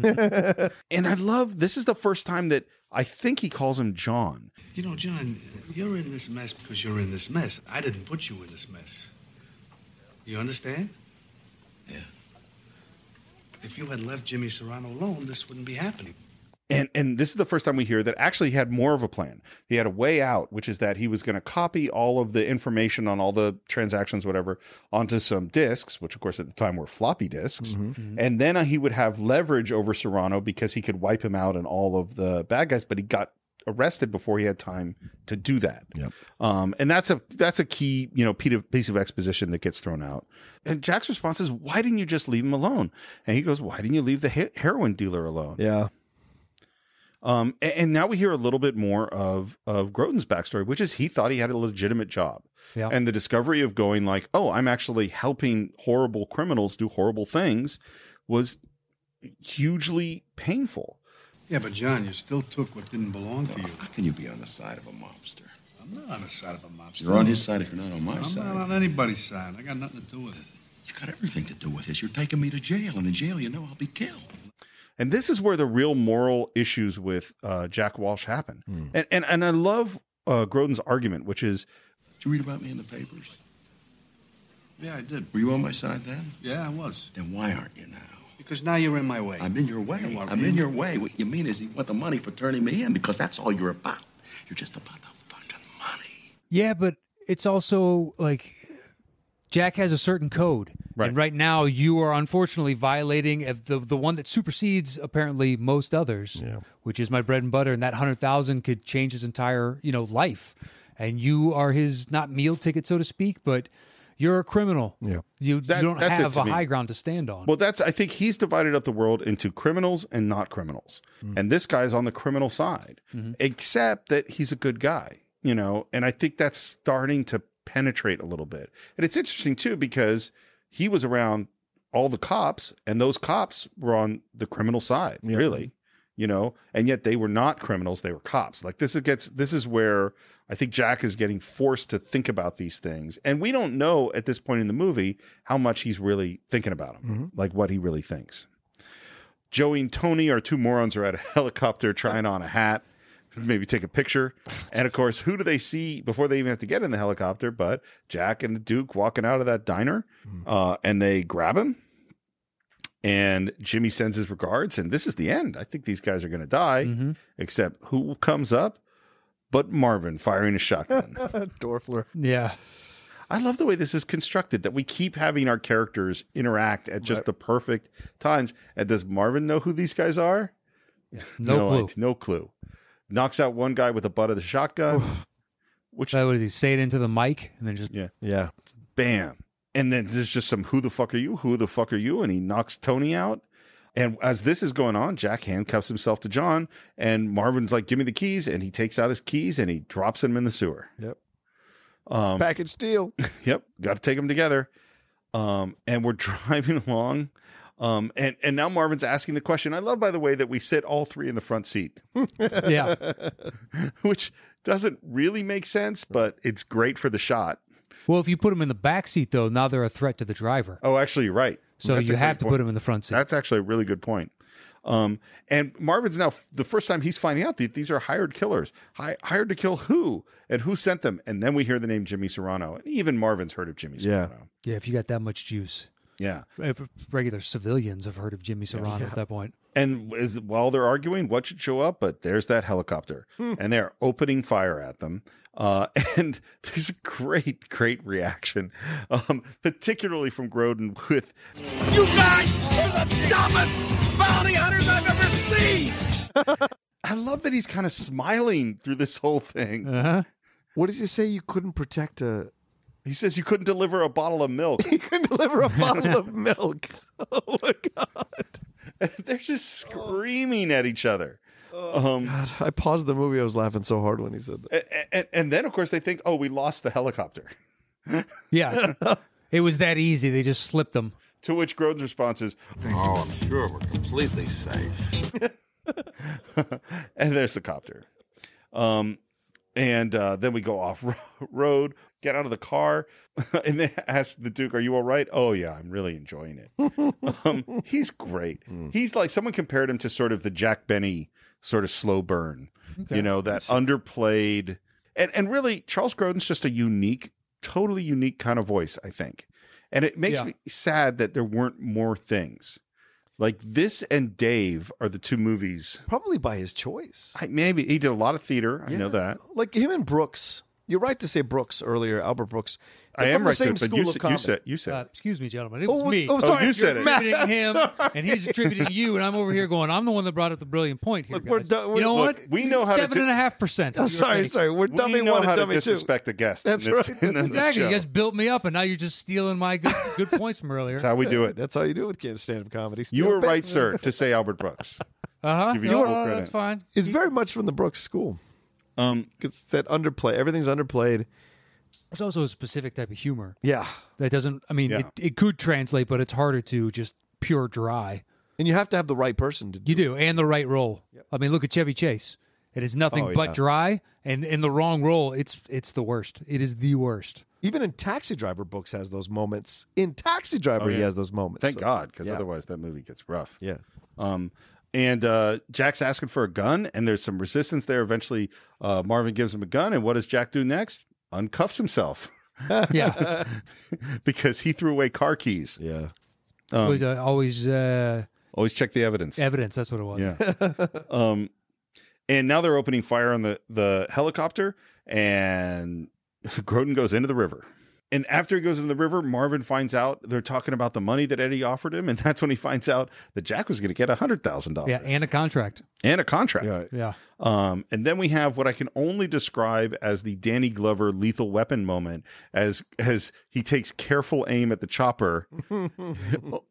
Speaker 1: and I love this is the first time that I think he calls him John.
Speaker 11: You know, John, you're in this mess because you're in this mess. I didn't put you in this mess. You understand? Yeah. If you had left Jimmy Serrano alone, this wouldn't be happening.
Speaker 1: And and this is the first time we hear that actually he had more of a plan. He had a way out, which is that he was going to copy all of the information on all the transactions, whatever, onto some discs, which of course at the time were floppy disks and then uh, he would have leverage over Serrano because he could wipe him out and all of the bad guys. But he got arrested before he had time to do that. Um, and that's a that's a key you know piece of, piece of exposition that gets thrown out. And Jack's response is, "Why didn't you just leave him alone?" And he goes, "Why didn't you leave the he- heroin dealer alone?"
Speaker 4: Yeah.
Speaker 1: Um, a- and, now we hear a little bit more of of Groton's backstory, which is he thought he had a legitimate job.
Speaker 5: Yeah.
Speaker 1: And the discovery of going like, oh, I'm actually helping horrible criminals do horrible things, was hugely painful.
Speaker 11: Yeah, but John, you still took what didn't belong to you.
Speaker 17: How can you be on the side of a mobster?
Speaker 11: I'm not on the side of a mobster.
Speaker 17: You're on his side if you're not on my
Speaker 11: I'm
Speaker 17: side.
Speaker 11: not on anybody's side. I got nothing to do with it.
Speaker 17: You got everything to do with this. You're taking me to jail, and in jail, you know I'll be killed.
Speaker 1: And this is where the real moral issues with uh, Jack Walsh happen. And, and and I love uh, Groden's argument, which is
Speaker 17: Did you read about me in the papers?
Speaker 11: Yeah, I did.
Speaker 17: Were you on my side then?
Speaker 11: Yeah, I was.
Speaker 17: Then why aren't you now?
Speaker 11: Because now you're in my way.
Speaker 17: I'm in your way.
Speaker 11: You are
Speaker 17: I'm in your way. What you mean is you want the money for turning me in because that's all you're about. You're just about the
Speaker 5: Yeah, but it's also like Jack has a certain code,
Speaker 1: Right.
Speaker 5: and right now you are unfortunately violating of the the one that supersedes apparently most others, which is my bread and butter. And that hundred thousand could change his entire you know life, and you are his not meal ticket, so to speak, but you're a criminal.
Speaker 1: Yeah.
Speaker 5: you,
Speaker 1: That-
Speaker 5: you don't
Speaker 1: that's it
Speaker 5: have
Speaker 1: to
Speaker 5: a
Speaker 1: me.
Speaker 5: high ground to stand on.
Speaker 1: Well, that's I think he's divided up the world into criminals and not criminals. And this guy's on the criminal side. Except that he's a good guy, you know, and I think that's starting to penetrate a little bit. And it's interesting too because he was around all the cops and those cops were on the criminal side, really. You know, and yet they were not criminals, they were cops. Like this is gets this is where I think Jack is getting forced to think about these things. And we don't know at this point in the movie how much he's really thinking about them like what he really thinks. Joey and Tony are two morons are at a helicopter trying on a hat, maybe take a picture. And of course, who do they see before they even have to get in the helicopter? But Jack and the Duke walking out of that diner, uh, and they grab him. And Jimmy sends his regards, and this is the end. I think these guys are going to die,
Speaker 5: Mm-hmm.
Speaker 1: except who comes up but Marvin firing a shotgun.
Speaker 4: Dorfler.
Speaker 5: Yeah.
Speaker 1: I love the way this is constructed that we keep having our characters interact at just
Speaker 4: Right.
Speaker 1: the perfect times. And does Marvin know who these guys are?
Speaker 5: no clue.
Speaker 1: idea- no clue. Knocks out one guy with the butt of the shotgun. Which
Speaker 5: uh, what does he say it into the mic and then just
Speaker 1: yeah
Speaker 4: yeah
Speaker 1: bam. And then there's just some who the fuck are you? Who the fuck are you? And he knocks Tony out. And as this is going on, Jack handcuffs himself to John, and Marvin's like, "Give me the keys," and he takes out his keys and he drops them in the sewer.
Speaker 4: Yep.
Speaker 1: Um,
Speaker 4: Package deal.
Speaker 1: yep got to take them together um and we're driving along um and and now marvin's asking the question i love by the way that we sit all three in the front seat
Speaker 5: yeah
Speaker 1: which doesn't really make sense but it's great for the shot
Speaker 5: Well, if you put him in the back seat though, now they're a threat to the driver.
Speaker 1: oh actually you're right
Speaker 5: So
Speaker 1: That's a
Speaker 5: you
Speaker 1: great
Speaker 5: have to
Speaker 1: point.
Speaker 5: put him in the front seat.
Speaker 1: that's actually a really good point um and marvin's now the first time he's finding out that these are hired killers Hi- hired to kill who and who sent them and then we hear the name jimmy serrano and even marvin's heard of jimmy serrano
Speaker 5: Yeah, if you got that much juice.
Speaker 1: yeah
Speaker 5: Eh, Regular civilians have heard of Jimmy Serrano at that point.
Speaker 1: And is, while they're arguing, what should show up? But there's that helicopter,
Speaker 5: Hmm.
Speaker 1: and they're opening fire at them. Uh, and there's a great, great reaction, um, particularly from Groden with
Speaker 2: You guys are the dumbest bounty hunters I've ever seen!
Speaker 1: I love that he's kind of smiling through this whole thing.
Speaker 5: Uh-huh.
Speaker 4: What does he say? You couldn't protect a.
Speaker 1: He says you couldn't deliver a bottle of milk.
Speaker 4: You couldn't deliver a bottle of milk. Oh my
Speaker 1: god! They're just screaming at each other. Um,
Speaker 4: God, I paused the movie. I was laughing so hard when he said that.
Speaker 1: and, and then, of course, they think, "Oh, we lost the helicopter."
Speaker 5: Yeah. it was that easy. They just slipped him.
Speaker 1: To which Groden's response is,
Speaker 17: Oh, I'm sure we're completely safe.
Speaker 1: and there's the copter. Um, and uh, then we go off ro- road, get out of the car, and then ask the Duke, "Are you all right?" Oh yeah, I'm really enjoying it. um, he's great. He's like someone compared him to sort of the Jack Benny sort of slow burn, you know, that underplayed. And and really, Charles Grodin's just a unique, totally unique kind of voice, I think. And it makes
Speaker 5: Yeah.
Speaker 1: me sad that there weren't more things. Like this and Dave are the two movies.
Speaker 4: Probably by his choice.
Speaker 1: I, maybe he did a lot of theater. I know that.
Speaker 4: Like him and Brooks. You're right to say Brooks earlier, Albert Brooks.
Speaker 1: I
Speaker 4: They're
Speaker 1: am
Speaker 4: from the
Speaker 1: right,
Speaker 4: same
Speaker 1: Dave, but
Speaker 4: school
Speaker 1: you
Speaker 4: of
Speaker 1: said- you
Speaker 4: comedy.
Speaker 1: said- you said
Speaker 5: Uh, excuse me, gentlemen. It
Speaker 4: Oh,
Speaker 5: was
Speaker 4: oh,
Speaker 5: me.
Speaker 4: oh, sorry.
Speaker 1: you said
Speaker 5: You're
Speaker 1: it.
Speaker 5: attributing him, and he's attributing you, and I'm over here going, I'm the one that brought up the brilliant point here.
Speaker 4: we're
Speaker 5: guys.
Speaker 4: done-
Speaker 5: you
Speaker 4: we're-
Speaker 5: know
Speaker 1: look,
Speaker 5: what?
Speaker 1: we know how to
Speaker 5: Seven
Speaker 1: do-
Speaker 5: and a half percent.
Speaker 4: Oh,
Speaker 5: You're
Speaker 4: sorry,
Speaker 5: kidding.
Speaker 4: sorry. We're dummy
Speaker 1: we know
Speaker 4: one
Speaker 1: how
Speaker 4: and
Speaker 1: to
Speaker 4: dummy two.
Speaker 1: disrespect a guest.
Speaker 4: That's
Speaker 1: in this-
Speaker 4: right.
Speaker 1: in the
Speaker 5: Exactly.
Speaker 1: show.
Speaker 5: You guys built me up, and now you're just stealing my good, good points from earlier.
Speaker 1: That's how we do it.
Speaker 4: That's how you do it with kids stand-up comedy.
Speaker 1: You
Speaker 4: Steal
Speaker 1: were right,
Speaker 4: bits.
Speaker 1: sir, to say Albert Brooks.
Speaker 5: Uh huh.
Speaker 1: Give you
Speaker 5: No,
Speaker 1: full
Speaker 5: no,
Speaker 1: credit.
Speaker 5: that's fine.
Speaker 4: It's very much from the Brooks school.
Speaker 1: Um,
Speaker 4: 'Cause it's that underplay. Everything's underplayed.
Speaker 5: It's also a specific type of humor.
Speaker 4: Yeah.
Speaker 5: That doesn't. I mean,
Speaker 4: Yeah.
Speaker 5: it, it could translate, but it's harder to just pure dry.
Speaker 4: And you have to have the right person to do
Speaker 5: You do, and the right role. I mean, look at Chevy Chase. It is nothing
Speaker 4: Oh,
Speaker 5: but
Speaker 4: yeah.
Speaker 5: dry, and in the wrong role, it's it's the worst. It is the worst.
Speaker 4: Even in Taxi Driver, Brooks has those moments. In Taxi Driver,
Speaker 1: Oh,
Speaker 4: he
Speaker 1: yeah.
Speaker 4: has those moments.
Speaker 1: Thank
Speaker 4: So,
Speaker 1: God, because
Speaker 4: yeah.
Speaker 1: otherwise that movie gets rough.
Speaker 4: Yeah.
Speaker 1: Um, and uh, Jack's asking for a gun, and there's some resistance there. Eventually, uh, Marvin gives him a gun, and what does Jack do next? Uncuffs himself.
Speaker 5: Yeah.
Speaker 1: because he threw away car keys.
Speaker 4: Yeah.
Speaker 5: always uh, always uh,
Speaker 1: Always check the evidence.
Speaker 5: evidence. That's what it was.
Speaker 1: Yeah. um, and now they're opening fire on the the helicopter, and Groden goes into the river. And after he goes into the river, Marvin finds out they're talking about the money that Eddie offered him, and that's when he finds out that Jack was going to get hundred thousand dollars.
Speaker 5: Yeah, and a contract.
Speaker 1: and a contract. Yeah.
Speaker 5: Yeah.
Speaker 1: Um, and then we have what I can only describe as the Danny Glover lethal weapon moment as as he takes careful aim at the chopper.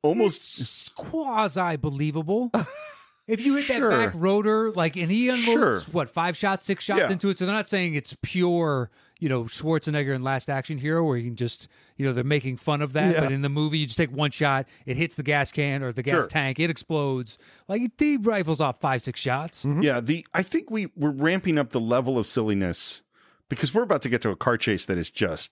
Speaker 1: almost
Speaker 5: quasi believable. If you hit
Speaker 1: Sure.
Speaker 5: that back rotor, like, and he unloads
Speaker 1: Sure.
Speaker 5: what five shots, six shots
Speaker 1: Yeah.
Speaker 5: into it, so they're not saying it's pure, you know, Schwarzenegger in Last Action Hero, where you can just, you know, they're making fun of that.
Speaker 1: Yeah.
Speaker 5: But in the movie, you just take one shot, it hits the gas can or the gas
Speaker 1: Sure.
Speaker 5: tank, it explodes. Like he rifles off five, six shots.
Speaker 1: Yeah, the I think we we're ramping up the level of silliness because we're about to get to a car chase that is just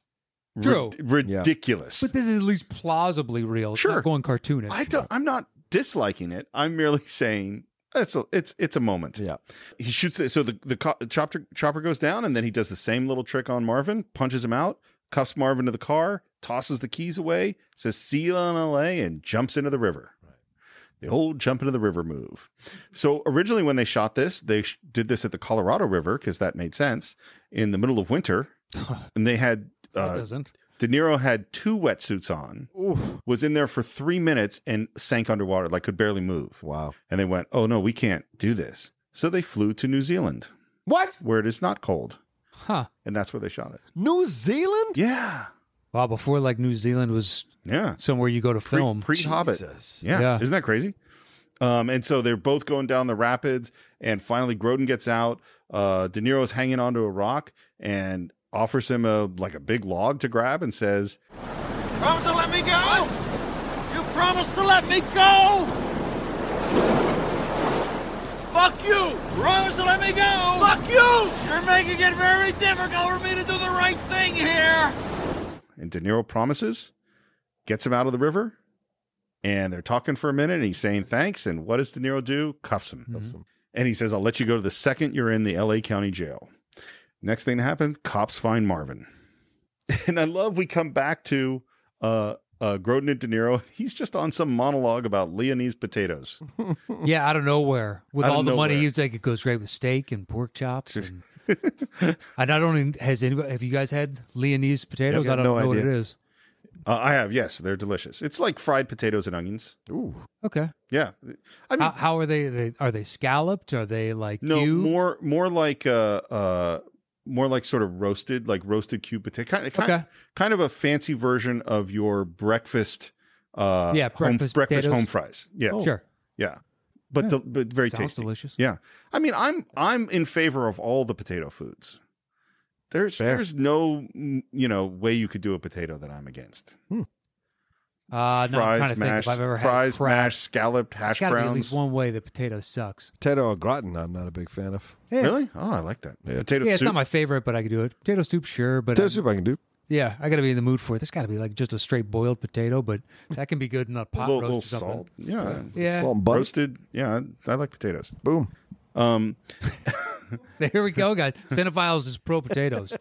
Speaker 1: ri-
Speaker 5: True.
Speaker 1: ridiculous.
Speaker 5: But this is at least plausibly real. It's
Speaker 1: Sure.
Speaker 5: not going cartoonish.
Speaker 1: I don't, I'm not disliking it. I'm merely saying it's a, it's it's a moment. Yeah. He shoots it. So the the co- chopper chopper goes down, and then he does the same little trick on Marvin, punches him out, cuffs Marvin to the car, tosses the keys away, says "See you in L.A." and jumps into the river. The old jump into the river move. So originally, when they shot this, they sh- did this at the Colorado River because that made sense in the middle of winter, and they had uh,
Speaker 5: doesn't.
Speaker 1: De Niro had two wetsuits on, was in there for three minutes and sank underwater, like could barely move. Wow. And they went, oh no, we can't do this. So they flew to New Zealand.
Speaker 4: What?
Speaker 1: Where it is not cold.
Speaker 5: Huh.
Speaker 1: And that's where they shot it.
Speaker 4: New Zealand?
Speaker 1: Yeah.
Speaker 5: Wow, before like New Zealand was
Speaker 1: yeah
Speaker 5: somewhere you go to
Speaker 1: Pre-
Speaker 5: film.
Speaker 1: Pre Hobbit. Yeah.
Speaker 5: Yeah.
Speaker 1: Isn't that crazy? Um, and so they're both going down the rapids, and finally Grodin gets out. Uh, De Niro's hanging onto a rock and offers him a like a big log to grab and says,
Speaker 2: Promise to let me go? You promise to let me go? Fuck you! Promise to let me go? Fuck you! You're making it very difficult for me to do the right thing here!
Speaker 1: and De Niro promises, gets him out of the river, and they're talking for a minute, and he's saying thanks. And what does De Niro do? Cuffs him.
Speaker 4: Cuffs him.
Speaker 1: And he says, I'll let you go to the second you're in the LA County Jail. Next thing that happened, cops find Marvin. And I love we come back to uh uh Grodin and De Niro. He's just on some monologue about Leonese potatoes.
Speaker 5: yeah, out of nowhere. With
Speaker 1: Out of
Speaker 5: all the money,
Speaker 1: nowhere.
Speaker 5: you'd think it goes great with steak and pork chops. And, I not only has anybody have you guys had Leonese potatoes?
Speaker 1: Yep.
Speaker 5: I don't know what it is.
Speaker 1: Uh, I have, yes, they're delicious. It's like fried potatoes and onions. Ooh.
Speaker 5: Okay.
Speaker 1: Yeah. I mean,
Speaker 5: how, how are they, they? Are they scalloped? Are they like
Speaker 1: No,
Speaker 5: you?
Speaker 1: more more like uh uh more like sort of roasted, like roasted cube potato. Kind of kind,
Speaker 5: Okay.
Speaker 1: kind of a fancy version of your breakfast uh
Speaker 5: Yeah,
Speaker 1: home,
Speaker 5: breakfast
Speaker 1: breakfast
Speaker 5: potatoes.
Speaker 1: home fries. Yeah.
Speaker 5: Oh. Sure.
Speaker 1: Yeah. But
Speaker 5: Yeah.
Speaker 1: the but very
Speaker 5: Sounds
Speaker 1: tasty.
Speaker 5: delicious.
Speaker 1: Yeah. I mean, I'm I'm in favor of all the potato foods. There's there's no mm, you know way you could do a potato that I'm against.
Speaker 5: Uh, no, I'm trying to
Speaker 1: fries,
Speaker 5: think
Speaker 1: mashed,
Speaker 5: if I've ever had
Speaker 1: fries,
Speaker 5: crab.
Speaker 1: mashed, scalloped,
Speaker 5: There's
Speaker 1: hash
Speaker 5: gotta
Speaker 1: browns.
Speaker 5: be at least one way that potato sucks.
Speaker 4: Potato au gratin, I'm not a big fan of.
Speaker 5: Yeah.
Speaker 1: Really? Oh, I like that. Potato
Speaker 5: yeah, it's
Speaker 1: soup.
Speaker 5: not my favorite, but I could do it. Potato soup, sure, but
Speaker 4: Potato
Speaker 5: I'm-
Speaker 4: soup I can do.
Speaker 5: yeah, I gotta be in the mood for it. This gotta be like just a straight boiled potato, but that can be good in a pot
Speaker 1: little,
Speaker 5: roast
Speaker 1: little
Speaker 5: or something.
Speaker 1: salt. Yeah.
Speaker 5: Yeah. Salt and butter.
Speaker 1: Roasted. Yeah. I, I like potatoes.
Speaker 4: Boom.
Speaker 1: Um,
Speaker 5: Here we go, guys. Cinephiles is pro potatoes.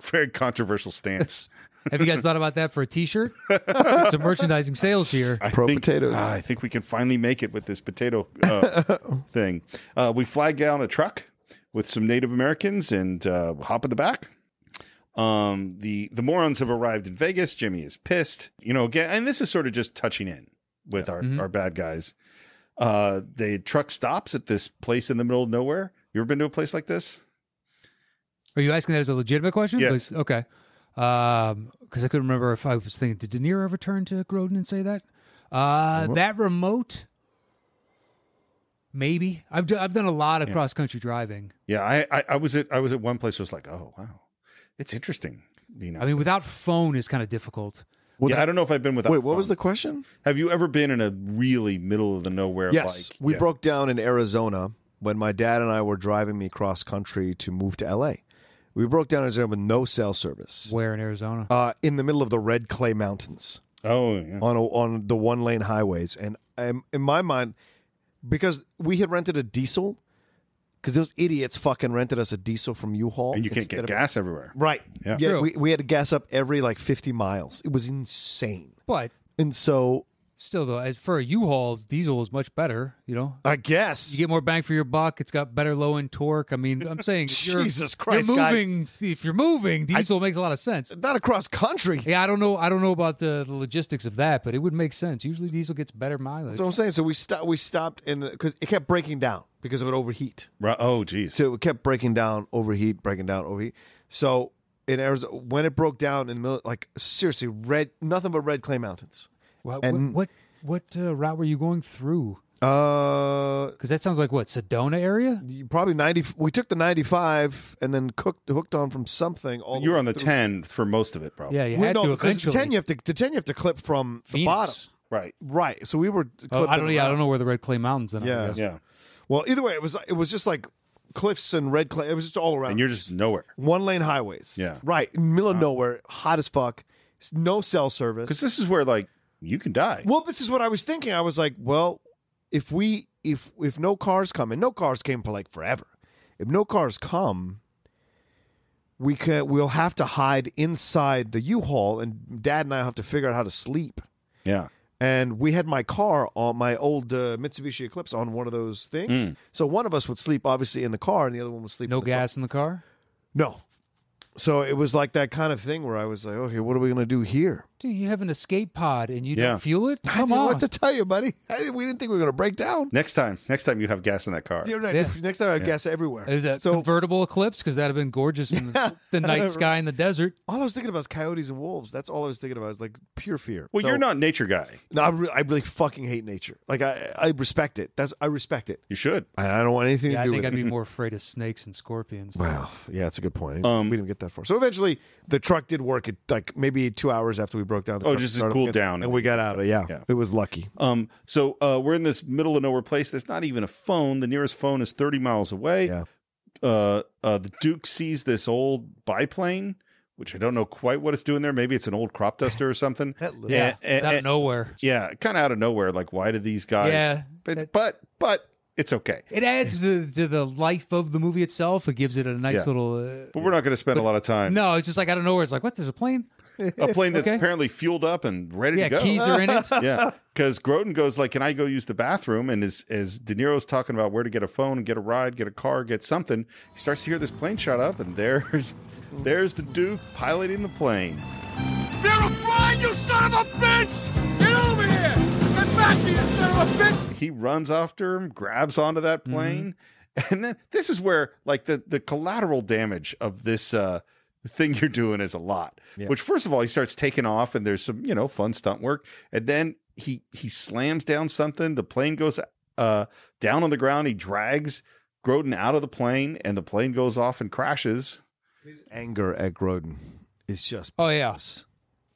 Speaker 1: very controversial stance.
Speaker 5: Have you guys thought about that for a T-shirt? It's a merchandising sales year.
Speaker 1: I think, ah, I think we can finally make it with this potato uh, thing. Uh, we flag down a truck with some Native Americans and uh, hop in the back. Um, the the morons have arrived in Vegas. Jimmy is pissed. You know, again, and this is sort of just touching in with our,
Speaker 5: Mhm.
Speaker 1: our bad guys. Uh, the truck stops at this place in the middle of nowhere. You ever been to a place like this?
Speaker 5: Are you asking that as a legitimate question?
Speaker 1: Yes.
Speaker 5: Because- Okay. Because I couldn't remember if I was thinking, did De Niro ever turn to Grodin and say that? Uh, that remote, maybe. I've, do, I've done a lot of
Speaker 1: Yeah.
Speaker 5: cross country driving.
Speaker 1: Yeah, I, I, I was at I was at one place. I was like, oh wow, it's interesting. You know,
Speaker 5: I mean, without phone is kind of difficult.
Speaker 1: yeah, I don't know if I've been without.
Speaker 4: Wait, what was the question?
Speaker 1: Have you ever been in a really middle of the nowhere?
Speaker 4: Yes,
Speaker 1: like,
Speaker 4: we
Speaker 1: yeah.
Speaker 4: broke down in Arizona when my dad and I were driving me cross country to move to LA. We broke down in Arizona with no cell service.
Speaker 5: Where in Arizona?
Speaker 4: Uh, in the middle of the Red Clay Mountains.
Speaker 1: Oh, yeah.
Speaker 4: on a, on the one lane highways, and um, in my mind, because we had rented a diesel, because those idiots fucking rented us a diesel from U-Haul,
Speaker 1: And you can't
Speaker 4: instead
Speaker 1: get
Speaker 4: of-
Speaker 1: gas everywhere.
Speaker 4: Right.
Speaker 1: Yeah.
Speaker 4: Yeah.
Speaker 1: True.
Speaker 4: We, we had to gas up every like 50 miles. It was insane.
Speaker 5: But
Speaker 4: And so
Speaker 5: Still though, as for a U-Haul, diesel is much better. You know,
Speaker 4: I guess
Speaker 5: you get more bang for your buck. It's got better low end torque. I mean, I'm saying if you're,
Speaker 4: Jesus Christ,
Speaker 5: you're
Speaker 4: guy.
Speaker 5: moving. If you're moving, diesel makes a lot of sense.
Speaker 4: Not across country.
Speaker 5: Yeah, I don't know. I don't know about the, the logistics of that, but it would make sense. Usually, diesel gets better mileage.
Speaker 4: That's what I'm saying. So we stopped. We stopped in because it kept breaking down because it would overheat.
Speaker 1: Right. Oh, geez.
Speaker 4: So it kept breaking down, overheat, breaking down, overheat. So in Arizona, when it broke down in the middle, like seriously, red, nothing but red clay mountains.
Speaker 5: what,
Speaker 4: And-
Speaker 5: what what what uh, route were you going through?
Speaker 4: Uh,
Speaker 5: because that sounds like what Sedona area.
Speaker 4: Probably ninety. We took the ninety-five and then cooked, hooked on from something. All
Speaker 1: You were
Speaker 4: way
Speaker 1: on the
Speaker 4: through.
Speaker 1: ten for most of it, probably.
Speaker 5: Yeah, you had to
Speaker 4: because the
Speaker 5: eventually.
Speaker 4: ten you have to the ten you have to clip from the
Speaker 5: Phoenix.
Speaker 4: bottom.
Speaker 1: Right.
Speaker 4: Right. So we were.
Speaker 5: Oh, I don't.
Speaker 4: clipping
Speaker 5: Yeah, I
Speaker 4: around.
Speaker 5: don't know where the Red Clay Mountains. Then
Speaker 4: Yeah.
Speaker 5: I guess.
Speaker 1: Yeah.
Speaker 4: Well, either way, it was it was just like cliffs and red clay. It was just all around.
Speaker 1: And you're just nowhere.
Speaker 4: one lane highways.
Speaker 1: Yeah.
Speaker 4: Right, middle of nowhere, hot as fuck. s- No cell service.
Speaker 1: Because this is where like you can die.
Speaker 4: Well, this is what I was thinking. I was like, well, if we if if no cars come and no cars came for like forever, if no cars come, we can we'll have to hide inside the U-Haul, and Dad and I have to figure out how to sleep.
Speaker 1: Yeah.
Speaker 4: And we had my car on my old uh, Mitsubishi Eclipse on one of those things.
Speaker 5: Mm.
Speaker 4: So one of us would sleep obviously in the car, and the other one would sleep.
Speaker 5: No
Speaker 4: in the car.
Speaker 5: gas in the car.
Speaker 4: No. So it was like that kind of thing where I was like, okay, what are we gonna do here?
Speaker 5: Dude, you have an escape pod and you
Speaker 1: Yeah.
Speaker 5: don't fuel it?
Speaker 4: I
Speaker 5: Come
Speaker 4: didn't know
Speaker 5: on.
Speaker 4: what to tell you, buddy. I didn't- we didn't think we were gonna break down.
Speaker 1: Next time, next time you have gas in that car.
Speaker 4: The other night,
Speaker 5: Yeah.
Speaker 4: Next time I have
Speaker 1: Yeah.
Speaker 4: gas everywhere.
Speaker 5: Is that convertible eclipse? Because that'd have been gorgeous in the, the night sky in the desert.
Speaker 4: All I was thinking about is coyotes and wolves. That's all I was thinking about. Is like pure fear.
Speaker 1: Well,
Speaker 4: So-
Speaker 1: you're not nature guy.
Speaker 4: No, I, re- I really fucking hate nature. Like I, I respect it. That's I respect it.
Speaker 1: You should.
Speaker 4: I, I don't want anything
Speaker 5: Yeah,
Speaker 4: to
Speaker 5: I
Speaker 4: do
Speaker 5: think
Speaker 4: with
Speaker 5: I'd
Speaker 4: it.
Speaker 5: be more afraid of snakes and scorpions.
Speaker 4: Wow. Yeah, that's a good point.
Speaker 1: Um,
Speaker 4: we didn't get that far. So eventually, the truck did work. It like maybe two hours after we broke down. The
Speaker 1: Oh,
Speaker 4: truck
Speaker 1: just to
Speaker 4: started up
Speaker 1: cool
Speaker 4: again,
Speaker 1: down.
Speaker 4: and we got out of yeah.
Speaker 1: Yeah.
Speaker 4: It was lucky.
Speaker 1: Um, so uh, we're in this middle of nowhere place. There's not even a phone. The nearest phone is 30 miles away.
Speaker 4: Yeah.
Speaker 1: Uh, uh, the Duke sees this old biplane, which I don't know quite what it's doing there. Maybe it's an old crop duster or something.
Speaker 5: Yeah, out of nowhere.
Speaker 1: Yeah, kind of out of nowhere. Like, why did these guys?
Speaker 5: Yeah,
Speaker 1: but
Speaker 5: that-
Speaker 1: but, but it's okay.
Speaker 5: It adds to, to the life of the movie itself. It gives it a nice
Speaker 1: Yeah.
Speaker 5: little.
Speaker 1: But we're not going to spend a lot of
Speaker 5: Uh,
Speaker 1: time.
Speaker 5: no, it's just like out of nowhere. It's like, what? There's a plane?
Speaker 1: a plane that's
Speaker 5: Okay.
Speaker 1: apparently fueled up and ready
Speaker 5: Yeah,
Speaker 1: to go.
Speaker 5: keys are in it.
Speaker 1: yeah, because Groden goes like, "Can I go use the bathroom?" And as as De Niro's talking about where to get a phone, get a ride, get a car, get something, he starts to hear this plane shot up, and there's there's the Duke piloting the plane.
Speaker 14: They're a flying, you son of a bitch! Get over here! Get back here, son of a bitch!
Speaker 1: He runs after him, grabs onto that
Speaker 5: Mm-hmm.
Speaker 1: plane, and then this is where like the the collateral damage of this. uh thing you're doing is a lot
Speaker 4: Yeah.
Speaker 1: which first of all he starts taking off and there's some you know fun stunt work and then he he slams down something the plane goes uh down on the ground he drags Groden out of the plane and the plane goes off and crashes
Speaker 4: Anger at Groden is just
Speaker 5: Oh, yeah.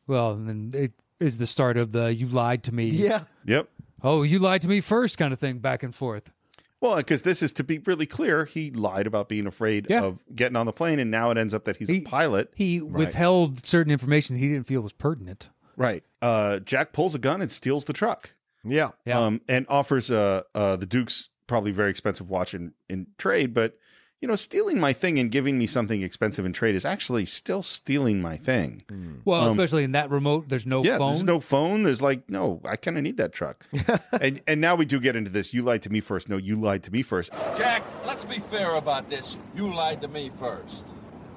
Speaker 5: Well, and then it is the start of the you lied to me.
Speaker 4: yeah.
Speaker 1: yep
Speaker 5: Oh, you lied to me first kind of thing back and forth.
Speaker 1: well because this is to be really clear he lied about being afraid
Speaker 5: Yeah.
Speaker 1: of getting on the plane and now it ends up that he's
Speaker 5: He-
Speaker 1: a pilot
Speaker 5: He withheld certain information he didn't feel was pertinent.
Speaker 1: right uh jack pulls a gun and steals the truck
Speaker 4: Yeah.
Speaker 5: Yeah.
Speaker 1: um, and offers uh, uh, the Duke's probably very expensive watch in, in trade. But you know, stealing my thing and giving me something expensive in trade is actually still stealing my thing.
Speaker 5: Well,
Speaker 1: Um,
Speaker 5: especially in that remote, there's no
Speaker 1: yeah,
Speaker 5: Hmm. phone.
Speaker 1: there's no phone. There's like, no, I kind of need that truck. and and now we do get into this. You lied to me first. No, you lied to me first.
Speaker 2: Jack, let's be fair about this. You lied to me first.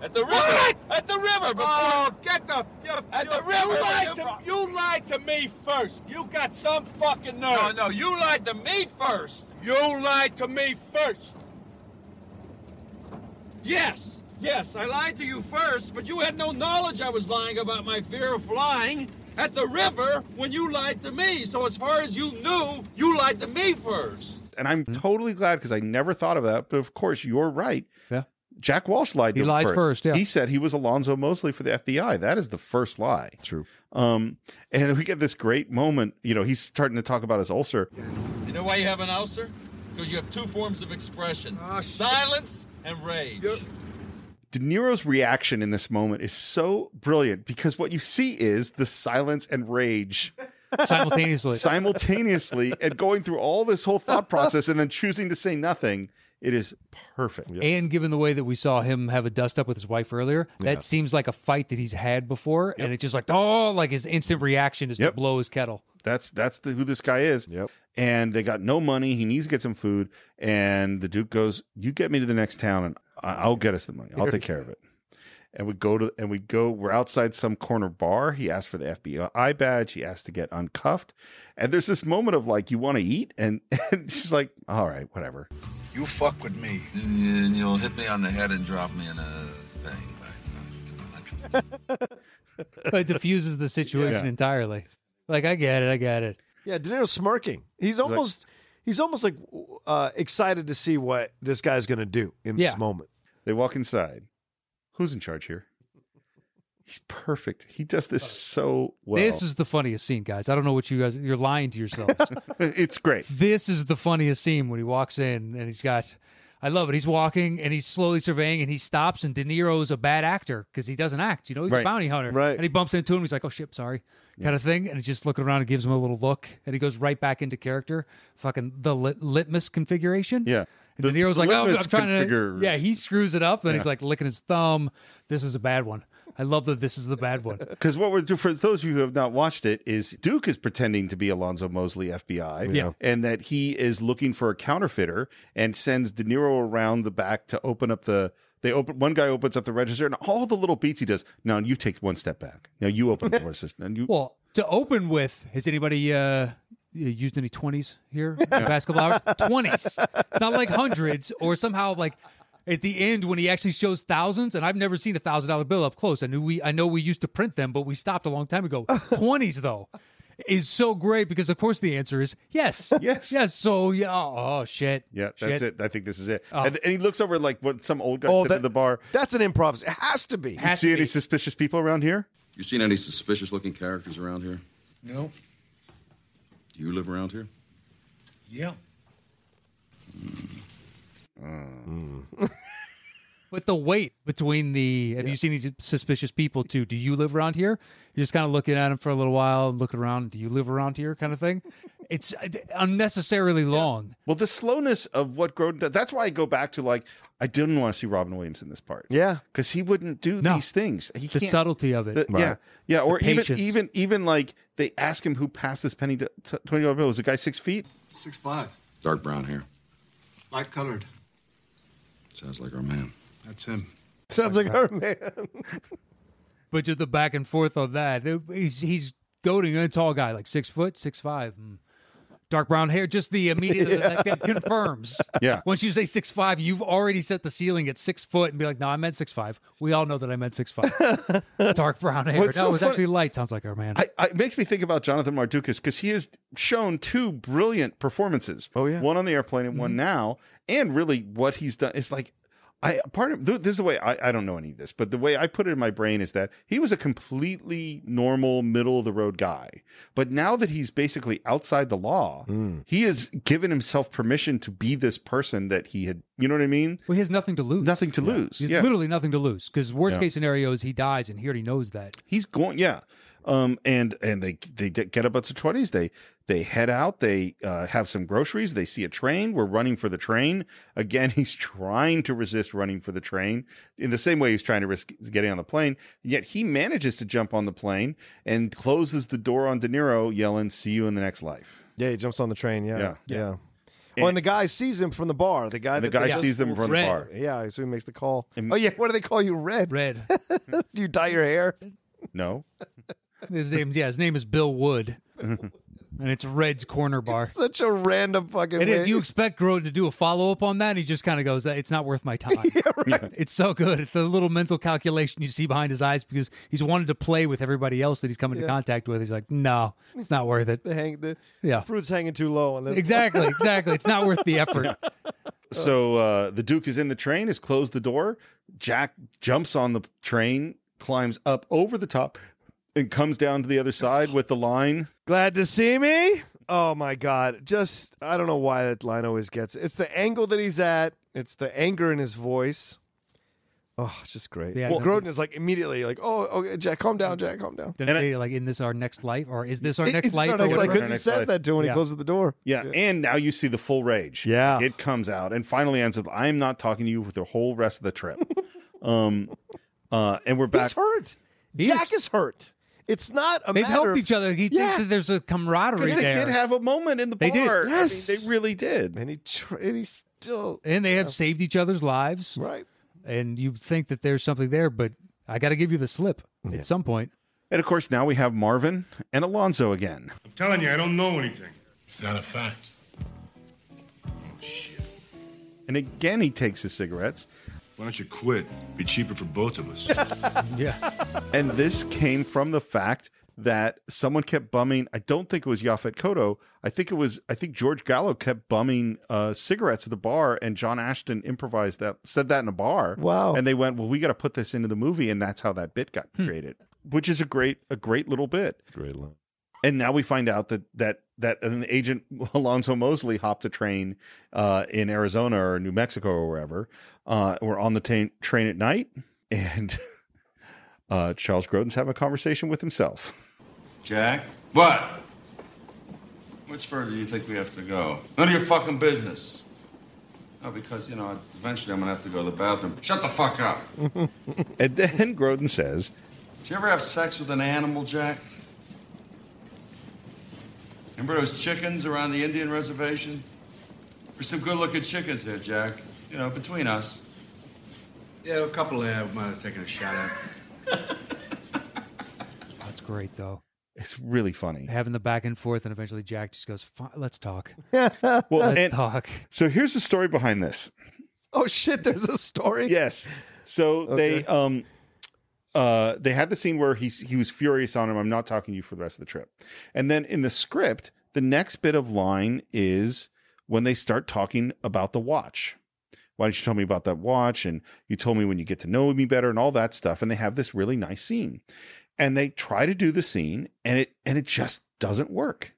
Speaker 2: At the river. What? At the river. Before,
Speaker 16: Oh, get the get
Speaker 2: at the river.
Speaker 16: You
Speaker 2: you
Speaker 16: lied, to,
Speaker 2: brought-
Speaker 16: you lied to me first. You got some fucking
Speaker 2: No,
Speaker 16: nerve.
Speaker 2: no, you lied to me first.
Speaker 16: You lied to me first.
Speaker 2: Yes, yes, I lied to you first, but you had no knowledge I was lying about my fear of flying at the river when you lied to me. So as far as you knew, you lied to me first.
Speaker 1: And I'm
Speaker 5: Hmm.
Speaker 1: totally glad because I never thought of that. But of course, you're right.
Speaker 5: Yeah.
Speaker 1: Jack Walsh lied.
Speaker 5: He
Speaker 1: to him
Speaker 5: lies
Speaker 1: first.
Speaker 5: first, yeah.
Speaker 1: he said he was Alonzo Mosley for the FBI. That is the first lie.
Speaker 4: True.
Speaker 1: Um, and we get this great moment. You know, he's starting to talk about his ulcer.
Speaker 2: You know why you have an ulcer? Because you have two forms of expression
Speaker 21: Ah,
Speaker 2: silence and rage.
Speaker 1: De Niro's reaction in this moment is so brilliant because what you see is the silence and rage
Speaker 5: Simultaneously.
Speaker 1: simultaneously and going through all this whole thought process and then choosing to say nothing It is perfect.
Speaker 5: And given the way that we saw him have a dust up with his wife earlier,
Speaker 1: Yeah.
Speaker 5: that seems like a fight that he's had before, and it's just like oh, like his instant reaction is to blow his kettle.
Speaker 1: That's that's the, who this guy is.
Speaker 4: Yep.
Speaker 1: And they got no money. He needs to get some food. And the Duke goes, "You get me to the next town, and I- I'll get us the money. I'll take care of it." And we go to and we go. We're outside some corner bar. He asks for the FBI badge. He asks to get uncuffed. And there's this moment of like, "You want to eat?" And, and she's like, "All right, whatever."
Speaker 11: You fuck with me.
Speaker 17: And you'll hit me on the head and drop me in a thing.
Speaker 5: It diffuses the situation
Speaker 4: Yeah.
Speaker 5: entirely. Like I get it, I get it.
Speaker 4: Yeah, De Niro's smirking. He's almost he's almost like uh, excited to see what this guy's going to do in this
Speaker 1: Yeah.
Speaker 4: moment.
Speaker 1: They walk inside. Who's in charge here? He's perfect. He does this so well.
Speaker 5: This is the funniest scene, guys. I don't know what you guys you're lying to yourselves.
Speaker 1: it's great.
Speaker 5: This is the funniest scene when he walks in and he's got I love it. He's walking and he's slowly surveying and he stops and De Niro's a bad actor because he doesn't act. You know, he's
Speaker 1: Right.
Speaker 5: a bounty hunter.
Speaker 1: Right.
Speaker 5: And he bumps into him. He's like, oh shit, sorry, kind of thing. And he's just looking around and gives him a little look and he goes right back into character. Fucking the lit- litmus configuration.
Speaker 1: Yeah.
Speaker 5: And De Niro's like, oh, I'm
Speaker 1: litmus
Speaker 5: trying to.
Speaker 1: configure-
Speaker 5: Yeah, he screws it up and he's
Speaker 1: Yeah.
Speaker 5: like licking his thumb. This is a bad one. I love that this is the bad one.
Speaker 1: Because what we're for those of you who have not watched it is Duke is pretending to be Alonzo Mosley FBI,
Speaker 5: Yeah.
Speaker 1: and that he is looking for a counterfeiter and sends De Niro around the back to open up the. They open one guy opens up the register and all the little beats he does. Now you take one step back. Now you open the register and you.
Speaker 5: Well, to open with, has anybody uh, used any 20s here in basketball hour? 20s. It's not like hundreds or somehow like at the end when he actually shows thousands and I've never seen a thousand dollar bill up close. I knew we I know we used to print them, but we stopped a long time ago. 20s though. Is so great because of course the answer is yes, yes, yes. So yeah, oh, oh, shit,
Speaker 1: yeah, that's
Speaker 5: shit.
Speaker 1: it. I think this is it.
Speaker 5: Oh.
Speaker 1: And, and he looks over like what some old guy
Speaker 4: Oh,
Speaker 1: said
Speaker 4: that-
Speaker 1: to the bar.
Speaker 4: That's an improv. It has to be.
Speaker 1: You see any suspicious people around here?
Speaker 17: You seen any suspicious looking characters around here?
Speaker 9: No.
Speaker 17: Do you live around here?
Speaker 9: Yeah.
Speaker 5: Mm. But the wait between the have you seen these suspicious people too? Do you live around here? You're just kind of looking at them for a little while and looking around. Do you live around here? Kind of thing. It's uh, unnecessarily long.
Speaker 1: Well, the slowness of what Grodin does, that's why I go back to like, I didn't want to see Robin Williams in this part.
Speaker 4: Yeah.
Speaker 1: Because he wouldn't do these things. He
Speaker 5: The
Speaker 1: can't-
Speaker 5: subtlety of it.
Speaker 1: The- Yeah.
Speaker 5: Right.
Speaker 1: Yeah.
Speaker 5: The
Speaker 1: Or even,
Speaker 5: patience.
Speaker 1: even, even like they ask him who passed this penny to, to $20 bill. Was the guy six feet?
Speaker 7: Six five,
Speaker 17: Dark brown hair.
Speaker 7: light colored.
Speaker 17: Sounds like our man.
Speaker 11: That's him.
Speaker 4: Sounds like our man.
Speaker 5: But just the back and forth on that. It- He's he's goading a tall guy like six foot, six five, mm. dark brown hair. Just the immediate that, that confirms.
Speaker 1: Yeah.
Speaker 5: Once you say six five, you've already set the ceiling at six foot and be like, no, I meant six five. We all know that I meant six five. dark brown hair.
Speaker 1: What's
Speaker 5: no,
Speaker 1: so
Speaker 5: it was
Speaker 1: fun-
Speaker 5: actually light. Sounds like our man.
Speaker 1: I, I, it makes me think about Jonathan Mardukas because he has shown two brilliant performances. Oh yeah, one on the airplane and one now, and really what he's done is like. I part of this is the way I, I don't know any of this, but the way I put it in my brain is that he was a completely normal middle of the road guy, but now that he's basically outside the law, he has given himself permission to be this person that he had. You know what I mean?
Speaker 5: Well, he has nothing to lose.
Speaker 1: Nothing to lose.
Speaker 5: He's
Speaker 1: yeah.
Speaker 5: literally nothing to lose because worst
Speaker 1: Yeah.
Speaker 5: case scenario is he dies and he already knows that.
Speaker 1: He's going, yeah. Um, and and they they d- get a bunch of twenties. They they head out. They uh, have some groceries. They see a train. We're running for the train again. He's trying to resist running for the train in the same way he's trying to risk getting on the plane. Yet he manages to jump on the plane and closes the door on De Niro, yelling, "See you in the next life."
Speaker 4: Yeah, he jumps on the train. Yeah.
Speaker 1: Yeah.
Speaker 4: Yeah. Oh, and the guy sees him from the bar. The guy,
Speaker 1: And the
Speaker 4: that they
Speaker 1: guy
Speaker 4: just
Speaker 1: sees them from the
Speaker 4: pulled-
Speaker 1: bar.
Speaker 4: Yeah, so he makes the call. oh yeah, what do they call you? Red.
Speaker 5: Red.
Speaker 4: do you dye your hair?
Speaker 1: No,
Speaker 5: His name, yeah, his name is Bill Wood,
Speaker 1: Mm-hmm.
Speaker 5: and it's Red's Corner Bar.
Speaker 4: Such a random fucking.
Speaker 5: And
Speaker 4: way.
Speaker 5: if you expect Groden to do a follow up on that, he just kind of goes, "It's not worth my time." It's so good. It's the little mental calculation you see behind his eyes because he's wanted to play with everybody else that he's come into
Speaker 4: Yeah.
Speaker 5: contact with. He's like, "No, it's not worth it."
Speaker 4: the hang the
Speaker 5: Yeah.
Speaker 4: fruit's hanging too low on this. one.
Speaker 5: Exactly, exactly. It's not worth the effort.
Speaker 1: So uh, the Duke is in the train, has closed the door. Jack jumps on the train, climbs up over the top, and comes down to the other side with the line.
Speaker 4: Glad to see me. Oh my god! Just I don't know why that line always gets. It's the angle that he's at. It's the anger in his voice. Oh, it's just great.
Speaker 5: Yeah,
Speaker 4: well,
Speaker 5: don't-
Speaker 4: Grodin is like immediately like, oh, okay, Jack, calm down, Jack, calm down.
Speaker 5: Didn't they like in this our next life or is this our
Speaker 4: Is
Speaker 5: next
Speaker 4: this
Speaker 5: life?
Speaker 4: our
Speaker 5: or
Speaker 4: next life?
Speaker 5: whatever?
Speaker 4: 'Cause he says that to him when he
Speaker 5: Yeah.
Speaker 4: closes the door.
Speaker 1: Yeah. and now you see the full rage. Yeah, it comes out and finally ends up. I am not talking to you for the whole rest of the trip. um, uh, and we're back.
Speaker 4: He's hurt. Jack is hurt. It's not a
Speaker 5: They've
Speaker 4: matter
Speaker 5: helped
Speaker 4: of-
Speaker 5: each other. He thinks
Speaker 4: Yeah.
Speaker 5: that there's a camaraderie
Speaker 1: Because they
Speaker 5: there.
Speaker 1: did have a moment in the
Speaker 5: They did.
Speaker 1: bar. I mean,
Speaker 5: Yes.
Speaker 1: they really did.
Speaker 4: And he, tr- and he still.
Speaker 5: and they have saved each other's lives.
Speaker 4: Right.
Speaker 5: And you think that there's something there, but I got to give you the slip at some point.
Speaker 1: And of course, now we have Marvin and Alonzo again.
Speaker 9: I'm telling you, I don't know anything.
Speaker 17: It's not a fact.
Speaker 1: And again, he takes his cigarettes.
Speaker 9: Why don't you quit? Be cheaper for both of us.
Speaker 5: yeah.
Speaker 1: And this came from the fact that someone kept bumming. I don't think it was Yafet Koto. I think it was. I think George Gallo kept bumming uh, cigarettes at the bar, and John Ashton improvised that, said that in a bar.
Speaker 4: Wow.
Speaker 1: And they went, "Well, we got to put this into the movie," and that's how that bit got created, which is a great, a great little bit.
Speaker 4: Great line.
Speaker 1: and now we find out that that that an agent Alonzo Mosley hopped a train uh, in Arizona or New Mexico or wherever. Uh, we're on the ta- train at night, and uh, Charles Grodin's having a conversation with himself.
Speaker 6: Jack? What? Much further do you think we have to go? None of your fucking business. No, because, you know, eventually I'm gonna have to go to the bathroom. Shut the fuck up.
Speaker 1: And then Grodin says,
Speaker 6: Did you ever have sex with an animal, Jack? Remember those chickens around the Indian reservation? There's some good looking chickens there, Jack. You know, between us.
Speaker 11: Yeah, a couple there might have taken a shot at.
Speaker 5: That's great, though.
Speaker 1: "It's really funny."
Speaker 5: Having the back and forth, and eventually Jack just goes, Fine, let's talk.
Speaker 1: Well,
Speaker 5: let's
Speaker 1: and-
Speaker 5: talk.
Speaker 1: So here's the story behind this.
Speaker 4: Oh shit! There's a story.
Speaker 1: Yes. So they um uh they had the scene where he's he was furious on him. I'm not talking to you for the rest of the trip. And then in the script, the next bit of line is when they start talking about the watch. Why didn't you tell me about that watch? And you told me when you get to know me better and all that stuff. And they have this really nice scene. And they try to do the scene and it and it just doesn't work.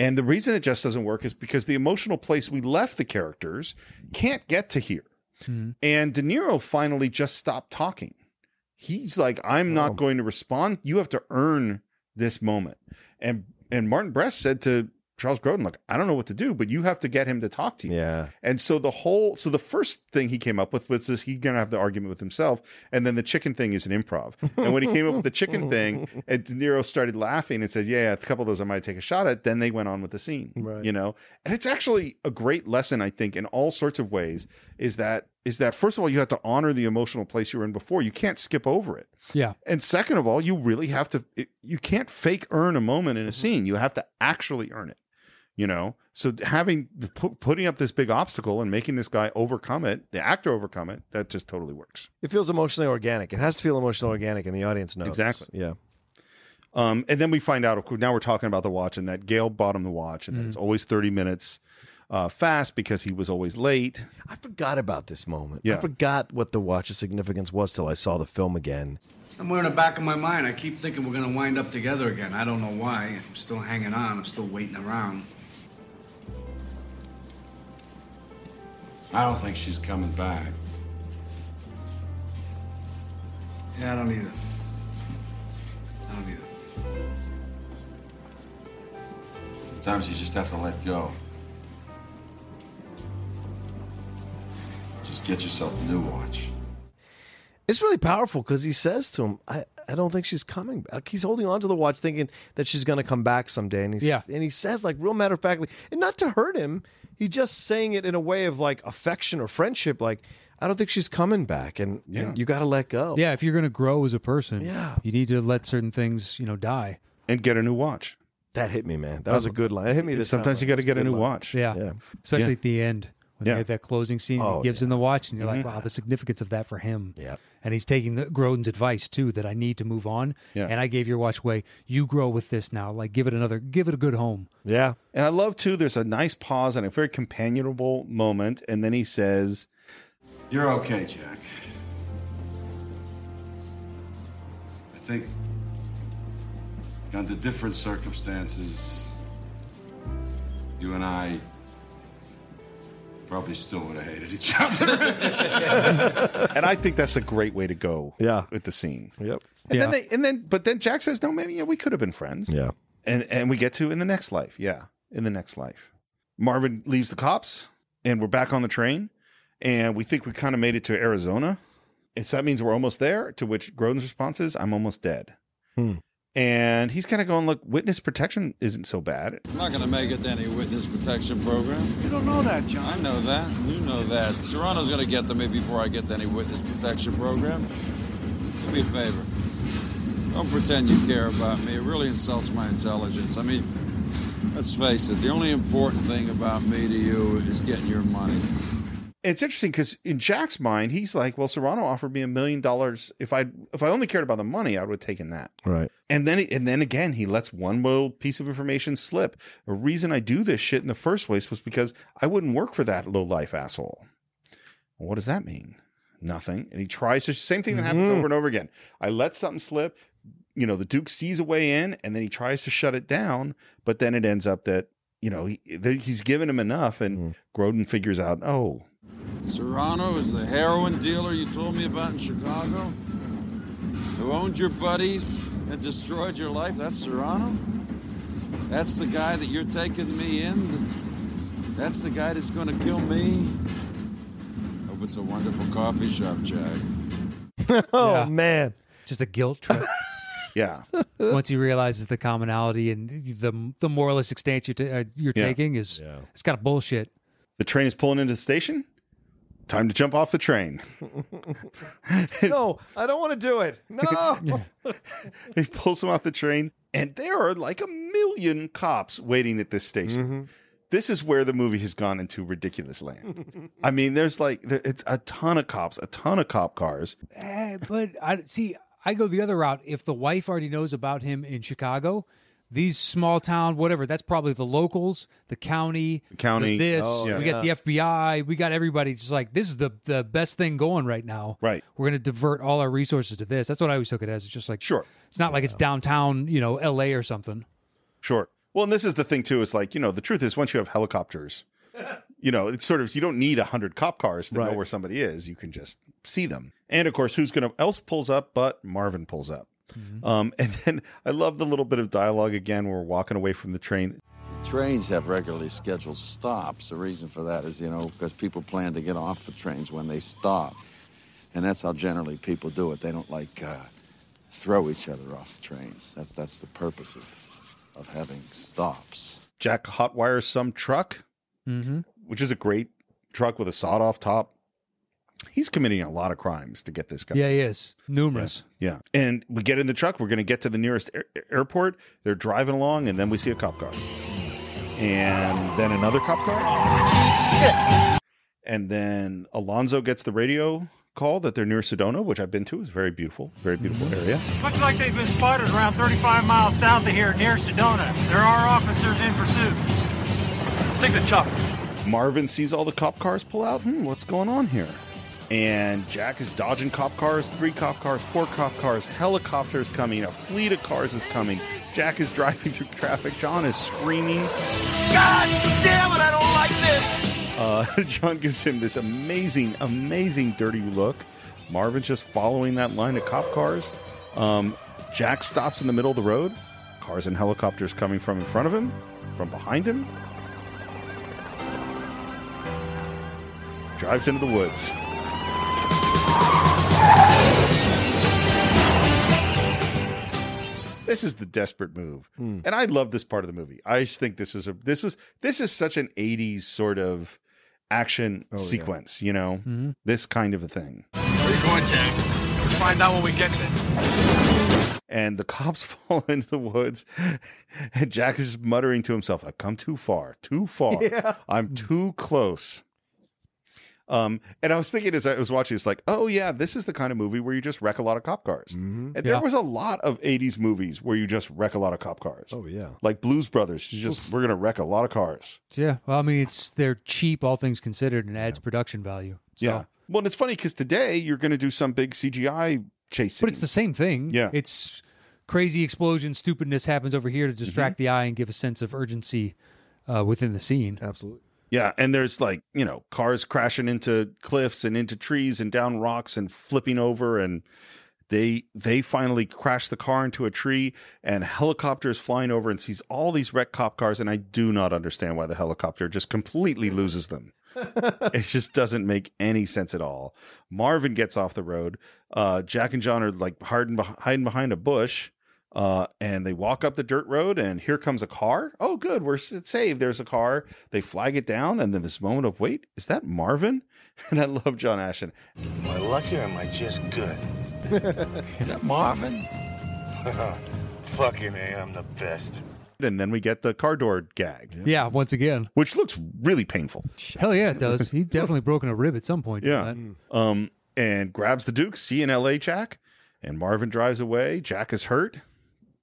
Speaker 1: And the reason it just doesn't work is because the emotional place we left the characters can't get to here. And De Niro finally just stopped talking. He's like, I'm not going to respond. You have to earn this moment. And and Martin Brest said to Charles Grodin, like, I don't know what to do, but you have to get him to talk to you.
Speaker 4: Yeah.
Speaker 1: And so the whole so the first thing he came up with was this he's gonna have the argument with himself, and then the chicken thing is an improv. And when he came up with the chicken thing, and De Niro started laughing and said, Yeah, a couple of those I might take a shot at, then they went on with the scene.
Speaker 4: Right.
Speaker 1: You know? And it's actually a great lesson, I think, in all sorts of ways, is that is that first of all, you have to honor the emotional place you were in before. You can't skip over it.
Speaker 5: Yeah.
Speaker 1: And second of all, you really have to, it- you can't fake earn a moment in a scene. You have to actually earn it, you know? So having, pu- putting up this big obstacle and making this guy overcome it, the actor overcome it, that just totally works.
Speaker 4: It feels emotionally organic. It has to feel emotionally organic, and the audience knows.
Speaker 1: Exactly.
Speaker 4: Yeah.
Speaker 1: Um, and then we find out, of course, now we're talking about the watch and that Gail bought him the watch and that it's always 30 minutes uh, fast because he was always late.
Speaker 4: I forgot about this moment.
Speaker 1: Yeah.
Speaker 4: I forgot what the watch's significance was till I saw the film again.
Speaker 11: Somewhere in the back of my mind, I keep thinking we're gonna wind up together again. I don't know why. I'm still hanging on. I'm still waiting around.
Speaker 6: I don't think she's coming back.
Speaker 11: Yeah, I don't either. I don't either.
Speaker 6: Sometimes you just have to let go. Just get yourself a new watch.
Speaker 4: It's really powerful because he says to him, I, I don't think she's coming back. He's holding on to the watch thinking that she's going to come back someday. And, he's,
Speaker 5: Yeah.
Speaker 4: and he says, like, real matter of factly, and not to hurt him, he's just saying it in a way of like affection or friendship. Like, I don't think she's coming back. And, and you got to let go.
Speaker 5: Yeah, if you're going to grow as a person, yeah. you need to let certain things, you know, die.
Speaker 1: And get a new watch.
Speaker 4: That hit me, man. That was a good line. It hit me this
Speaker 1: Sometimes you
Speaker 4: time.
Speaker 1: got to
Speaker 4: It's
Speaker 1: get a
Speaker 4: good
Speaker 1: new
Speaker 4: line.
Speaker 1: watch.
Speaker 5: Yeah. Especially
Speaker 1: Yeah.
Speaker 5: at the end when
Speaker 1: Yeah.
Speaker 5: they have that closing scene.
Speaker 1: Oh, Mm-hmm.
Speaker 5: he gives him the watch, and you're like, wow, the significance of that for him.
Speaker 4: Yeah.
Speaker 5: And he's taking the, Grodin's advice too that I need to move on.
Speaker 1: Yeah.
Speaker 5: And I gave your watch away. You grow with this now. Like, give it another, give it a good home.
Speaker 4: Yeah.
Speaker 1: And I love too, there's a nice pause and a very companionable moment. And then he says,
Speaker 6: You're okay, Jack. I think under different circumstances, you and I
Speaker 22: Probably still would have hated each other.
Speaker 1: and I think that's a great way to go. Yeah. with the scene.
Speaker 4: Yep.
Speaker 1: And then
Speaker 4: Yeah.
Speaker 1: they and then but then Jack says, "No, maybe yeah, we could have been friends."
Speaker 4: Yeah.
Speaker 1: And and we get to in the next life. Yeah, in the next life, Marvin leaves the cops, and we're back on the train, and we think we kind of made it to Arizona, and so that means we're almost there. To which Groden's response is, "I'm almost dead,"
Speaker 4: Hmm.
Speaker 1: and he's kind of going, "Look, witness protection isn't so bad."
Speaker 6: I'm not going to make it to any witness protection program.
Speaker 21: You don't know that, John.
Speaker 6: I know that. You know that. Serrano's going to get to me before I get to any witness protection program. Do me a favor. Don't pretend you care about me. It really insults my intelligence. I mean, let's face it, the only important thing about me to you is getting your money.
Speaker 1: It's interesting because in Jack's mind, he's like, "Well, Serrano offered me a million dollars. If I if I only cared about the money, I would have taken that."
Speaker 4: Right.
Speaker 1: And then and then again, he lets one little piece of information slip. The reason I do this shit in the first place was because I wouldn't work for that low life asshole. What does that mean? Nothing. And he tries to same thing that happens
Speaker 4: Mhm.
Speaker 1: over and over again. I let something slip. You know, the Duke sees a way in, and then he tries to shut it down. But then it ends up that you know he, that he's given him enough, and Groden figures out, oh,
Speaker 6: Serrano is the heroin dealer you told me about in Chicago, who owned your buddies and destroyed your life. That's Serrano? That's the guy that you're taking me in? That's the guy that's going to kill me? Hope it's a wonderful coffee shop, Jack.
Speaker 4: oh man,
Speaker 5: just a guilt trip.
Speaker 1: yeah.
Speaker 5: Once he realizes the commonality and the the moralistic stance you're, ta- uh, you're
Speaker 1: Yeah.
Speaker 5: taking is it's kind of bullshit.
Speaker 1: the train is pulling into the station. Time to jump off the train.
Speaker 4: no, I don't want to do it. No.
Speaker 1: he pulls him off the train, and there are like a million cops waiting at this station. This is where the movie has gone into ridiculous land. I mean, there's like there, it's a ton of cops, a ton of cop cars.
Speaker 5: Eh, but I see. I go the other route. If the wife already knows about him in Chicago, these small town, whatever, that's probably the locals, the county, the
Speaker 1: county.
Speaker 5: this.
Speaker 1: Oh,
Speaker 5: we
Speaker 1: yeah.
Speaker 5: got the FBI. We got everybody. Just like this is the the best thing going right now.
Speaker 1: Right.
Speaker 5: We're gonna divert all our resources to this. That's what I always took it as. It's just like
Speaker 1: sure.
Speaker 5: It's not like it's downtown, you know, L.A. or something.
Speaker 1: Sure. Well, and this is the thing too. Is like you know the truth is once you have helicopters, you know it's sort of you don't need a hundred cop cars to know
Speaker 4: Right.
Speaker 1: where somebody is. You can just see them. And of course, who's going to else pulls up? But Marvin pulls up. Um, and then I love the little bit of dialogue again. When we're walking away from the train.
Speaker 6: Trains have regularly scheduled stops. The reason for that is, you know, because people plan to get off the trains when they stop. And that's how generally people do it. They don't like uh, throw each other off the trains. That's that's the purpose of of having stops.
Speaker 1: Jack hotwires some truck,
Speaker 5: Mm-hmm.
Speaker 1: which is a great truck with a sawed off top. He's committing a lot of crimes to get this guy.
Speaker 5: Yeah, he is numerous.
Speaker 1: Yeah. And we get in the truck. We're going to get to the nearest air- airport. They're driving along, and then we see a cop car. And then another cop car. And then Alonzo gets the radio call that they're near Sedona, which I've been to. It's very beautiful, very beautiful
Speaker 5: Mm-hmm.
Speaker 1: area.
Speaker 2: Looks like they've been spotted around 35 miles south of here near Sedona. There are officers in pursuit. Take the chopper.
Speaker 1: Marvin sees all the cop cars pull out. Hmm, what's going on here? And Jack is dodging cop cars, three cop cars, four cop cars, helicopters coming, a fleet of cars is coming. Jack is driving through traffic. John is screaming.
Speaker 6: God damn it! I don't like this.
Speaker 1: Uh, John gives him this amazing, amazing dirty look. Marvin's just following that line of cop cars. Um, Jack stops in the middle of the road. Cars and helicopters coming from in front of him, from behind him. Drives into the woods. This is the desperate move. And I love this part of the movie. I just think this is a this was this is such an 80s sort of action
Speaker 23: yeah.
Speaker 1: sequence, you know? This kind of a thing.
Speaker 23: Where you going, Jack? We'll find out when we get there.
Speaker 1: And the cops fall into the woods. And Jack is just muttering to himself, I've come too far, too far.
Speaker 4: Yeah.
Speaker 1: I'm too close. Um, and I was thinking as I was watching, it's like, oh yeah, this is the kind of movie where you just wreck a lot of cop cars. And there
Speaker 4: Yeah.
Speaker 1: was a lot of '80s movies where you just wreck a lot of cop cars.
Speaker 4: Oh, yeah.
Speaker 1: like Blues Brothers. You just we're gonna wreck a lot of cars.
Speaker 5: Yeah. Well, I mean, it's they're cheap, all things considered, and adds production value. So.
Speaker 1: Yeah. Well, and it's funny because today you're gonna do some big CGI chase.
Speaker 5: But it's the same thing.
Speaker 1: Yeah.
Speaker 5: It's crazy explosion,
Speaker 1: Mm-hmm.
Speaker 5: stupidness happens over here to distract the eye and give a sense of urgency uh, within the scene.
Speaker 4: Absolutely.
Speaker 1: Yeah, and there's like, you know, cars crashing into cliffs and into trees and down rocks and flipping over and they they finally crash the car into a tree and helicopters flying over and sees all these wrecked cop cars and I do not understand why the helicopter just completely loses them. it just doesn't make any sense at all. Marvin gets off the road. Uh, Jack and John are like hiding, beh- hiding behind a bush. Uh, and they walk up the dirt road, and here comes a car. Oh, good, we're s- saved. There's a car. They flag it down, and then this moment of wait, is that Marvin? And I love John Ashton.
Speaker 24: Am I lucky or am I just good?
Speaker 1: Is that Marvin?
Speaker 24: Fucking A, I'm the best.
Speaker 1: And then we get the car door gag.
Speaker 5: Yeah, once again.
Speaker 1: Which looks really painful.
Speaker 5: Hell yeah, it does. He definitely broken a rib at some point. Uh,
Speaker 1: Yeah. Um, and grabs the Duke, see you in LA, Jack. And Marvin drives away. Jack is hurt.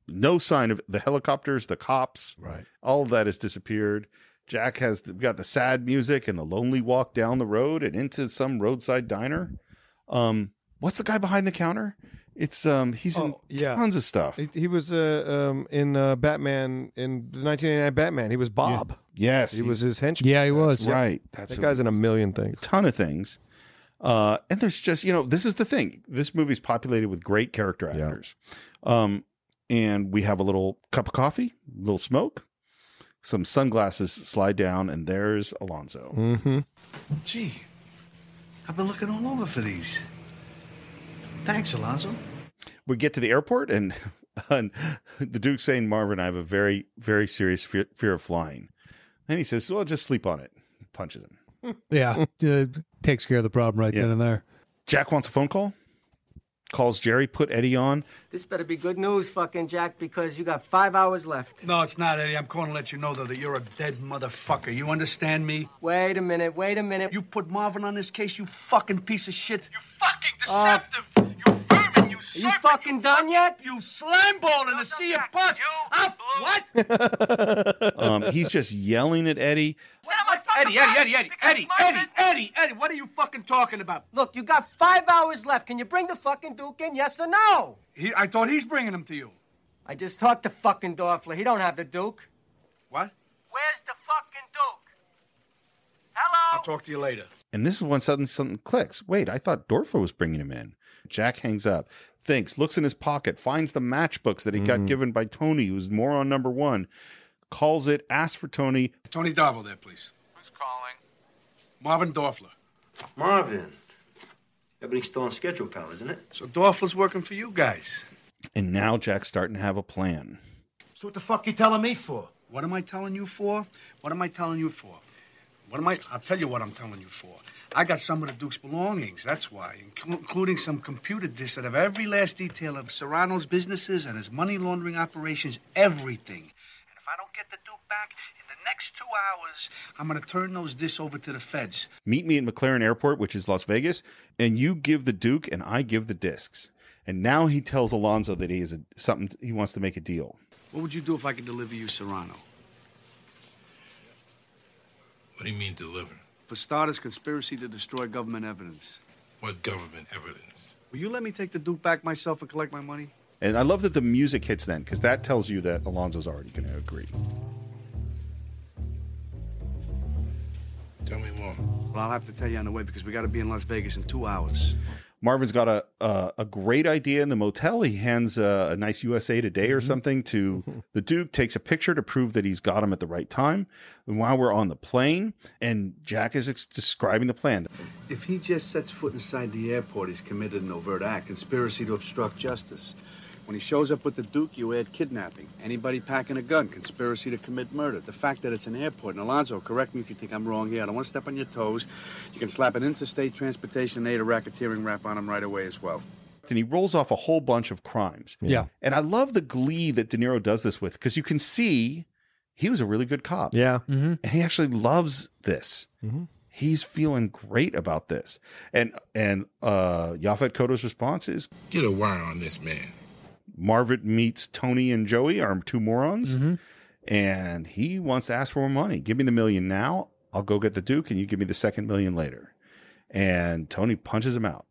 Speaker 1: No sign of the helicopters, the cops.
Speaker 4: Right.
Speaker 1: All of that has disappeared. Jack has the, got the sad music and the lonely walk down the road and into some roadside diner. Um, what's the guy behind the counter? It's um, he's in
Speaker 4: Oh, yeah.
Speaker 1: tons of stuff.
Speaker 4: He, he was uh, um, in uh, Batman in the 1989 Batman. He was Bob.
Speaker 1: Yes,
Speaker 4: he was his henchman.
Speaker 5: Yeah, he was.
Speaker 1: Right.
Speaker 4: that guy's in a million things.
Speaker 1: ton of things. Uh, and there's just, you know, this is the thing. This movie's populated with great character actors. Um, and we have a little cup of coffee, a little smoke, some sunglasses slide down, and there's Alonzo.
Speaker 4: Mm-hmm.
Speaker 3: Gee, I've been looking all over for these. Thanks, Alonzo.
Speaker 1: We get to the airport, and, and the Duke's saying, Marvin, I have a very, very serious fear, fear of flying. And he says, Well, just sleep on it. Punches him.
Speaker 5: Yeah. uh, takes care of the problem right then and there.
Speaker 1: Jack wants a phone call, calls Jerry, put Eddie on.
Speaker 15: This better be good news, fucking Jack, because you got five hours left.
Speaker 11: No, it's not, Eddie. I'm calling to let you know, though, that you're a dead motherfucker. You understand me?
Speaker 15: Wait a minute, wait a minute.
Speaker 11: You put Marvin on this case, you fucking piece of shit. You fucking
Speaker 15: Uh,
Speaker 11: Are you fucking done yet? You slime ball in the sea of bus. You what?
Speaker 1: um, he's just yelling at Eddie.
Speaker 11: What, what? Eddie, Eddie, Eddie, Eddie, Eddie, Eddie, Eddie, Eddie, what are you fucking talking about?
Speaker 15: Look, you got five hours left. Can you bring the fucking Duke in, yes or no?
Speaker 11: He, I thought he's bringing him to you.
Speaker 15: I just talked to fucking Dorfler. He don't have the Duke.
Speaker 11: What?
Speaker 15: Where's the fucking Duke?
Speaker 11: Hello? I'll talk to you later.
Speaker 1: And this is when suddenly something clicks. Wait, I thought Dorfler was bringing him in. Jack hangs up, thinks, looks in his pocket, finds the matchbooks that he got given by Tony, who's moron number one, calls it, asks for Tony.
Speaker 11: Tony Darville there, please. Who's calling? Marvin Dorfler.
Speaker 25: Marvin. Everything's still on schedule, pal, isn't it?
Speaker 11: So Dorfler's working for you guys.
Speaker 1: And now Jack's starting to have a plan.
Speaker 11: So what the fuck you telling me for? What am I telling you for? What am I telling you for? What am I? I'll tell you what I'm telling you for. I got some of the Duke's belongings. That's why, inc- including some computer disks that have every last detail of Serrano's businesses and his money laundering operations. Everything. And if I don't get the Duke back in the next two hours, I'm gonna turn those disks over to the feds.
Speaker 1: Meet me at McLaren Airport, which is Las Vegas, and you give the Duke and I give the discs. And now he tells Alonzo that he is a, something he wants to make a deal.
Speaker 11: What would you do if I could deliver you Serrano?
Speaker 17: What do you mean deliver?
Speaker 11: For starters, conspiracy to destroy government evidence.
Speaker 17: What government evidence?
Speaker 11: Will you let me take the Duke back myself and collect my money?
Speaker 1: And I love that the music hits then because that tells you that Alonzo's already going to agree.
Speaker 11: Tell me more. Well, I'll have to tell you on the way because we got to be in Las Vegas in two hours.
Speaker 1: Marvin's got a a, a great idea in the motel. He hands a, a nice USA Today or something to the Duke. Takes a picture to prove that he's got him at the right time. And while we're on the plane, and Jack is ex- describing the plan.
Speaker 11: If he just sets foot inside the airport, he's committed an overt act conspiracy to obstruct justice. When he shows up with the Duke, you add kidnapping. Anybody packing a gun, conspiracy to commit murder. The fact that it's an airport, and Alonzo, correct me if you think I'm wrong here. I don't want to step on your toes. You can slap an interstate transportation aid or racketeering rap on him right away as well.
Speaker 1: And he rolls off a whole bunch of crimes.
Speaker 5: Yeah.
Speaker 1: And I love the glee that De Niro does this with because you can see he was a really good cop.
Speaker 4: Yeah.
Speaker 1: And he actually loves this.
Speaker 4: Mm-hmm.
Speaker 1: He's feeling great about this. And and uh Yafet Koto's response is
Speaker 17: Get a wire on this man.
Speaker 1: Marvin meets Tony and Joey, are two morons,
Speaker 4: Mm-hmm.
Speaker 1: and he wants to ask for more money. Give me the million now. I'll go get the Duke, and you give me the second million later. And Tony punches him out.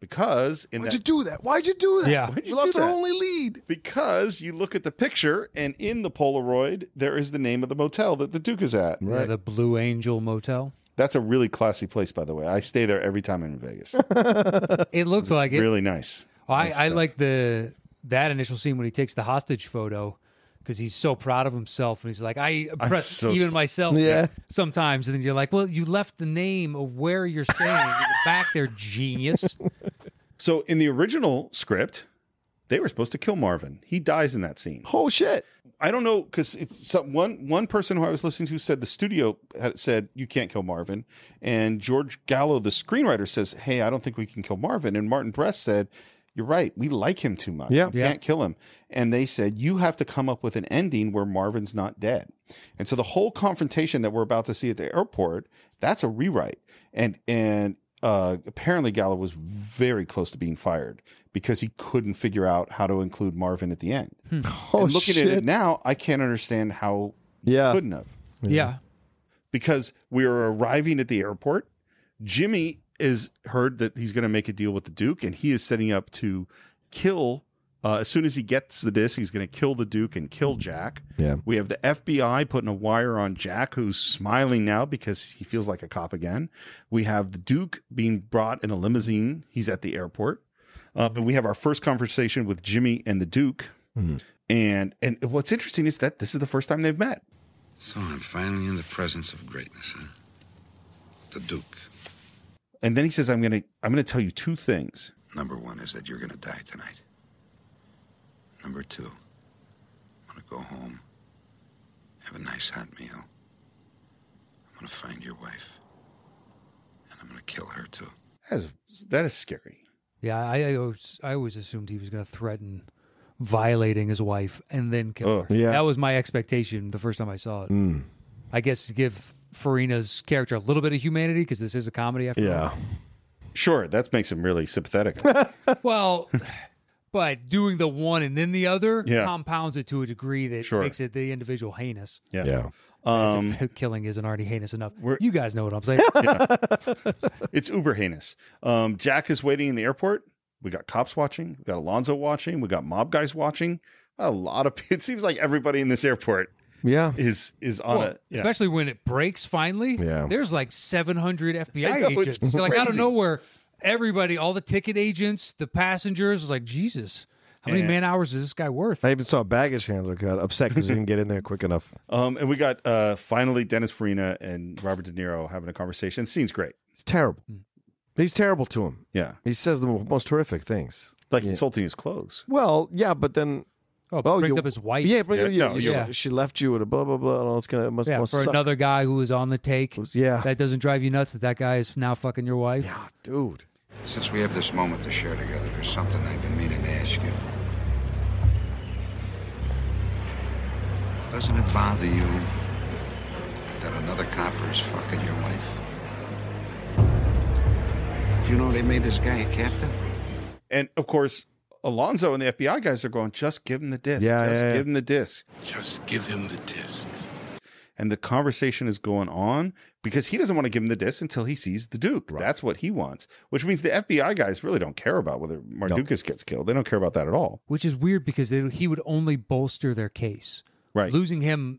Speaker 1: Because in
Speaker 4: Mm-hmm. Why'd
Speaker 1: that,
Speaker 4: you do that? Why'd you do that?
Speaker 1: Yeah.
Speaker 4: You,
Speaker 1: Why'd you
Speaker 4: lost
Speaker 1: do
Speaker 4: our
Speaker 1: that?
Speaker 4: only lead.
Speaker 1: because you look at the picture and in the Polaroid there is the name of the motel that the Duke is at.
Speaker 5: Yeah, the Blue Angel Motel.
Speaker 1: That's a really classy place, by the way. I stay there every time I'm in Vegas.
Speaker 5: It looks like it.
Speaker 1: really nice.
Speaker 5: Oh, I,
Speaker 1: Nice
Speaker 5: I
Speaker 1: stuff.
Speaker 5: like the that initial scene when he takes the hostage photo because he's so proud of himself and he's like, I impress
Speaker 1: so
Speaker 5: even
Speaker 1: sp-
Speaker 5: myself
Speaker 4: Yeah.
Speaker 5: sometimes. And then you're like, well, you left the name of where you're staying in the back there, genius.
Speaker 1: So in the original script, they were supposed to kill Marvin. He dies in that scene.
Speaker 4: Oh shit!
Speaker 1: I don't know because it's so one one person who I was listening to said the studio had said you can't kill Marvin, and George Gallo, the screenwriter, says, "Hey, I don't think we can kill Marvin." And Martin Brest said, "You're right. We like him too much.
Speaker 4: Yeah.
Speaker 1: we
Speaker 4: Yeah.
Speaker 1: can't kill him." And they said, "You have to come up with an ending where Marvin's not dead." And so the whole confrontation that we're about to see at the airport, that's a rewrite. And and uh, apparently Gallo was very close to being fired because he couldn't figure out how to include Marvin at the end.
Speaker 4: Oh,
Speaker 1: and looking at
Speaker 4: shit.
Speaker 1: it now, I can't understand how
Speaker 4: Yeah.
Speaker 1: he couldn't have.
Speaker 5: Yeah.
Speaker 1: Because we were arriving at the airport. Jimmy is heard that he's going to make a deal with the Duke, and he is setting up to kill. Uh, as soon as he gets the disc, he's going to kill the Duke and kill Jack.
Speaker 4: Yeah.
Speaker 1: We have the FBI putting a wire on Jack, who's smiling now because he feels like a cop again. We have the Duke being brought in a limousine. He's at the airport. Uh, but we have our first conversation with Jimmy and the Duke. And and what's interesting is that this is the first time they've met.
Speaker 26: So I'm finally in the presence of greatness, huh? The Duke.
Speaker 1: And then he says, "I'm gonna I'm gonna tell you two things."
Speaker 26: Number one is that you're gonna die tonight. Number two, I'm gonna go home, have a nice hot meal. I'm gonna find your wife, and I'm gonna kill her too.
Speaker 1: That is, that is scary.
Speaker 5: Yeah. I, I, always, I always assumed he was going to threaten violating his wife and then kill
Speaker 1: Oh,
Speaker 5: her.
Speaker 4: yeah.
Speaker 5: That was my expectation the first time I saw it.
Speaker 4: Mm.
Speaker 5: I guess to give Farina's character a little bit of humanity because this is a comedy after
Speaker 4: Yeah.
Speaker 1: Sure, that makes him really sympathetic.
Speaker 5: Well, but doing the one and then the other
Speaker 1: Yeah.
Speaker 5: compounds it to a degree that
Speaker 1: Sure.
Speaker 5: makes it the individual heinous.
Speaker 1: Yeah.
Speaker 5: As
Speaker 1: Um,
Speaker 5: if killing isn't already heinous enough.
Speaker 1: We're-
Speaker 5: You guys know what I'm saying.
Speaker 1: it's uber heinous. Um, Jack is waiting in the airport. We got cops watching. We got Alonzo watching. We got mob guys watching. A lot of it seems like everybody in this airport
Speaker 4: Yeah.
Speaker 1: is is on
Speaker 5: Well,
Speaker 1: it. Yeah.
Speaker 5: Especially when it breaks finally.
Speaker 4: Yeah.
Speaker 5: There's like 700 FBI
Speaker 1: I know, it's
Speaker 5: agents. So, like out of
Speaker 1: crazy.
Speaker 5: nowhere, everybody, all the ticket agents, the passengers, is like, Jesus, how many
Speaker 1: And-
Speaker 5: man hours is this guy worth?
Speaker 4: I even saw a baggage handler got upset because he didn't get in there quick enough.
Speaker 1: Um, and we got uh, finally Dennis Farina and Robert De Niro having a conversation. Scene's great.
Speaker 4: It's terrible.
Speaker 1: Mm.
Speaker 4: He's terrible to him.
Speaker 1: Yeah,
Speaker 4: He says the most horrific things.
Speaker 1: like insulting his clothes.
Speaker 4: Well, yeah, but then
Speaker 5: Oh,
Speaker 4: oh,
Speaker 5: brings
Speaker 4: you-
Speaker 5: up his wife.
Speaker 4: yeah, but
Speaker 1: Yeah,
Speaker 4: you-
Speaker 1: no,
Speaker 4: you-
Speaker 1: you're
Speaker 4: she-
Speaker 5: right.
Speaker 4: she left you with a blah blah blah. And all it's gonna it must,
Speaker 5: Yeah, for
Speaker 4: must suck.
Speaker 5: another guy who was on the take.
Speaker 4: yeah.
Speaker 5: That doesn't drive you nuts that that guy is now fucking your wife.
Speaker 4: yeah, dude.
Speaker 26: Since we have this moment to share together, there's something I've been meaning to ask you. Doesn't it bother you that another copper is fucking your wife? Do you know they made this guy a captain?
Speaker 1: And of course, Alonzo and the FBI guys are going, just give him the disc.
Speaker 4: Yeah,
Speaker 1: just
Speaker 4: yeah, yeah.
Speaker 1: give him the disc.
Speaker 26: Just give him the disc.
Speaker 1: And the conversation is going on because he doesn't want to give him the disc until he sees the Duke. That's what he wants, which means the FBI guys really don't care about whether Mardukas gets killed. They don't care about that at all.
Speaker 5: which is weird because they, he would only bolster their case.
Speaker 1: Right.
Speaker 5: Losing him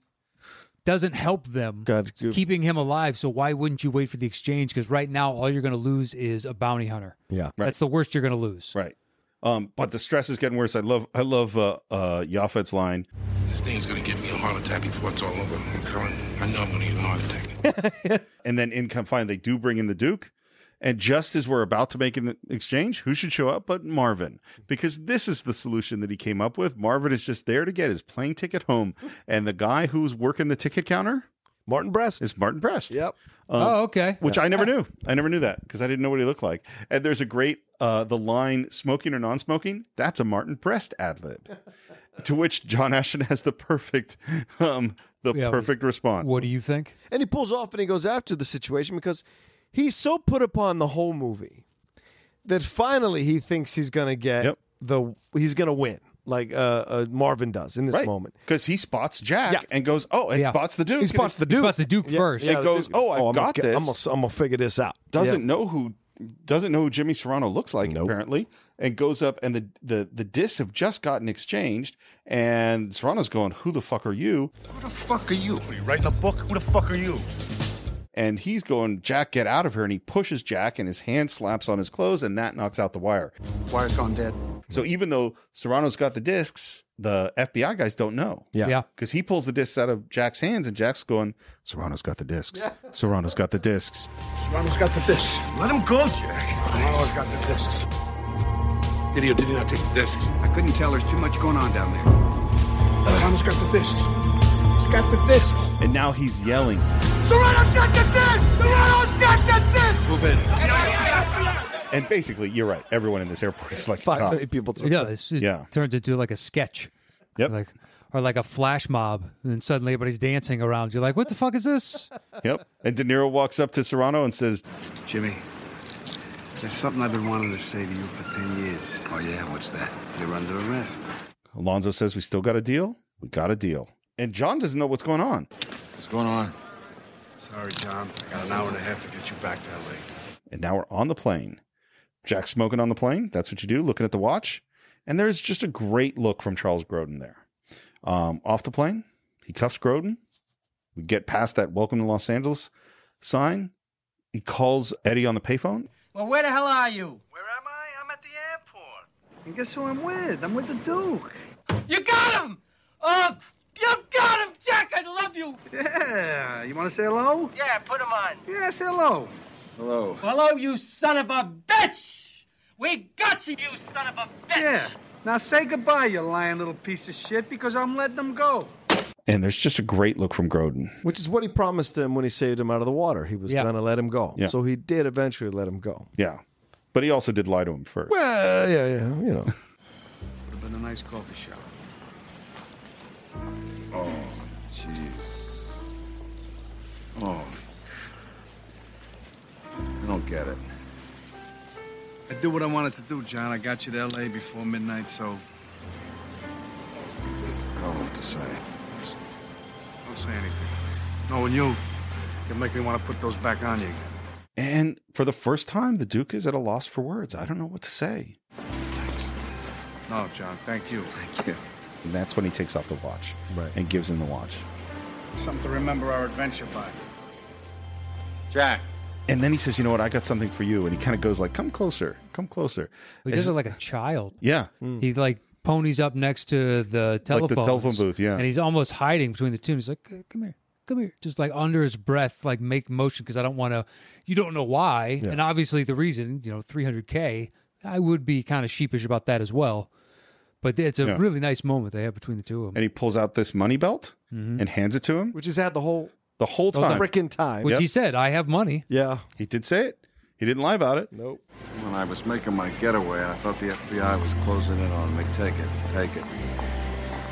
Speaker 5: doesn't help them.
Speaker 4: God, dude.
Speaker 5: Keeping him alive, so why wouldn't you wait for the exchange? Because right now, all you're going to lose is a bounty hunter.
Speaker 4: Yeah.
Speaker 5: That's the worst you're going to lose.
Speaker 1: Right. Um, but the stress is getting worse. I love I love uh, uh, Yafet's line.
Speaker 26: This thing's gonna give me a heart attack before it's all over. I'm telling you, I know I'm gonna get a heart attack.
Speaker 1: And then in come finally, they do bring in the Duke. And just as we're about to make an exchange, who should show up but Marvin? Because this is the solution that he came up with. Marvin is just there to get his plane ticket home. And the guy who's working the ticket counter
Speaker 4: Martin Brest.
Speaker 1: is Martin Brest.
Speaker 4: Yep.
Speaker 1: Um,
Speaker 5: oh, okay.
Speaker 1: Which I never knew. I never knew that because I didn't know what he looked like. And there's a great uh, the line smoking or non-smoking. That's a Martin Brest ad lib, to which John Ashton has the perfect um, the
Speaker 5: Yeah.
Speaker 1: perfect response.
Speaker 5: What do you think?
Speaker 4: And he pulls off and he goes after the situation because he's so put upon the whole movie that finally he thinks he's gonna get
Speaker 1: Yep.
Speaker 4: the he's gonna win like uh, uh, Marvin does in this
Speaker 1: right.
Speaker 4: moment.
Speaker 1: because he spots Jack
Speaker 4: Yeah.
Speaker 1: and goes, "Oh, and
Speaker 5: Yeah.
Speaker 1: spots the Duke."
Speaker 4: He spots
Speaker 1: And
Speaker 4: the Duke.
Speaker 5: Plus the Duke
Speaker 4: Yeah,
Speaker 5: first.
Speaker 4: yeah,
Speaker 1: It goes,
Speaker 4: the Duke.
Speaker 1: "Oh, I've
Speaker 4: I'm
Speaker 1: got
Speaker 4: gonna,
Speaker 1: this."
Speaker 4: I'm gonna, I'm gonna figure this out.
Speaker 1: doesn't know who doesn't know who Jimmy Serrano looks like apparently, and goes up and the the the discs have just gotten exchanged, and Serrano's going, "Who the fuck are you?"
Speaker 27: Who the fuck are you?
Speaker 1: Are you writing a book? Who the fuck are you? And he's going, Jack, get out of here. And he pushes Jack, and his hand slaps on his clothes, and that knocks out the wire.
Speaker 28: Wire's gone dead.
Speaker 1: So even though Serrano's got the discs, the FBI guys don't know.
Speaker 4: Yeah. Yeah.
Speaker 1: Because he pulls the discs out of Jack's hands, and Jack's going, Serrano's got the discs. Serrano's got the discs.
Speaker 28: Serrano's got the discs. Let him go, Jack. Serrano's got the discs.
Speaker 27: Did he or did he not take the discs?
Speaker 28: I couldn't tell. There's too much going on down there. Serrano's got the discs. He's got the discs.
Speaker 1: And now he's yelling.
Speaker 2: Serrano's got the disc! Serrano's got the disc!
Speaker 1: Move in. And basically, you're right. Everyone in this airport is like,
Speaker 5: Five
Speaker 1: cop.
Speaker 5: million people took Yeah, that. it's- it turns into like a sketch.
Speaker 1: Yep.
Speaker 5: Like or like a flash mob, and then suddenly everybody's dancing around. You're like, what the fuck is this?
Speaker 1: Yep. And De Niro walks up to Serrano and says,
Speaker 11: Jimmy, there's something I've been wanting to say to you for 10 years. Oh, yeah? What's that? You're under arrest.
Speaker 1: Alonzo says, We still got a deal? We got a deal. And John doesn't know what's going on. What's going on?
Speaker 11: Sorry, John. I got an hour and a half to get you back to LA.
Speaker 1: And now we're on the plane. Jack's smoking on the plane. That's what you do, looking at the watch. And there's just a great look from Charles Grodin there. Um, off the plane, he cuffs Grodin. We get past that welcome to Los Angeles sign. He calls Eddie on the payphone.
Speaker 15: Well, where the hell are you?
Speaker 11: And guess who I'm with? I'm with the Duke.
Speaker 15: You got him! Oh, you got him, Jack! I love you!
Speaker 11: Yeah. You want to say hello?
Speaker 15: Yeah, put him on.
Speaker 11: Yeah, say hello.
Speaker 15: Hello. Hello, you son of a bitch! We got you, you son of a bitch!
Speaker 11: Yeah. Now say goodbye, you lying little piece of shit, because I'm letting them go.
Speaker 1: And there's just a great look from Grodin.
Speaker 4: Which is what he promised him when he saved him out of the water. He was
Speaker 1: Yeah.
Speaker 4: going to let him go.
Speaker 1: Yeah.
Speaker 4: So he did eventually let him go.
Speaker 1: Yeah. But he also did lie to him first.
Speaker 4: Well, yeah, yeah, you know.
Speaker 11: Would have been a nice coffee shop.
Speaker 6: Oh, jeez. Oh.
Speaker 11: I don't get it. I did what I wanted to do, John. I got you to LA before midnight, so
Speaker 6: I don't know what to say.
Speaker 11: don't say anything. Knowing you, you make me want to put those back on you again.
Speaker 1: And for the first time, the Duke is at a loss for words. I don't know what to say.
Speaker 11: No, John, thank you. Thank you.
Speaker 1: And that's when he takes off the watch
Speaker 4: right.
Speaker 1: and gives him the watch.
Speaker 11: Something to remember our adventure by.
Speaker 1: Jack. And then he says, "You know what? I got something for you." And he kind of goes like, "Come closer, come closer."
Speaker 5: He
Speaker 1: It's-
Speaker 5: does it like Hmm. a child.
Speaker 1: yeah.
Speaker 5: He like ponies up next to the telephone.
Speaker 1: Like the telephone booth, yeah.
Speaker 5: And he's almost hiding between the two. He's like, "Come here, come here," just like under his breath, like make motion because I don't want to. You don't know why, and obviously the reason, you know, 300k. I would be kind of sheepish about that as well, but it's a
Speaker 1: Yeah.
Speaker 5: really nice moment they have between the two of them.
Speaker 1: And he pulls out this money belt
Speaker 5: Mhm.
Speaker 1: and hands it to him,
Speaker 4: which he's had the whole
Speaker 1: the whole time,
Speaker 4: frickin' time.
Speaker 5: Which
Speaker 1: Yep.
Speaker 5: he said, I have money.
Speaker 4: Yeah.
Speaker 1: He did say it. He didn't lie about it.
Speaker 4: Nope.
Speaker 6: When I was making my getaway, I thought the FBI was closing in on me. Take it, take it.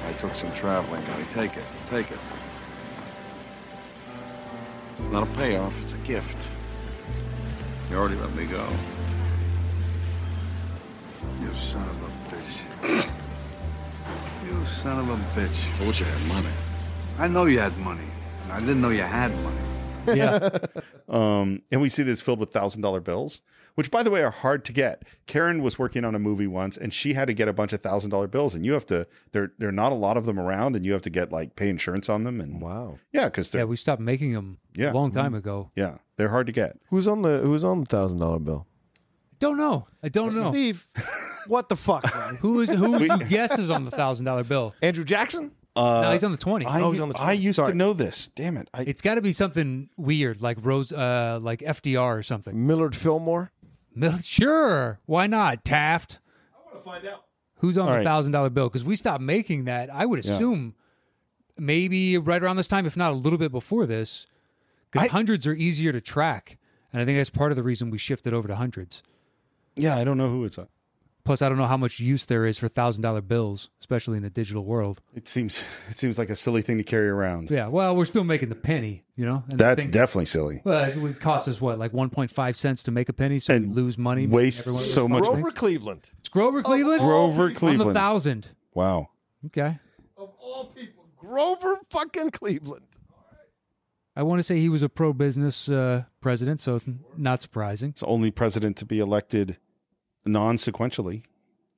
Speaker 6: I took some traveling money. Take it, take it. It's not a payoff, it's a gift. You already let me go.
Speaker 11: You son of a bitch. you son of a bitch.
Speaker 6: I wish I had money.
Speaker 11: I know you had money. and I didn't know you had money.
Speaker 5: Yeah.
Speaker 1: um, and we see this filled with thousand dollar bills, which, by the way, are hard to get. Karen was working on a movie once, and she had to get a bunch of thousand dollar bills, and you have to. There, there are not a lot of them around, and you have to get like pay insurance on them. And
Speaker 4: wow,
Speaker 1: yeah, because they're
Speaker 5: yeah, we stopped making them
Speaker 1: Yeah.
Speaker 5: a long time
Speaker 1: Mhm.
Speaker 5: ago.
Speaker 1: yeah, they're hard to get.
Speaker 4: Who's on the Who's on the thousand dollar bill?
Speaker 5: Don't know. I don't know.
Speaker 4: Steve, what the fuck? man?
Speaker 5: Who is who you guess is on the thousand dollar bill?
Speaker 4: Andrew Jackson?
Speaker 1: Uh,
Speaker 5: no, Oh, he's on the twenty.
Speaker 1: I, I used to know this. Damn it. I,
Speaker 5: It's got to be something weird, like Rose, uh, like FDR or something.
Speaker 4: Millard Fillmore.
Speaker 5: Mill- sure, why not Taft? I want to find out who's on
Speaker 1: All
Speaker 5: the
Speaker 1: right.
Speaker 5: thousand dollar bill because we stopped making that. I would
Speaker 1: Yeah.
Speaker 5: assume maybe right around this time, if not a little bit before this, because hundreds are easier to track, and I think that's part of the reason we shifted over to hundreds.
Speaker 1: yeah, I don't know who it's uh, on.
Speaker 5: Plus, I don't know how much use there is for thousand dollar bills, especially in the digital world.
Speaker 1: It seems it seems like a silly thing to carry around.
Speaker 5: Yeah, well, we're still making the penny, you know. And the
Speaker 1: That's
Speaker 5: thing-
Speaker 1: definitely silly.
Speaker 5: Well, it would cost us what, like one point five cents to make a penny, so we lose money.
Speaker 1: waste
Speaker 5: Everyone loses
Speaker 1: so much-
Speaker 5: money.
Speaker 1: Grover
Speaker 4: Cleveland.
Speaker 5: It's Grover Cleveland.
Speaker 1: Grover
Speaker 5: on the
Speaker 1: Cleveland.
Speaker 5: thousand.
Speaker 1: Wow.
Speaker 5: Okay.
Speaker 4: Grover fucking Cleveland.
Speaker 5: I want to say he was a pro business uh, president, so it's not surprising.
Speaker 1: It's the only president to be elected non sequentially.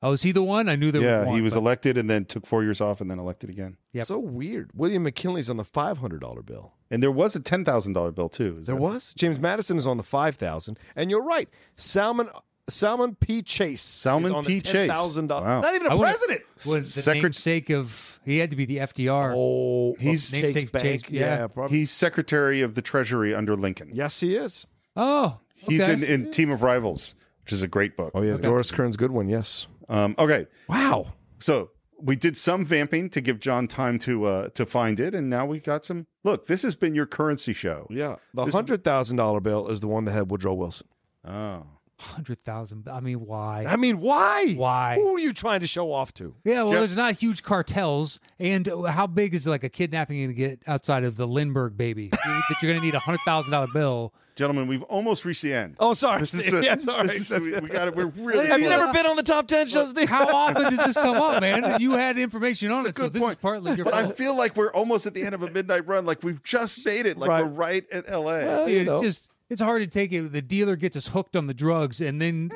Speaker 5: Oh, is he the one? I knew there
Speaker 1: yeah,
Speaker 5: was one.
Speaker 1: he was
Speaker 5: but-
Speaker 1: elected and then took four years off and then elected again.
Speaker 4: So weird. William McKinley's on the five hundred dollar bill.
Speaker 1: And there was a ten thousand dollar bill too. Is
Speaker 4: There
Speaker 1: that-
Speaker 4: was James Madison is on the five thousand, and you're right. Salmon Salmon P. Chase.
Speaker 1: Salmon P. Chase.
Speaker 4: Thousand
Speaker 1: Wow.
Speaker 4: dollars. Not even a
Speaker 5: I wouldn't-
Speaker 4: president.
Speaker 5: Was the
Speaker 1: Secret-
Speaker 5: namesake of he had to be the FDR.
Speaker 4: Oh,
Speaker 1: He's
Speaker 5: Namesake
Speaker 4: Chase Bank,
Speaker 5: Chase,
Speaker 4: yeah,
Speaker 5: yeah.
Speaker 4: probably.
Speaker 1: He's Secretary of the Treasury under Lincoln.
Speaker 4: Yes, he is.
Speaker 5: Oh,
Speaker 1: He's
Speaker 5: okay.
Speaker 1: in, in Team of Rivals, which is a great book.
Speaker 4: Oh yeah, Doris Kearns Goodwin. Yes.
Speaker 1: Um, okay,
Speaker 4: Wow.
Speaker 1: so we did some vamping to give John time to uh, to find it, and now we got some. Look, this has been your currency show.
Speaker 4: Yeah. The
Speaker 1: This-
Speaker 4: hundred thousand dollar bill is the one that had Woodrow Wilson.
Speaker 1: Oh,
Speaker 5: hundred thousand. I mean, why?
Speaker 4: I mean, why?
Speaker 5: Why?
Speaker 4: Who are you trying to show off to?
Speaker 5: yeah, well,
Speaker 1: Jeff-
Speaker 5: there's not huge cartels, and uh, how big is like a kidnapping going to get outside of the Lindbergh baby that you're going to need a hundred thousand dollar bill?
Speaker 1: gentlemen, we've almost reached the end.
Speaker 4: Oh, sorry.
Speaker 1: This is the-
Speaker 4: yeah, sorry.
Speaker 1: this is- we, we got it. We're really.
Speaker 4: Have you
Speaker 1: close.
Speaker 4: never been on the top ten shows? Steve?
Speaker 5: uh, How often does this come up, man? You had information on it, so this is partly your
Speaker 1: But I
Speaker 5: fault.
Speaker 1: feel like we're almost at the end of a midnight run. Like we've just made it. Like
Speaker 4: Right.
Speaker 1: we're right at L.A.
Speaker 4: Well,
Speaker 5: Dude,
Speaker 4: you know.
Speaker 5: it's just it's hard to take it. The dealer gets us hooked on the drugs, and then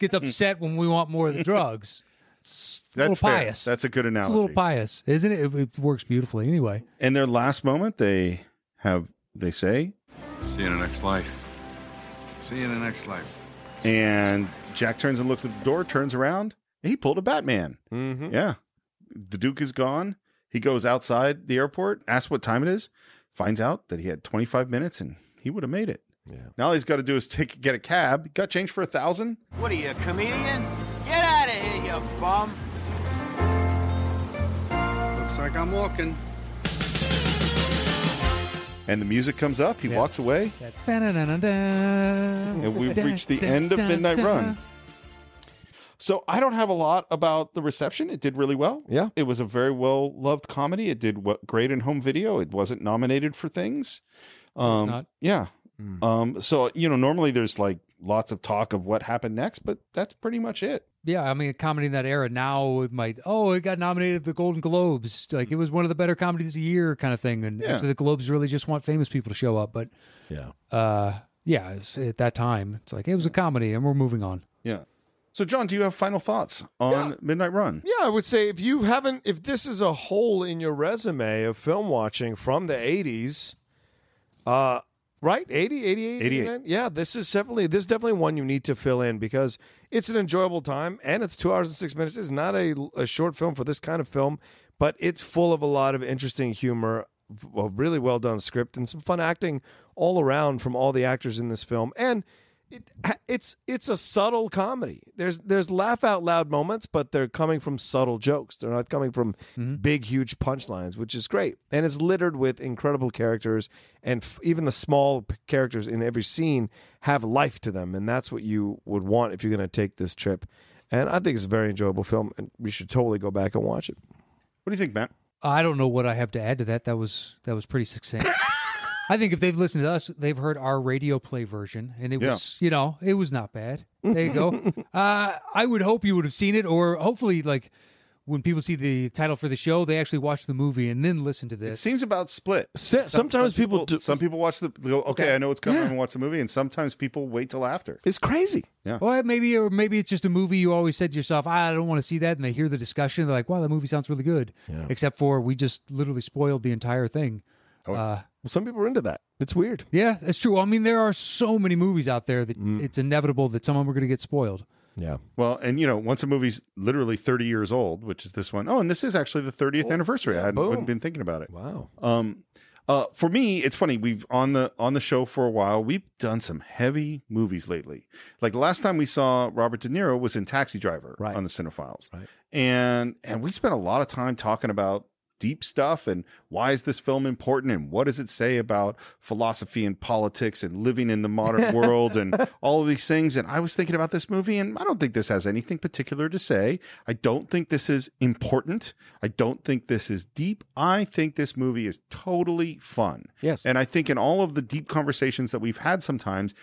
Speaker 5: gets upset when we want more of the drugs. It's a
Speaker 1: That's
Speaker 5: little
Speaker 1: fair.
Speaker 5: pious.
Speaker 1: That's a good
Speaker 5: it's
Speaker 1: analogy.
Speaker 5: a little pious, isn't it? It, it works beautifully anyway.
Speaker 1: In their last moment, they have they say,
Speaker 17: See you in the next life. See you in the next life.
Speaker 1: and Jack turns and looks at the door, turns around. and He pulled a Batman.
Speaker 4: Mm-hmm.
Speaker 1: Yeah. The Duke is gone. He goes outside the airport, asks what time it is, finds out that he had 25 minutes and he would have made it.
Speaker 4: Yeah.
Speaker 1: Now all he's got to do is take get a cab. Got change for a thousand.
Speaker 12: What are you, a comedian? Get out of here, you bum!
Speaker 3: Looks like I'm walking.
Speaker 1: And the music comes up. He
Speaker 5: Yeah.
Speaker 1: walks away.
Speaker 5: And
Speaker 1: And we've reached the end of Midnight Run. So I don't have a lot about the reception. It did really well.
Speaker 4: Yeah.
Speaker 1: It was a very well loved comedy. It did what great in home video. It wasn't nominated for things. Um
Speaker 5: not.
Speaker 1: yeah.
Speaker 4: Hmm.
Speaker 1: Um so you know normally there's like lots of talk of what happened next, but that's pretty much it.
Speaker 5: Yeah, I mean, a comedy in that era now it might. Oh, it got nominated at the Golden Globes. Like it was one of the better comedies of the year, kind of thing. And
Speaker 1: Yeah.
Speaker 5: so the Globes really just want famous people to show up. But
Speaker 4: Yeah.
Speaker 5: uh, yeah, it's, at that time, it's like it was a comedy, and we're moving on.
Speaker 1: Yeah. So John, do you have final thoughts on Midnight Run?
Speaker 4: Yeah, I would say if you haven't, if this is a hole in your resume of film watching from the 80s, uh, right? 80, 88,
Speaker 1: 88.
Speaker 4: 89? Yeah, this is definitely, this is definitely one you need to fill in because it's an enjoyable time and it's two hours and six minutes. It's not a, a short film for this kind of film, but it's full of a lot of interesting humor, a really well done script, and some fun acting all around from all the actors in this film. And it, it's it's a subtle comedy. There's there's laugh out loud moments, but they're coming from subtle jokes. They're not coming from big huge punchlines, which is great. And it's littered with incredible characters, and f- even the small p- characters in every scene have life to them, and that's what you would want if you're going to take this trip. And I think it's a very enjoyable film, and we should totally go back and watch it.
Speaker 1: What do you think, Matt?
Speaker 5: I don't know what I have to add to that. That was that was pretty succinct. I think if they've listened to us, they've heard our radio play version, and it
Speaker 1: Yeah.
Speaker 5: was you know it was not bad. There you go. uh, I would hope you would have seen it, or hopefully like when people see the title for the show, they actually watch the movie and then listen to
Speaker 1: It
Speaker 5: this.
Speaker 1: seems about split.
Speaker 4: Se- sometimes people do-
Speaker 1: some people watch the they go, okay, I know it's coming and watch the movie, and sometimes people wait till after.
Speaker 4: It's crazy.
Speaker 5: Or maybe, or maybe it's just a movie you always said to yourself, "I don't want to see that," and they hear the discussion, they're like, "Wow, that movie sounds really good."
Speaker 4: Yeah.
Speaker 5: Except for we just literally spoiled the entire thing. Uh,
Speaker 4: Well, some people are into that. It's weird.
Speaker 5: yeah, that's true. I mean, there are so many movies out there that it's inevitable that some of them are going to get spoiled.
Speaker 4: Yeah.
Speaker 1: Well, and you know, once a movie's literally 30 years old, which is this one, oh, and this is actually the 30th anniversary. I hadn't
Speaker 4: boom.
Speaker 1: wouldn't been thinking about it.
Speaker 4: Wow.
Speaker 1: Um, uh, for me, it's funny. We've on the on the show for a while. We've done some heavy movies lately. Like the last time we saw Robert De Niro was in Taxi Driver
Speaker 4: Right.
Speaker 1: on the Cinephiles,
Speaker 4: Right.
Speaker 1: and and we spent a lot of time talking about deep stuff and why is this film important and what does it say about philosophy and politics and living in the modern world and all of these things and I was thinking about this movie and I don't think this has anything particular to say. I don't think this is important. I don't think this is deep. I think this movie is totally fun.
Speaker 4: Yes.
Speaker 1: And I think in all of the deep conversations that we've had sometimes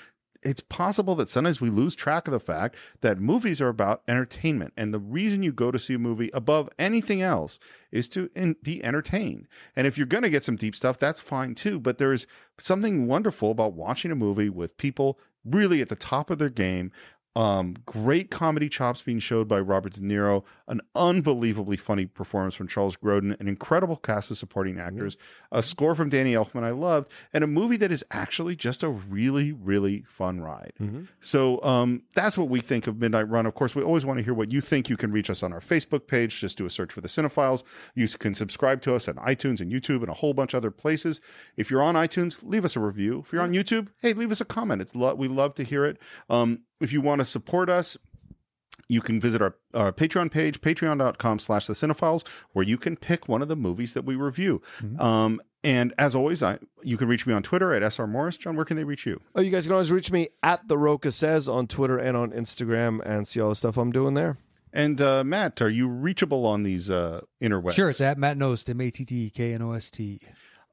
Speaker 1: it's possible that sometimes we lose track of the fact that movies are about entertainment. And the reason you go to see a movie above anything else is to en- be entertained. And if you're going to get some deep stuff, that's fine too. But there is something wonderful about watching a movie with people really at the top of their game. Um, great comedy chops being showed by Robert De Niro, an unbelievably funny performance from Charles Grodin, an incredible cast of supporting actors, a score from Danny Elfman I loved, and a movie that is actually just a really, really fun ride. So um, that's what we think of Midnight Run. Of course, we always want to hear what you think. You can reach us on our Facebook page. Just do a search for the Cinephiles. You can subscribe to us on iTunes and YouTube and a whole bunch of other places. If you're on iTunes, leave us a review. If you're on YouTube, hey, leave us a comment. It's lo- we love to hear it. Um, if you want to support us, you can visit our, our patreon page patreon.com slash the cinephiles where you can pick one of the movies that we review
Speaker 5: Mm-hmm.
Speaker 1: um, and as always I, you can reach me on twitter at sr morris john where can they reach you
Speaker 4: Oh, you guys can always reach me at the Roca says on Twitter and on Instagram and see all the stuff I'm doing there.
Speaker 1: and uh, matt are you reachable on these uh, interwebs
Speaker 5: Sure, it's at Matt Nost, M A T T E K N O S T.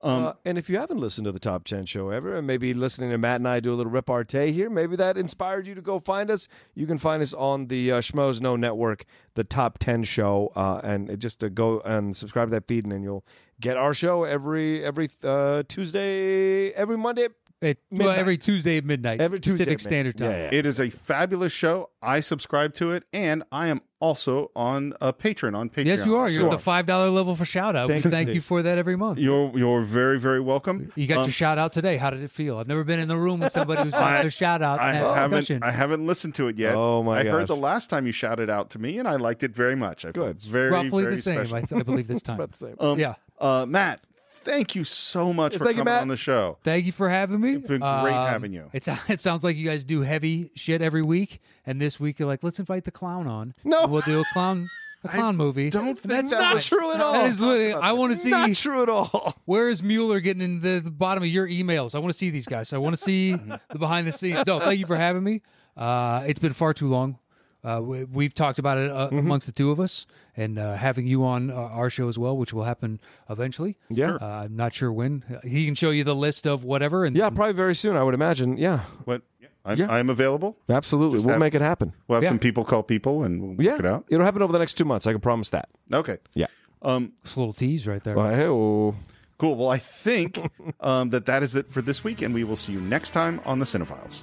Speaker 1: Um,
Speaker 4: uh, and if you haven't listened to the Top 10 show ever, and maybe listening to Matt and I do a little repartee here, maybe that inspired you to go find us. You can find us on the uh, Schmoes No Network, the Top 10 show, uh, and it- just to go and subscribe to that feed, and then you'll get our show every every uh, Tuesday, every Monday.
Speaker 5: Well,
Speaker 4: midnight.
Speaker 5: every Tuesday at midnight.
Speaker 4: Every Tuesday
Speaker 5: Pacific
Speaker 4: at
Speaker 5: Standard
Speaker 4: midnight.
Speaker 5: Time.
Speaker 4: Yeah, yeah.
Speaker 1: It is a fabulous show. I subscribe to it, and I am also on a patron on Patreon.
Speaker 5: Yes, you are. You're
Speaker 1: So
Speaker 5: at the five dollar level for shout out.
Speaker 1: Thank
Speaker 5: we
Speaker 1: you,
Speaker 5: thank
Speaker 1: Steve.
Speaker 5: you for that every month.
Speaker 1: You're you're very very welcome.
Speaker 5: You got
Speaker 1: Um,
Speaker 5: your shout out today. How did it feel? I've never been in the room with somebody who's
Speaker 1: I-
Speaker 5: got their shout out.
Speaker 1: I
Speaker 5: and had
Speaker 1: haven't
Speaker 5: discussion.
Speaker 1: I haven't listened to it yet.
Speaker 4: Oh, my
Speaker 1: I heard
Speaker 4: gosh.
Speaker 1: the last time you shouted out to me, and I liked it very much. I Good, very
Speaker 5: Roughly
Speaker 1: very
Speaker 5: the same,
Speaker 1: special.
Speaker 5: I, th- I believe this time.
Speaker 4: about the same.
Speaker 1: Um,
Speaker 5: yeah.
Speaker 1: uh, Matt, thank you so much
Speaker 5: Yes,
Speaker 1: for
Speaker 5: thank you,
Speaker 1: coming
Speaker 5: Matt.
Speaker 1: on the show.
Speaker 5: Thank you for having me. Um,
Speaker 1: It's been great having you.
Speaker 5: It's it sounds like you guys do heavy shit every week, and this week you're like, let's invite the clown on. No, we'll do a clown a clown movie. Don't
Speaker 4: that's not true at all.
Speaker 5: That is literally, I want to see.
Speaker 4: Not true at all.
Speaker 5: Where is Mueller getting in the, the bottom of your emails? I want to see these guys. I want to see the behind the scenes. No, thank you for having me. Uh, it's been far too long. Uh, we, we've talked about it uh,
Speaker 4: Mm-hmm.
Speaker 5: amongst the two of us, and uh, having you on uh, our show as well, which will happen eventually.
Speaker 4: Yeah.
Speaker 5: uh, I'm not sure when. He can show you the list of whatever, and
Speaker 4: Yeah, probably very soon, I would imagine. Yeah.
Speaker 1: What? I'm,
Speaker 4: Yeah.
Speaker 1: I'm available.
Speaker 4: Absolutely.
Speaker 1: Just
Speaker 4: we'll
Speaker 1: have-
Speaker 4: make it happen.
Speaker 1: We'll have some people call people, and we'll
Speaker 4: Yeah.
Speaker 1: work it out.
Speaker 4: It'll happen over the next two months. I can promise that.
Speaker 1: Okay.
Speaker 4: Yeah.
Speaker 1: Um,
Speaker 5: It's a little tease right there.
Speaker 4: Well, hey-o.
Speaker 1: Cool. Well, I think um, that that is it for this week, and we will see you next time on the Cinephiles.